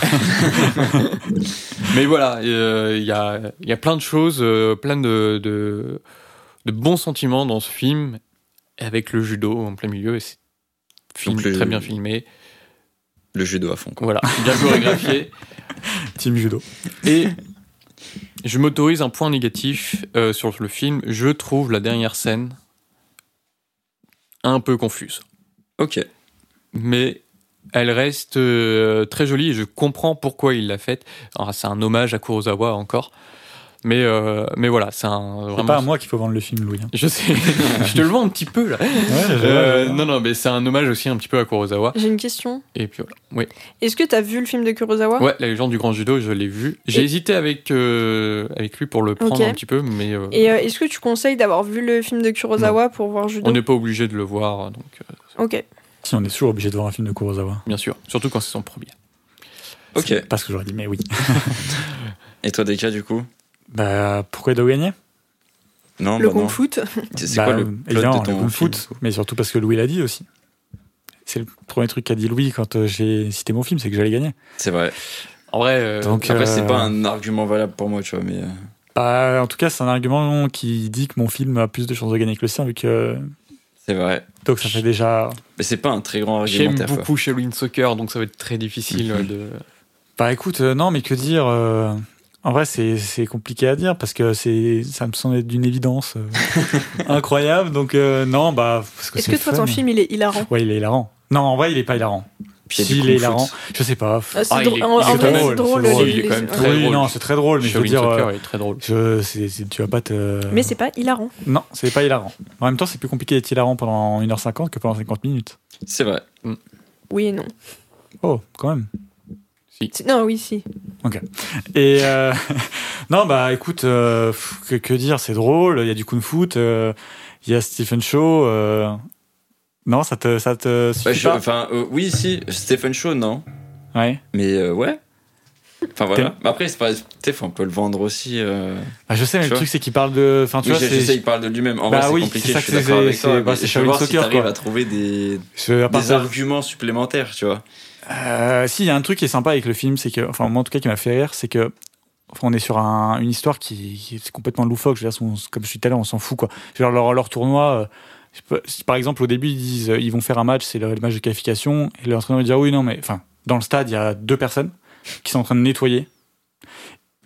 [SPEAKER 4] mais voilà, euh, il y, a, il y a plein de choses, euh, plein de, de, de bons sentiments dans ce film, avec le judo en plein milieu, et c'est film
[SPEAKER 2] Donc, le-
[SPEAKER 4] très bien filmé,
[SPEAKER 2] Le judo à fond, quoi.
[SPEAKER 4] voilà, bien chorégraphié.
[SPEAKER 1] Team judo.
[SPEAKER 4] Et je m'autorise un point négatif euh, sur le film. Je trouve la dernière scène un peu confuse.
[SPEAKER 2] Ok.
[SPEAKER 4] Mais elle reste euh, très jolie et je comprends pourquoi il l'a faite. Alors, C'est un hommage à Kurosawa encore. Mais, euh, mais voilà, c'est un.
[SPEAKER 1] C'est
[SPEAKER 4] Vraiment,
[SPEAKER 1] pas à moi qu'il faut vendre le film, Louis. hein.
[SPEAKER 4] Je sais, je te le vends un petit peu là. Euh, non, non, mais c'est un hommage aussi un petit peu à Kurosawa.
[SPEAKER 3] J'ai une question.
[SPEAKER 4] Et puis voilà. Oui.
[SPEAKER 3] Est-ce que t'as vu le film de Kurosawa
[SPEAKER 4] Ouais, la légende du grand judo, je l'ai vu. J'ai
[SPEAKER 3] Et-
[SPEAKER 4] hésité avec, euh, avec lui pour le prendre
[SPEAKER 3] Ok.
[SPEAKER 4] un petit peu, mais. euh,
[SPEAKER 3] Et euh, est-ce que tu conseilles d'avoir vu le film de Kurosawa pour voir Judo
[SPEAKER 4] On n'est pas obligé de le voir, donc euh,
[SPEAKER 3] Ok.
[SPEAKER 1] Si on est toujours obligé de voir un film de Kurosawa.
[SPEAKER 4] bien sûr. Surtout quand c'est son premier.
[SPEAKER 2] Ok.
[SPEAKER 1] Parce que j'aurais dit, mais oui.
[SPEAKER 2] Et toi, Deka, du coup
[SPEAKER 1] Bah, pourquoi il doit gagner
[SPEAKER 2] Non,
[SPEAKER 3] le
[SPEAKER 2] bah non.
[SPEAKER 3] Kung Foot
[SPEAKER 2] C'est c'est
[SPEAKER 1] Bah,
[SPEAKER 2] quoi le plot
[SPEAKER 1] évidemment,
[SPEAKER 2] de ton
[SPEAKER 1] le Kung
[SPEAKER 2] film,
[SPEAKER 1] Foot, mais surtout parce que Louis l'a dit aussi. C'est le premier truc qu'a dit Louis quand euh, j'ai cité mon film, c'est que j'allais gagner.
[SPEAKER 2] C'est vrai.
[SPEAKER 4] En vrai, euh,
[SPEAKER 1] Donc,
[SPEAKER 2] Après, c'est
[SPEAKER 1] euh,
[SPEAKER 2] pas un argument valable pour moi, tu vois, mais. euh,
[SPEAKER 1] bah, en tout cas, c'est un argument qui dit que mon film a plus de chances de gagner que le sien, vu que.
[SPEAKER 2] C'est vrai.
[SPEAKER 1] Donc ça fait déjà.
[SPEAKER 2] Mais c'est pas un très grand
[SPEAKER 4] j'aime
[SPEAKER 2] argumentaire, quoi.
[SPEAKER 4] beaucoup Shaolin Soccer, donc ça va être très difficile euh, de.
[SPEAKER 1] Bah écoute, euh, non, mais que dire euh, En vrai, c'est c'est compliqué à dire parce que c'est ça me semble être d'une évidence euh, incroyable. Donc euh, non, bah parce que
[SPEAKER 3] Est-ce
[SPEAKER 1] c'est
[SPEAKER 3] que toi,
[SPEAKER 1] fun.
[SPEAKER 3] ton film, il est hilarant
[SPEAKER 1] Ouais, il est hilarant. Non, en vrai, il est pas hilarant.
[SPEAKER 2] Puis il y a du
[SPEAKER 1] Si, il
[SPEAKER 2] kung
[SPEAKER 1] est
[SPEAKER 2] fu.
[SPEAKER 1] hilarant. Je sais pas.
[SPEAKER 3] Ah, c'est
[SPEAKER 4] Ah, il
[SPEAKER 3] drôle.
[SPEAKER 4] est-
[SPEAKER 3] En,
[SPEAKER 4] il est
[SPEAKER 3] en
[SPEAKER 4] quand
[SPEAKER 3] vrai,
[SPEAKER 4] même-
[SPEAKER 3] c'est drôle.
[SPEAKER 1] c'est drôle,
[SPEAKER 3] les-
[SPEAKER 4] il est quand même
[SPEAKER 3] les-
[SPEAKER 4] Très
[SPEAKER 1] oui,
[SPEAKER 4] drôle.
[SPEAKER 1] non, c'est très drôle, mais je veux
[SPEAKER 4] Shaolin
[SPEAKER 1] dire.
[SPEAKER 4] Soccer
[SPEAKER 1] euh,
[SPEAKER 4] il est très drôle.
[SPEAKER 1] je, c'est- c'est- tu vas pas te.
[SPEAKER 3] Mais c'est pas hilarant.
[SPEAKER 1] Non, c'est pas hilarant. En même temps, c'est plus compliqué d'être hilarant pendant 1h50 que pendant 50 minutes.
[SPEAKER 2] C'est vrai.
[SPEAKER 3] Oui et non.
[SPEAKER 1] Oh, quand même.
[SPEAKER 3] C'est- Non, oui, si.
[SPEAKER 1] Et euh, non, bah écoute, euh, pff, que, que dire, c'est drôle, il y a du kung-fu, euh, il y a Stephen Shaw. euh, Non, ça te, ça te suffit
[SPEAKER 2] Ouais, je-
[SPEAKER 1] pas
[SPEAKER 2] Enfin, euh, oui, si, Stephen Shaw, non.
[SPEAKER 1] Ouais.
[SPEAKER 2] Mais euh, ouais. Enfin voilà. Mais Après, c'est pas. tu sais, on peut le vendre aussi. euh.
[SPEAKER 1] Bah, je sais, mais
[SPEAKER 2] Tu
[SPEAKER 1] le
[SPEAKER 2] vois
[SPEAKER 1] truc, c'est qu'il parle de. Enfin, tu
[SPEAKER 2] Oui,
[SPEAKER 1] vois,
[SPEAKER 2] je- je sais,
[SPEAKER 1] c'est.
[SPEAKER 2] il parle de lui-même. En
[SPEAKER 1] Bah
[SPEAKER 2] vrai,
[SPEAKER 1] oui,
[SPEAKER 2] c'est compliqué.
[SPEAKER 1] c'est ça
[SPEAKER 2] je suis
[SPEAKER 1] que
[SPEAKER 2] d'accord
[SPEAKER 1] c'est-
[SPEAKER 2] avec toi.
[SPEAKER 1] c'est-
[SPEAKER 2] mais
[SPEAKER 1] bah, c'est
[SPEAKER 2] je veux
[SPEAKER 1] Shaolin
[SPEAKER 2] voir si
[SPEAKER 1] Soccer,
[SPEAKER 2] t'arrives
[SPEAKER 1] quoi.
[SPEAKER 2] à trouver des,
[SPEAKER 1] je- à part
[SPEAKER 2] des
[SPEAKER 1] ça-
[SPEAKER 2] arguments supplémentaires, tu vois.
[SPEAKER 1] Euh, si, il y a un truc qui est sympa avec le film, c'est que, enfin, moi en tout cas, qui m'a fait rire, c'est que, enfin, on est sur un- une histoire qui, qui est complètement loufoque. Je veux dire, on- comme je suis tout à l'heure, on s'en fout, quoi. Je veux dire, leur, leur tournoi, euh, je sais pas, si par exemple, au début, ils disent, euh, ils vont faire un match, c'est le, le match de qualification, et l'entraîneur il dit, ah oui, non, mais, enfin, dans le stade, il y a deux personnes qui sont en train de nettoyer.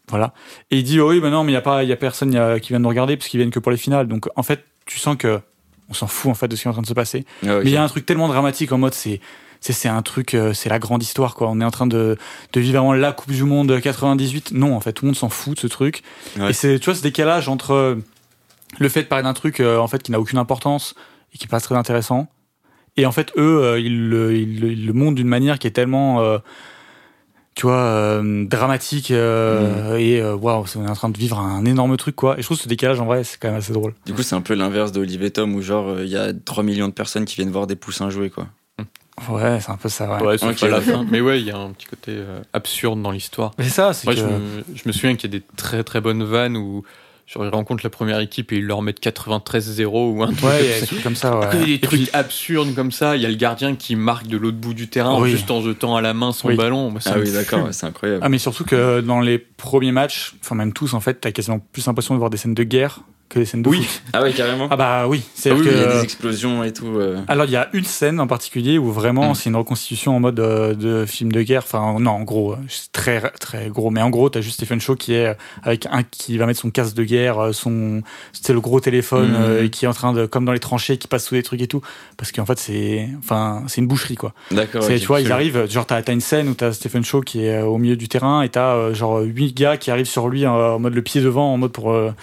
[SPEAKER 1] Voilà. Et il dit, oh oui, ben non, mais il n'y a pas, il y a personne il y a- qui vient de nous regarder, parce qu'ils viennent que pour les finales. Donc, en fait, tu sens que, on s'en fout, en fait, de ce qui est en train de se passer.
[SPEAKER 2] Ah, ok.
[SPEAKER 1] Mais il y a un truc tellement dramatique en mode c'est c'est c'est un truc euh, c'est la grande histoire quoi. On est en train de de vivre vraiment la Coupe du monde 98. Non, en fait, tout le monde s'en fout de ce truc.
[SPEAKER 2] Ouais.
[SPEAKER 1] Et c'est tu vois ce décalage entre euh, le fait de parler d'un truc euh, en fait qui n'a aucune importance et qui est pas très intéressant et en fait eux euh, ils, le- ils le- ils le montrent d'une manière qui est tellement euh, tu vois euh, dramatique euh,
[SPEAKER 4] Mm.
[SPEAKER 1] et euh, waouh, on est en train de vivre un énorme truc quoi. Et je trouve ce décalage en vrai, c'est quand même assez drôle.
[SPEAKER 2] Du coup, c'est un peu l'inverse d'Olivier Tom où, genre, euh, il y a 3 millions de personnes qui viennent voir des poussins jouer, quoi.
[SPEAKER 1] Ouais, c'est un peu ça. ouais.
[SPEAKER 4] Ouais, sauf
[SPEAKER 2] Ok,
[SPEAKER 4] à la
[SPEAKER 2] ouais.
[SPEAKER 4] fin. Mais ouais, il y a un petit côté euh, absurde dans l'histoire.
[SPEAKER 1] Mais ça, c'est
[SPEAKER 4] Moi,
[SPEAKER 1] que
[SPEAKER 4] je, me, je me souviens qu'il y a des très très bonnes vannes où genre, ils rencontrent la première équipe et ils leur mettent 93-0 ou un truc
[SPEAKER 1] Ouais,
[SPEAKER 4] comme
[SPEAKER 1] il y a
[SPEAKER 4] ça.
[SPEAKER 1] des trucs comme ça.
[SPEAKER 4] Que
[SPEAKER 1] Ouais.
[SPEAKER 4] des
[SPEAKER 1] Et
[SPEAKER 4] trucs
[SPEAKER 1] puis-
[SPEAKER 4] absurdes comme ça. Il y a le gardien qui marque de l'autre bout du terrain
[SPEAKER 1] Oui.
[SPEAKER 4] juste en jetant à la main son
[SPEAKER 1] Oui.
[SPEAKER 4] ballon. Moi, ça
[SPEAKER 2] Ah
[SPEAKER 4] me
[SPEAKER 2] oui,
[SPEAKER 4] fume.
[SPEAKER 2] d'accord, ouais, c'est incroyable.
[SPEAKER 1] Ah, mais surtout que dans les premiers matchs, enfin même tous en fait, t'as quasiment plus l'impression de voir des scènes de guerre que des scènes de
[SPEAKER 4] Oui.
[SPEAKER 1] foot.
[SPEAKER 2] Ah ouais, carrément.
[SPEAKER 1] Ah bah oui, c'est
[SPEAKER 2] Ah oui,
[SPEAKER 1] que.
[SPEAKER 2] il y a des explosions et tout. euh.
[SPEAKER 1] Alors il y a une scène en particulier où vraiment
[SPEAKER 2] Mm.
[SPEAKER 1] c'est une reconstitution en mode euh, de film de guerre. Enfin non, en gros, euh, c'est très très gros. Mais en gros, t'as juste Stephen Shaw qui est euh, avec un qui va mettre son casque de guerre, euh, son c'est le gros téléphone
[SPEAKER 2] Mm.
[SPEAKER 1] euh, et qui est en train de comme dans les tranchées qui passe sous des trucs et tout. Parce qu'en fait c'est enfin c'est une boucherie quoi.
[SPEAKER 2] D'accord.
[SPEAKER 1] C'est-
[SPEAKER 2] ok.
[SPEAKER 1] tu vois, ils
[SPEAKER 2] Absolument.
[SPEAKER 1] arrivent, genre t'as t'as une scène où t'as Stephen Shaw qui est euh, au milieu du terrain et t'as euh, genre 8 gars qui arrivent sur lui euh, en mode le pied devant, en mode pour, euh,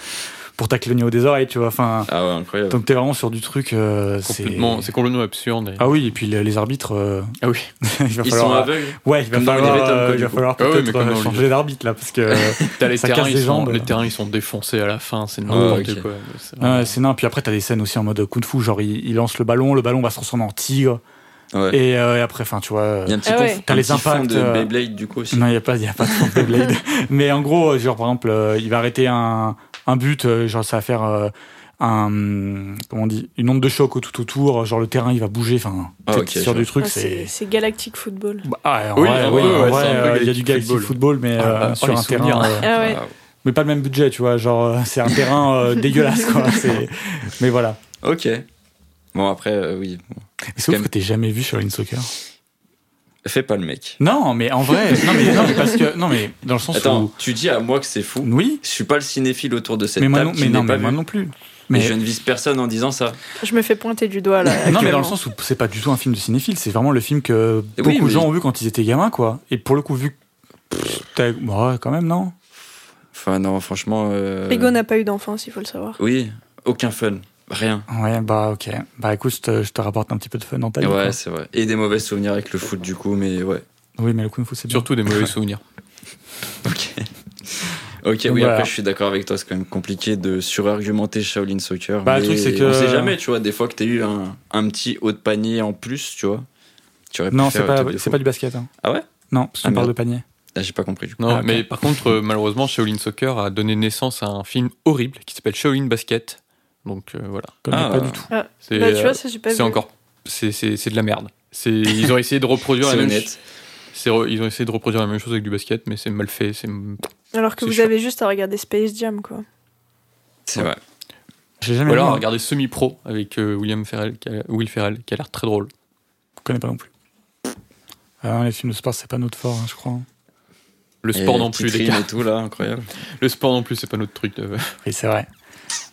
[SPEAKER 1] pour tacler au niveau des oreilles, tu vois. Enfin,
[SPEAKER 2] Ah ouais, incroyable.
[SPEAKER 1] donc t'es vraiment sur du truc. euh, c'est-
[SPEAKER 4] Complètement- C'est complètement absurde. et-
[SPEAKER 1] Ah oui, et puis les, les arbitres. euh,
[SPEAKER 4] Ah oui.
[SPEAKER 1] il va
[SPEAKER 2] Ils
[SPEAKER 1] falloir.
[SPEAKER 2] sont aveugles.
[SPEAKER 1] Ouais, il va
[SPEAKER 2] comme dans
[SPEAKER 1] falloir,
[SPEAKER 2] Oliver Tom,
[SPEAKER 1] euh,
[SPEAKER 2] quoi,
[SPEAKER 1] il
[SPEAKER 2] du
[SPEAKER 1] va
[SPEAKER 2] coup.
[SPEAKER 1] falloir
[SPEAKER 4] Ah ouais,
[SPEAKER 1] peut-être
[SPEAKER 4] mais comme dans
[SPEAKER 1] euh,
[SPEAKER 4] Oliver.
[SPEAKER 1] changer d'arbitre là, parce que. euh,
[SPEAKER 4] T'as les
[SPEAKER 1] Ça
[SPEAKER 4] terrains,
[SPEAKER 1] casse
[SPEAKER 4] ils
[SPEAKER 1] les
[SPEAKER 4] sont-
[SPEAKER 1] jambes.
[SPEAKER 4] les terrains, ils sont défoncés à la fin. C'est
[SPEAKER 2] Ah,
[SPEAKER 4] n'importe
[SPEAKER 2] ok.
[SPEAKER 4] quoi. C'est
[SPEAKER 1] ouais,
[SPEAKER 4] vraiment-
[SPEAKER 1] c'est nain. Puis après, t'as des scènes aussi en mode coup de fou, genre il, il lance le ballon, le ballon va se transformer en tigre.
[SPEAKER 2] Ouais.
[SPEAKER 1] Et, euh, et après, enfin, tu vois. euh,
[SPEAKER 2] Il y a un petit,
[SPEAKER 3] Ah
[SPEAKER 2] fond-
[SPEAKER 3] ouais.
[SPEAKER 2] un
[SPEAKER 1] T'as les
[SPEAKER 2] petit fond
[SPEAKER 1] impacts,
[SPEAKER 2] de
[SPEAKER 1] euh,
[SPEAKER 2] Beyblade du coup aussi.
[SPEAKER 1] Non, il n'y a pas, y a pas de fond de Beyblade. Mais en gros, euh, genre, par exemple, euh, il va arrêter un, un but, euh, genre, ça va faire euh, un, comment on dit, une onde de choc au tout autour, euh, genre, le terrain, il va bouger, enfin,
[SPEAKER 2] Ah,
[SPEAKER 1] t'es
[SPEAKER 2] ok, je
[SPEAKER 1] sur du
[SPEAKER 2] vois.
[SPEAKER 1] truc,
[SPEAKER 3] Ah,
[SPEAKER 1] c'est.
[SPEAKER 3] c'est c'est Galactic Football.
[SPEAKER 1] Bah, ah, en
[SPEAKER 4] Oui,
[SPEAKER 1] vrai,
[SPEAKER 4] un
[SPEAKER 1] oui,
[SPEAKER 4] peu,
[SPEAKER 1] en
[SPEAKER 4] ouais,
[SPEAKER 1] vrai,
[SPEAKER 4] c'est un peu
[SPEAKER 1] euh, il y a
[SPEAKER 4] Galactic
[SPEAKER 1] du Galaxy Football,
[SPEAKER 4] Football.
[SPEAKER 1] mais
[SPEAKER 4] Ah,
[SPEAKER 1] euh,
[SPEAKER 4] oh,
[SPEAKER 1] sur
[SPEAKER 4] les
[SPEAKER 1] un terrain.
[SPEAKER 4] souvenirs.
[SPEAKER 1] euh,
[SPEAKER 3] Ah ouais.
[SPEAKER 2] Waouh.
[SPEAKER 1] mais pas le même budget, tu vois, genre, euh, c'est un terrain euh, dégueulasse, quoi. c'est- Mais voilà.
[SPEAKER 2] Ok. Bon, après, euh, oui. bon.
[SPEAKER 1] Mais sauf
[SPEAKER 2] même-
[SPEAKER 1] que t'es jamais vu Shaolin Soccer.
[SPEAKER 2] Fais pas le mec.
[SPEAKER 1] Non, mais en vrai, non, mais, non, mais parce que, non, mais dans le sens
[SPEAKER 2] Attends,
[SPEAKER 1] où.
[SPEAKER 2] tu dis à moi que c'est fou.
[SPEAKER 1] Oui,
[SPEAKER 2] Je suis pas le cinéphile autour de cette
[SPEAKER 1] mais moi
[SPEAKER 2] table.
[SPEAKER 1] non,
[SPEAKER 2] qui
[SPEAKER 1] mais
[SPEAKER 2] n'est
[SPEAKER 1] non,
[SPEAKER 2] pas
[SPEAKER 1] mais
[SPEAKER 2] vu.
[SPEAKER 1] moi non plus. Mais
[SPEAKER 2] Mais je ne vise personne en disant ça.
[SPEAKER 3] Je me fais pointer du doigt là.
[SPEAKER 1] Non, mais dans
[SPEAKER 3] actuellement.
[SPEAKER 1] le sens où c'est pas du tout un film de cinéphile, c'est vraiment le film que
[SPEAKER 2] Oui,
[SPEAKER 1] beaucoup de
[SPEAKER 2] mais-
[SPEAKER 1] gens ont vu quand ils étaient gamins, quoi. Et pour le coup, vu. que- Pff, t'as- Bah, ouais, quand même, non
[SPEAKER 2] Enfin, non, franchement. euh,
[SPEAKER 3] Ego n'a pas eu d'enfance, il faut le savoir.
[SPEAKER 2] Oui, aucun fun. Rien.
[SPEAKER 1] Ouais, bah, ok. Bah, écoute, je te, je te rapporte un petit peu de fun dans ta vie.
[SPEAKER 2] ouais,
[SPEAKER 1] quoi.
[SPEAKER 2] c'est vrai. Et des mauvais souvenirs avec le foot, du coup, mais ouais.
[SPEAKER 1] Oui, mais le kung fu, c'est bien.
[SPEAKER 4] Surtout des mauvais souvenirs.
[SPEAKER 2] Ok. Ok, oui,
[SPEAKER 1] Voilà.
[SPEAKER 2] après, je suis d'accord avec toi, c'est quand même compliqué de surargumenter Shaolin Soccer.
[SPEAKER 1] Bah, le
[SPEAKER 2] mais
[SPEAKER 1] truc, c'est que-
[SPEAKER 2] On sait jamais, tu vois, des fois que t'as eu un, un petit haut de panier en plus, tu vois. Tu aurais pu
[SPEAKER 1] Non,
[SPEAKER 2] faire
[SPEAKER 1] c'est
[SPEAKER 2] le
[SPEAKER 1] pas,
[SPEAKER 2] top des
[SPEAKER 1] c'est
[SPEAKER 2] fous.
[SPEAKER 1] pas du basket. hein.
[SPEAKER 2] Ah ouais
[SPEAKER 1] Non, parce qu'on
[SPEAKER 2] Ah,
[SPEAKER 1] parle
[SPEAKER 2] merde.
[SPEAKER 1] de panier.
[SPEAKER 2] Ah, J'ai pas compris, du coup.
[SPEAKER 4] Non,
[SPEAKER 1] Ah, ok.
[SPEAKER 4] mais par contre, euh, malheureusement, Shaolin Soccer a donné naissance à un film horrible qui s'appelle Shaolin Basket. Donc euh, voilà.
[SPEAKER 1] Je connais
[SPEAKER 2] Ah.
[SPEAKER 1] pas du tout.
[SPEAKER 4] C'est
[SPEAKER 3] Bah, tu
[SPEAKER 4] euh,
[SPEAKER 3] vois, ça, j'ai pas
[SPEAKER 4] c'est
[SPEAKER 3] vu.
[SPEAKER 4] encore. C'est c'est- c'est de la merde. C'est- Ils ont essayé de reproduire la
[SPEAKER 2] C'est
[SPEAKER 4] même
[SPEAKER 2] honnête.
[SPEAKER 4] c'est re- Ils ont essayé de reproduire la même chose avec du basket, mais c'est mal fait. c'est-
[SPEAKER 3] Alors que
[SPEAKER 4] C'est
[SPEAKER 3] vous
[SPEAKER 4] chaud.
[SPEAKER 3] avez juste à regarder Space Jam, quoi.
[SPEAKER 2] C'est vrai.
[SPEAKER 1] J'ai jamais
[SPEAKER 4] Ou alors,
[SPEAKER 1] vu, hein.
[SPEAKER 4] regardez Semi-Pro avec euh, William Ferrell, qui a- Will Ferrell, qui a l'air très drôle.
[SPEAKER 1] Je connais pas non plus. Ah, les films de sport, c'est pas notre fort, hein, je crois.
[SPEAKER 4] Le sport
[SPEAKER 2] Et
[SPEAKER 4] non
[SPEAKER 2] petit
[SPEAKER 4] plus, les
[SPEAKER 2] trim
[SPEAKER 4] gars.
[SPEAKER 2] et tout, là, incroyable.
[SPEAKER 4] Le sport non plus, c'est pas notre truc. euh.
[SPEAKER 1] Oui, c'est vrai.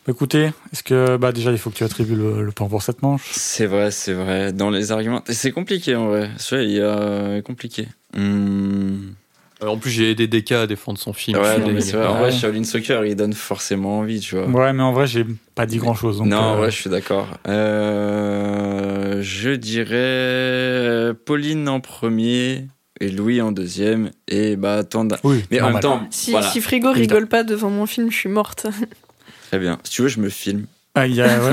[SPEAKER 1] Bah, Écoutez, est-ce que. Bah, déjà, il faut que tu attribues le, le point pour cette manche.
[SPEAKER 2] C'est vrai, c'est vrai. Dans les arguments, c'est compliqué en vrai. Celui-là, il y a compliqué. Hmm.
[SPEAKER 4] Euh, En plus, j'ai aidé DK à défendre son film. Je
[SPEAKER 2] Ouais,
[SPEAKER 4] suis Ah
[SPEAKER 2] non, mais
[SPEAKER 4] désolé.
[SPEAKER 2] c'est vrai. En vrai,
[SPEAKER 1] Ah Ouais.
[SPEAKER 2] Shaolin Soccer, il donne forcément envie, tu vois.
[SPEAKER 1] euh, Ouais, mais en vrai, j'ai pas dit grand chose.
[SPEAKER 2] Euh. non,
[SPEAKER 1] ouais
[SPEAKER 2] ouais, je suis d'accord. Euh, Euh, je dirais euh, Pauline en premier et Louis en deuxième. Et bah, attends.
[SPEAKER 1] Oui,
[SPEAKER 2] Mais en
[SPEAKER 1] normal.
[SPEAKER 2] même temps,
[SPEAKER 3] Si,
[SPEAKER 2] voilà.
[SPEAKER 3] si Frigo rigole pas devant mon film, je suis morte.
[SPEAKER 2] Très bien. Si tu veux, je me filme.
[SPEAKER 1] Ah, il y a- ouais,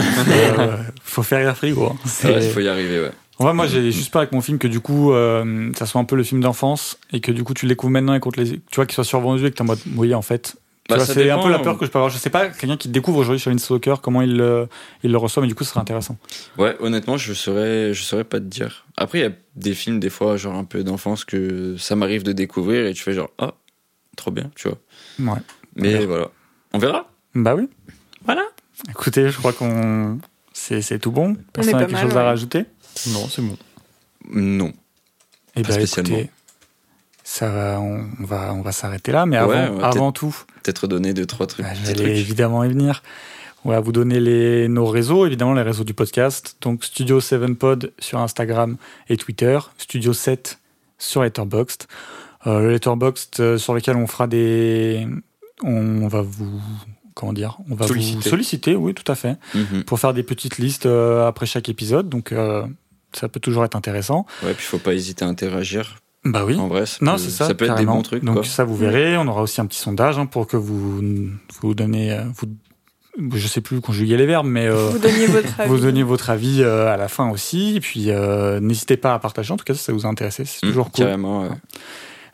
[SPEAKER 1] euh, faut faire rire frigo. hein.
[SPEAKER 2] Il
[SPEAKER 1] C'est-
[SPEAKER 2] faut y arriver, ouais.
[SPEAKER 1] En vrai, moi, j'ai juste peur avec mon film que du coup, euh, ça soit un peu le film d'enfance et que du coup, tu le découvres maintenant et qu'on te les... tu vois qu'il soit survendu et que t'es en mode, oui, en fait. Tu
[SPEAKER 2] Bah,
[SPEAKER 1] vois,
[SPEAKER 2] ça
[SPEAKER 1] c'est un
[SPEAKER 2] dépend.
[SPEAKER 1] peu la peur que je peux avoir. Je sais pas, quelqu'un qui découvre aujourd'hui Shaolin Soccer, comment il le, il le reçoit, mais du coup, ce serait intéressant.
[SPEAKER 2] Ouais, honnêtement, je saurais, je saurais pas te dire. Après, il y a des films, des fois, genre un peu d'enfance, que ça m'arrive de découvrir et tu fais genre, ah, trop bien, tu vois.
[SPEAKER 1] Ouais.
[SPEAKER 2] Mais
[SPEAKER 1] verra.
[SPEAKER 2] voilà. On verra.
[SPEAKER 1] Bah oui.
[SPEAKER 2] Voilà.
[SPEAKER 1] Écoutez, je crois qu'on. C'est c'est tout bon. Personne
[SPEAKER 3] pas
[SPEAKER 1] n'a quelque
[SPEAKER 3] mal,
[SPEAKER 1] chose à
[SPEAKER 3] ouais.
[SPEAKER 1] rajouter.
[SPEAKER 4] Non, c'est bon.
[SPEAKER 2] Non.
[SPEAKER 1] Et
[SPEAKER 2] Pas spécialement.
[SPEAKER 1] ben, ça va, on on va, on va s'arrêter là, mais
[SPEAKER 2] Ouais,
[SPEAKER 1] avant,
[SPEAKER 2] on va
[SPEAKER 1] avant tout,
[SPEAKER 2] Peut-être donner deux, trois trucs.
[SPEAKER 1] bah,
[SPEAKER 2] petits
[SPEAKER 1] j'allais
[SPEAKER 2] trucs.
[SPEAKER 1] évidemment y venir. On va vous donner les, nos réseaux, évidemment les réseaux du podcast. Donc Studio 7 Pod sur Instagram et Twitter, Studio 7 sur Letterboxd. Euh, le Letterboxd euh, sur lequel on fera des. On va vous. Comment dire On va vous
[SPEAKER 4] Solliciter.
[SPEAKER 1] solliciter, oui, tout à fait
[SPEAKER 2] Mhm.
[SPEAKER 1] pour faire des petites listes euh, après chaque épisode. Donc euh, ça peut toujours être intéressant.
[SPEAKER 2] Ouais, puis faut pas hésiter à interagir.
[SPEAKER 1] Bah oui.
[SPEAKER 2] En vrai, ça
[SPEAKER 1] Non,
[SPEAKER 2] peut,
[SPEAKER 1] c'est ça.
[SPEAKER 2] Euh, ça peut être des
[SPEAKER 1] carrément.
[SPEAKER 2] bons trucs.
[SPEAKER 1] Donc
[SPEAKER 2] quoi.
[SPEAKER 1] ça, vous verrez. On aura aussi un petit sondage hein, pour que vous vous donnez. euh, Vous, je sais plus conjuguer les verbes, mais euh,
[SPEAKER 3] Vous donniez votre avis.
[SPEAKER 1] vous donnez votre avis euh, à la fin aussi. Et puis euh, n'hésitez pas à partager. En tout cas, si ça vous a intéressé, c'est
[SPEAKER 2] Mhm,
[SPEAKER 1] toujours cool.
[SPEAKER 2] Carrément. ouais.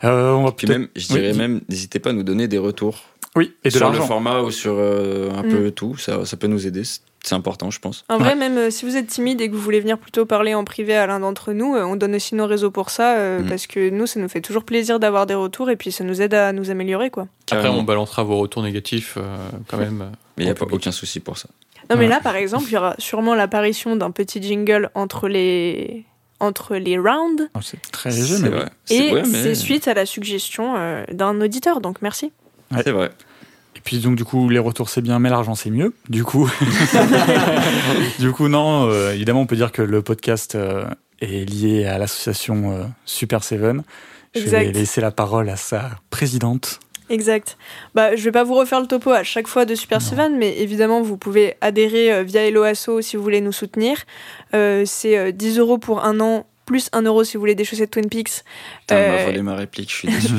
[SPEAKER 1] Euh, on va
[SPEAKER 2] Puis
[SPEAKER 1] peut-être-
[SPEAKER 2] même, je dirais
[SPEAKER 1] dis.
[SPEAKER 2] même, n'hésitez pas à nous donner des retours
[SPEAKER 1] oui, et de
[SPEAKER 2] sur le
[SPEAKER 1] l'argent.
[SPEAKER 2] format ou sur euh, un
[SPEAKER 3] Mm.
[SPEAKER 2] peu tout. Ça, ça peut nous aider. C'est c'est important, je pense.
[SPEAKER 3] En vrai, même euh, si vous êtes timide et que vous voulez venir plutôt parler en privé à l'un d'entre nous, euh, on donne aussi nos réseaux pour ça, euh,
[SPEAKER 2] Mm.
[SPEAKER 3] parce que nous, ça nous fait toujours plaisir d'avoir des retours et puis ça nous aide à nous améliorer, quoi.
[SPEAKER 4] Après,
[SPEAKER 2] Carrément.
[SPEAKER 4] on balancera vos retours négatifs euh, quand même.
[SPEAKER 2] Mais il n'y a
[SPEAKER 4] en
[SPEAKER 2] pas
[SPEAKER 4] public.
[SPEAKER 2] aucun souci pour ça.
[SPEAKER 3] Non, mais
[SPEAKER 1] Ouais.
[SPEAKER 3] là, par exemple, il y aura sûrement l'apparition d'un petit jingle entre les, entre les rounds.
[SPEAKER 1] Non, Oh, C'est très léger, mais
[SPEAKER 2] C'est vrai.
[SPEAKER 3] Et
[SPEAKER 2] C'est- ouais, mais-
[SPEAKER 3] c'est suite à la suggestion euh, d'un auditeur, donc merci.
[SPEAKER 2] C'est vrai.
[SPEAKER 3] Euh,
[SPEAKER 1] Et puis donc du coup les retours c'est bien mais l'argent c'est mieux. Du coup du coup non euh, évidemment on peut dire que le podcast euh, est lié à l'association euh, Super Seven. Je vais
[SPEAKER 3] Exact.
[SPEAKER 1] laisser la parole à sa présidente.
[SPEAKER 3] Exact. Bah, je vais pas vous refaire le topo à chaque fois de Super
[SPEAKER 1] Non.
[SPEAKER 3] Seven, mais évidemment, vous pouvez adhérer euh, via Hello Asso si vous voulez nous soutenir. Euh, c'est euh, 10 euros pour un an, plus 1 euro si vous voulez des chaussettes Twin Peaks.
[SPEAKER 2] Putain, elle m'a
[SPEAKER 3] Euh,
[SPEAKER 2] volé ma réplique, je suis déçu.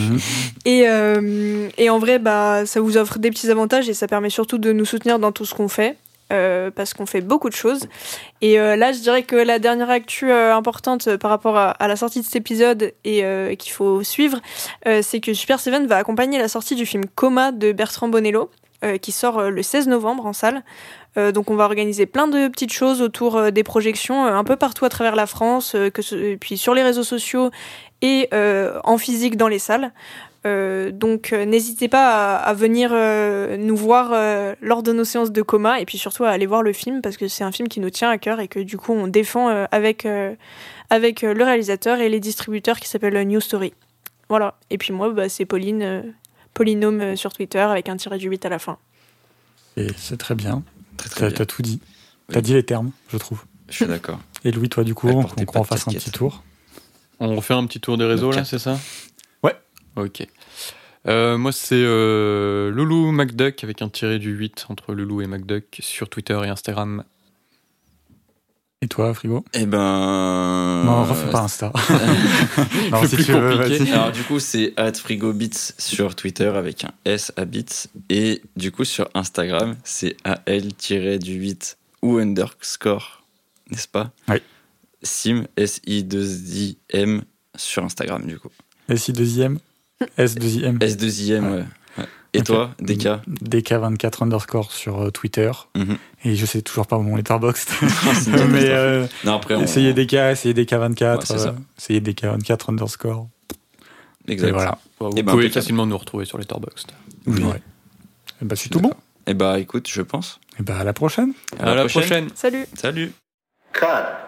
[SPEAKER 3] Et, euh, et en vrai, bah, ça vous offre des petits avantages et ça permet surtout de nous soutenir dans tout ce qu'on fait. euh, parce qu'on fait beaucoup de choses. Et euh, là, je dirais que la dernière actu euh, importante euh, par rapport à, à la sortie de cet épisode et euh, qu'il faut suivre, euh, c'est que Super Seven va accompagner la sortie du film Coma de Bertrand Bonello, euh, qui sort euh, le 16 novembre en salle. Euh, donc on va organiser plein de petites choses autour euh, des projections euh, un peu partout à travers la France, euh, que ce- et puis sur les réseaux sociaux et euh, en physique dans les salles. Euh, donc euh, n'hésitez pas à, à venir euh, nous voir euh, lors de nos séances de coma et puis surtout à aller voir le film parce que c'est un film qui nous tient à cœur et que du coup on défend euh, avec, euh, avec euh, le réalisateur et les distributeurs qui s'appelle New Story. Voilà. Et puis moi, bah, c'est Pauline, euh, Polynôme euh, sur Twitter avec un tiré du 8 à la fin.
[SPEAKER 1] Et c'est très bien.
[SPEAKER 2] Très, très
[SPEAKER 1] T'as
[SPEAKER 2] bien.
[SPEAKER 1] t'as tout dit.
[SPEAKER 2] Oui.
[SPEAKER 1] T'as dit les termes je trouve.
[SPEAKER 2] Je suis d'accord.
[SPEAKER 1] Et Louis toi du coup
[SPEAKER 2] Elle
[SPEAKER 1] on
[SPEAKER 2] portait
[SPEAKER 1] qu'on
[SPEAKER 2] pas de
[SPEAKER 1] fasse un
[SPEAKER 2] casquette.
[SPEAKER 1] petit tour.
[SPEAKER 4] On refait un petit tour des réseaux là,
[SPEAKER 2] quatre.
[SPEAKER 4] c'est ça
[SPEAKER 1] Ouais.
[SPEAKER 4] Ok. Euh, moi, c'est euh, Loulou MacDuck avec un tiré du 8 entre Loulou et MacDuck sur Twitter et Instagram.
[SPEAKER 1] Et toi frigo
[SPEAKER 2] Eh ben.
[SPEAKER 1] Non refais pas Insta. non,
[SPEAKER 4] plus compliqué.
[SPEAKER 1] vas-y.
[SPEAKER 2] Alors, du coup, c'est frigobits sur Twitter avec un S à bits. Et du coup, sur Instagram, c'est AL-du-8 ou underscore, n'est-ce pas
[SPEAKER 1] Oui.
[SPEAKER 2] Sim, S-I-2-I-M sur Instagram, du coup.
[SPEAKER 1] S I deuxième S deuxième
[SPEAKER 2] S2IM, ouais. ouais. Et
[SPEAKER 1] Ok.
[SPEAKER 2] toi, DK
[SPEAKER 1] DK24 underscore sur euh, Twitter.
[SPEAKER 2] Mhm.
[SPEAKER 1] Et je sais toujours pas mon letterbox.
[SPEAKER 2] C'est une
[SPEAKER 1] mais
[SPEAKER 2] catastrophe.
[SPEAKER 1] euh,
[SPEAKER 2] Non, après, on.
[SPEAKER 1] essayez DK, essayez
[SPEAKER 2] Ouais,
[SPEAKER 1] DK24,
[SPEAKER 2] c'est ça.
[SPEAKER 1] euh, essayez DK24 underscore.
[SPEAKER 2] Exact.
[SPEAKER 1] Et voilà.
[SPEAKER 4] Bah, Vous
[SPEAKER 2] Eh ben,
[SPEAKER 4] pouvez
[SPEAKER 2] impeccable.
[SPEAKER 4] facilement nous retrouver sur les Letterboxd.
[SPEAKER 2] Oui.
[SPEAKER 1] Ouais. Et bah, c'est
[SPEAKER 2] suis
[SPEAKER 1] tout bon.
[SPEAKER 2] Eh bah, écoute, je pense.
[SPEAKER 1] Et bah, à la prochaine.
[SPEAKER 4] À, la prochaine.
[SPEAKER 3] Salut
[SPEAKER 2] Salut
[SPEAKER 5] Cut.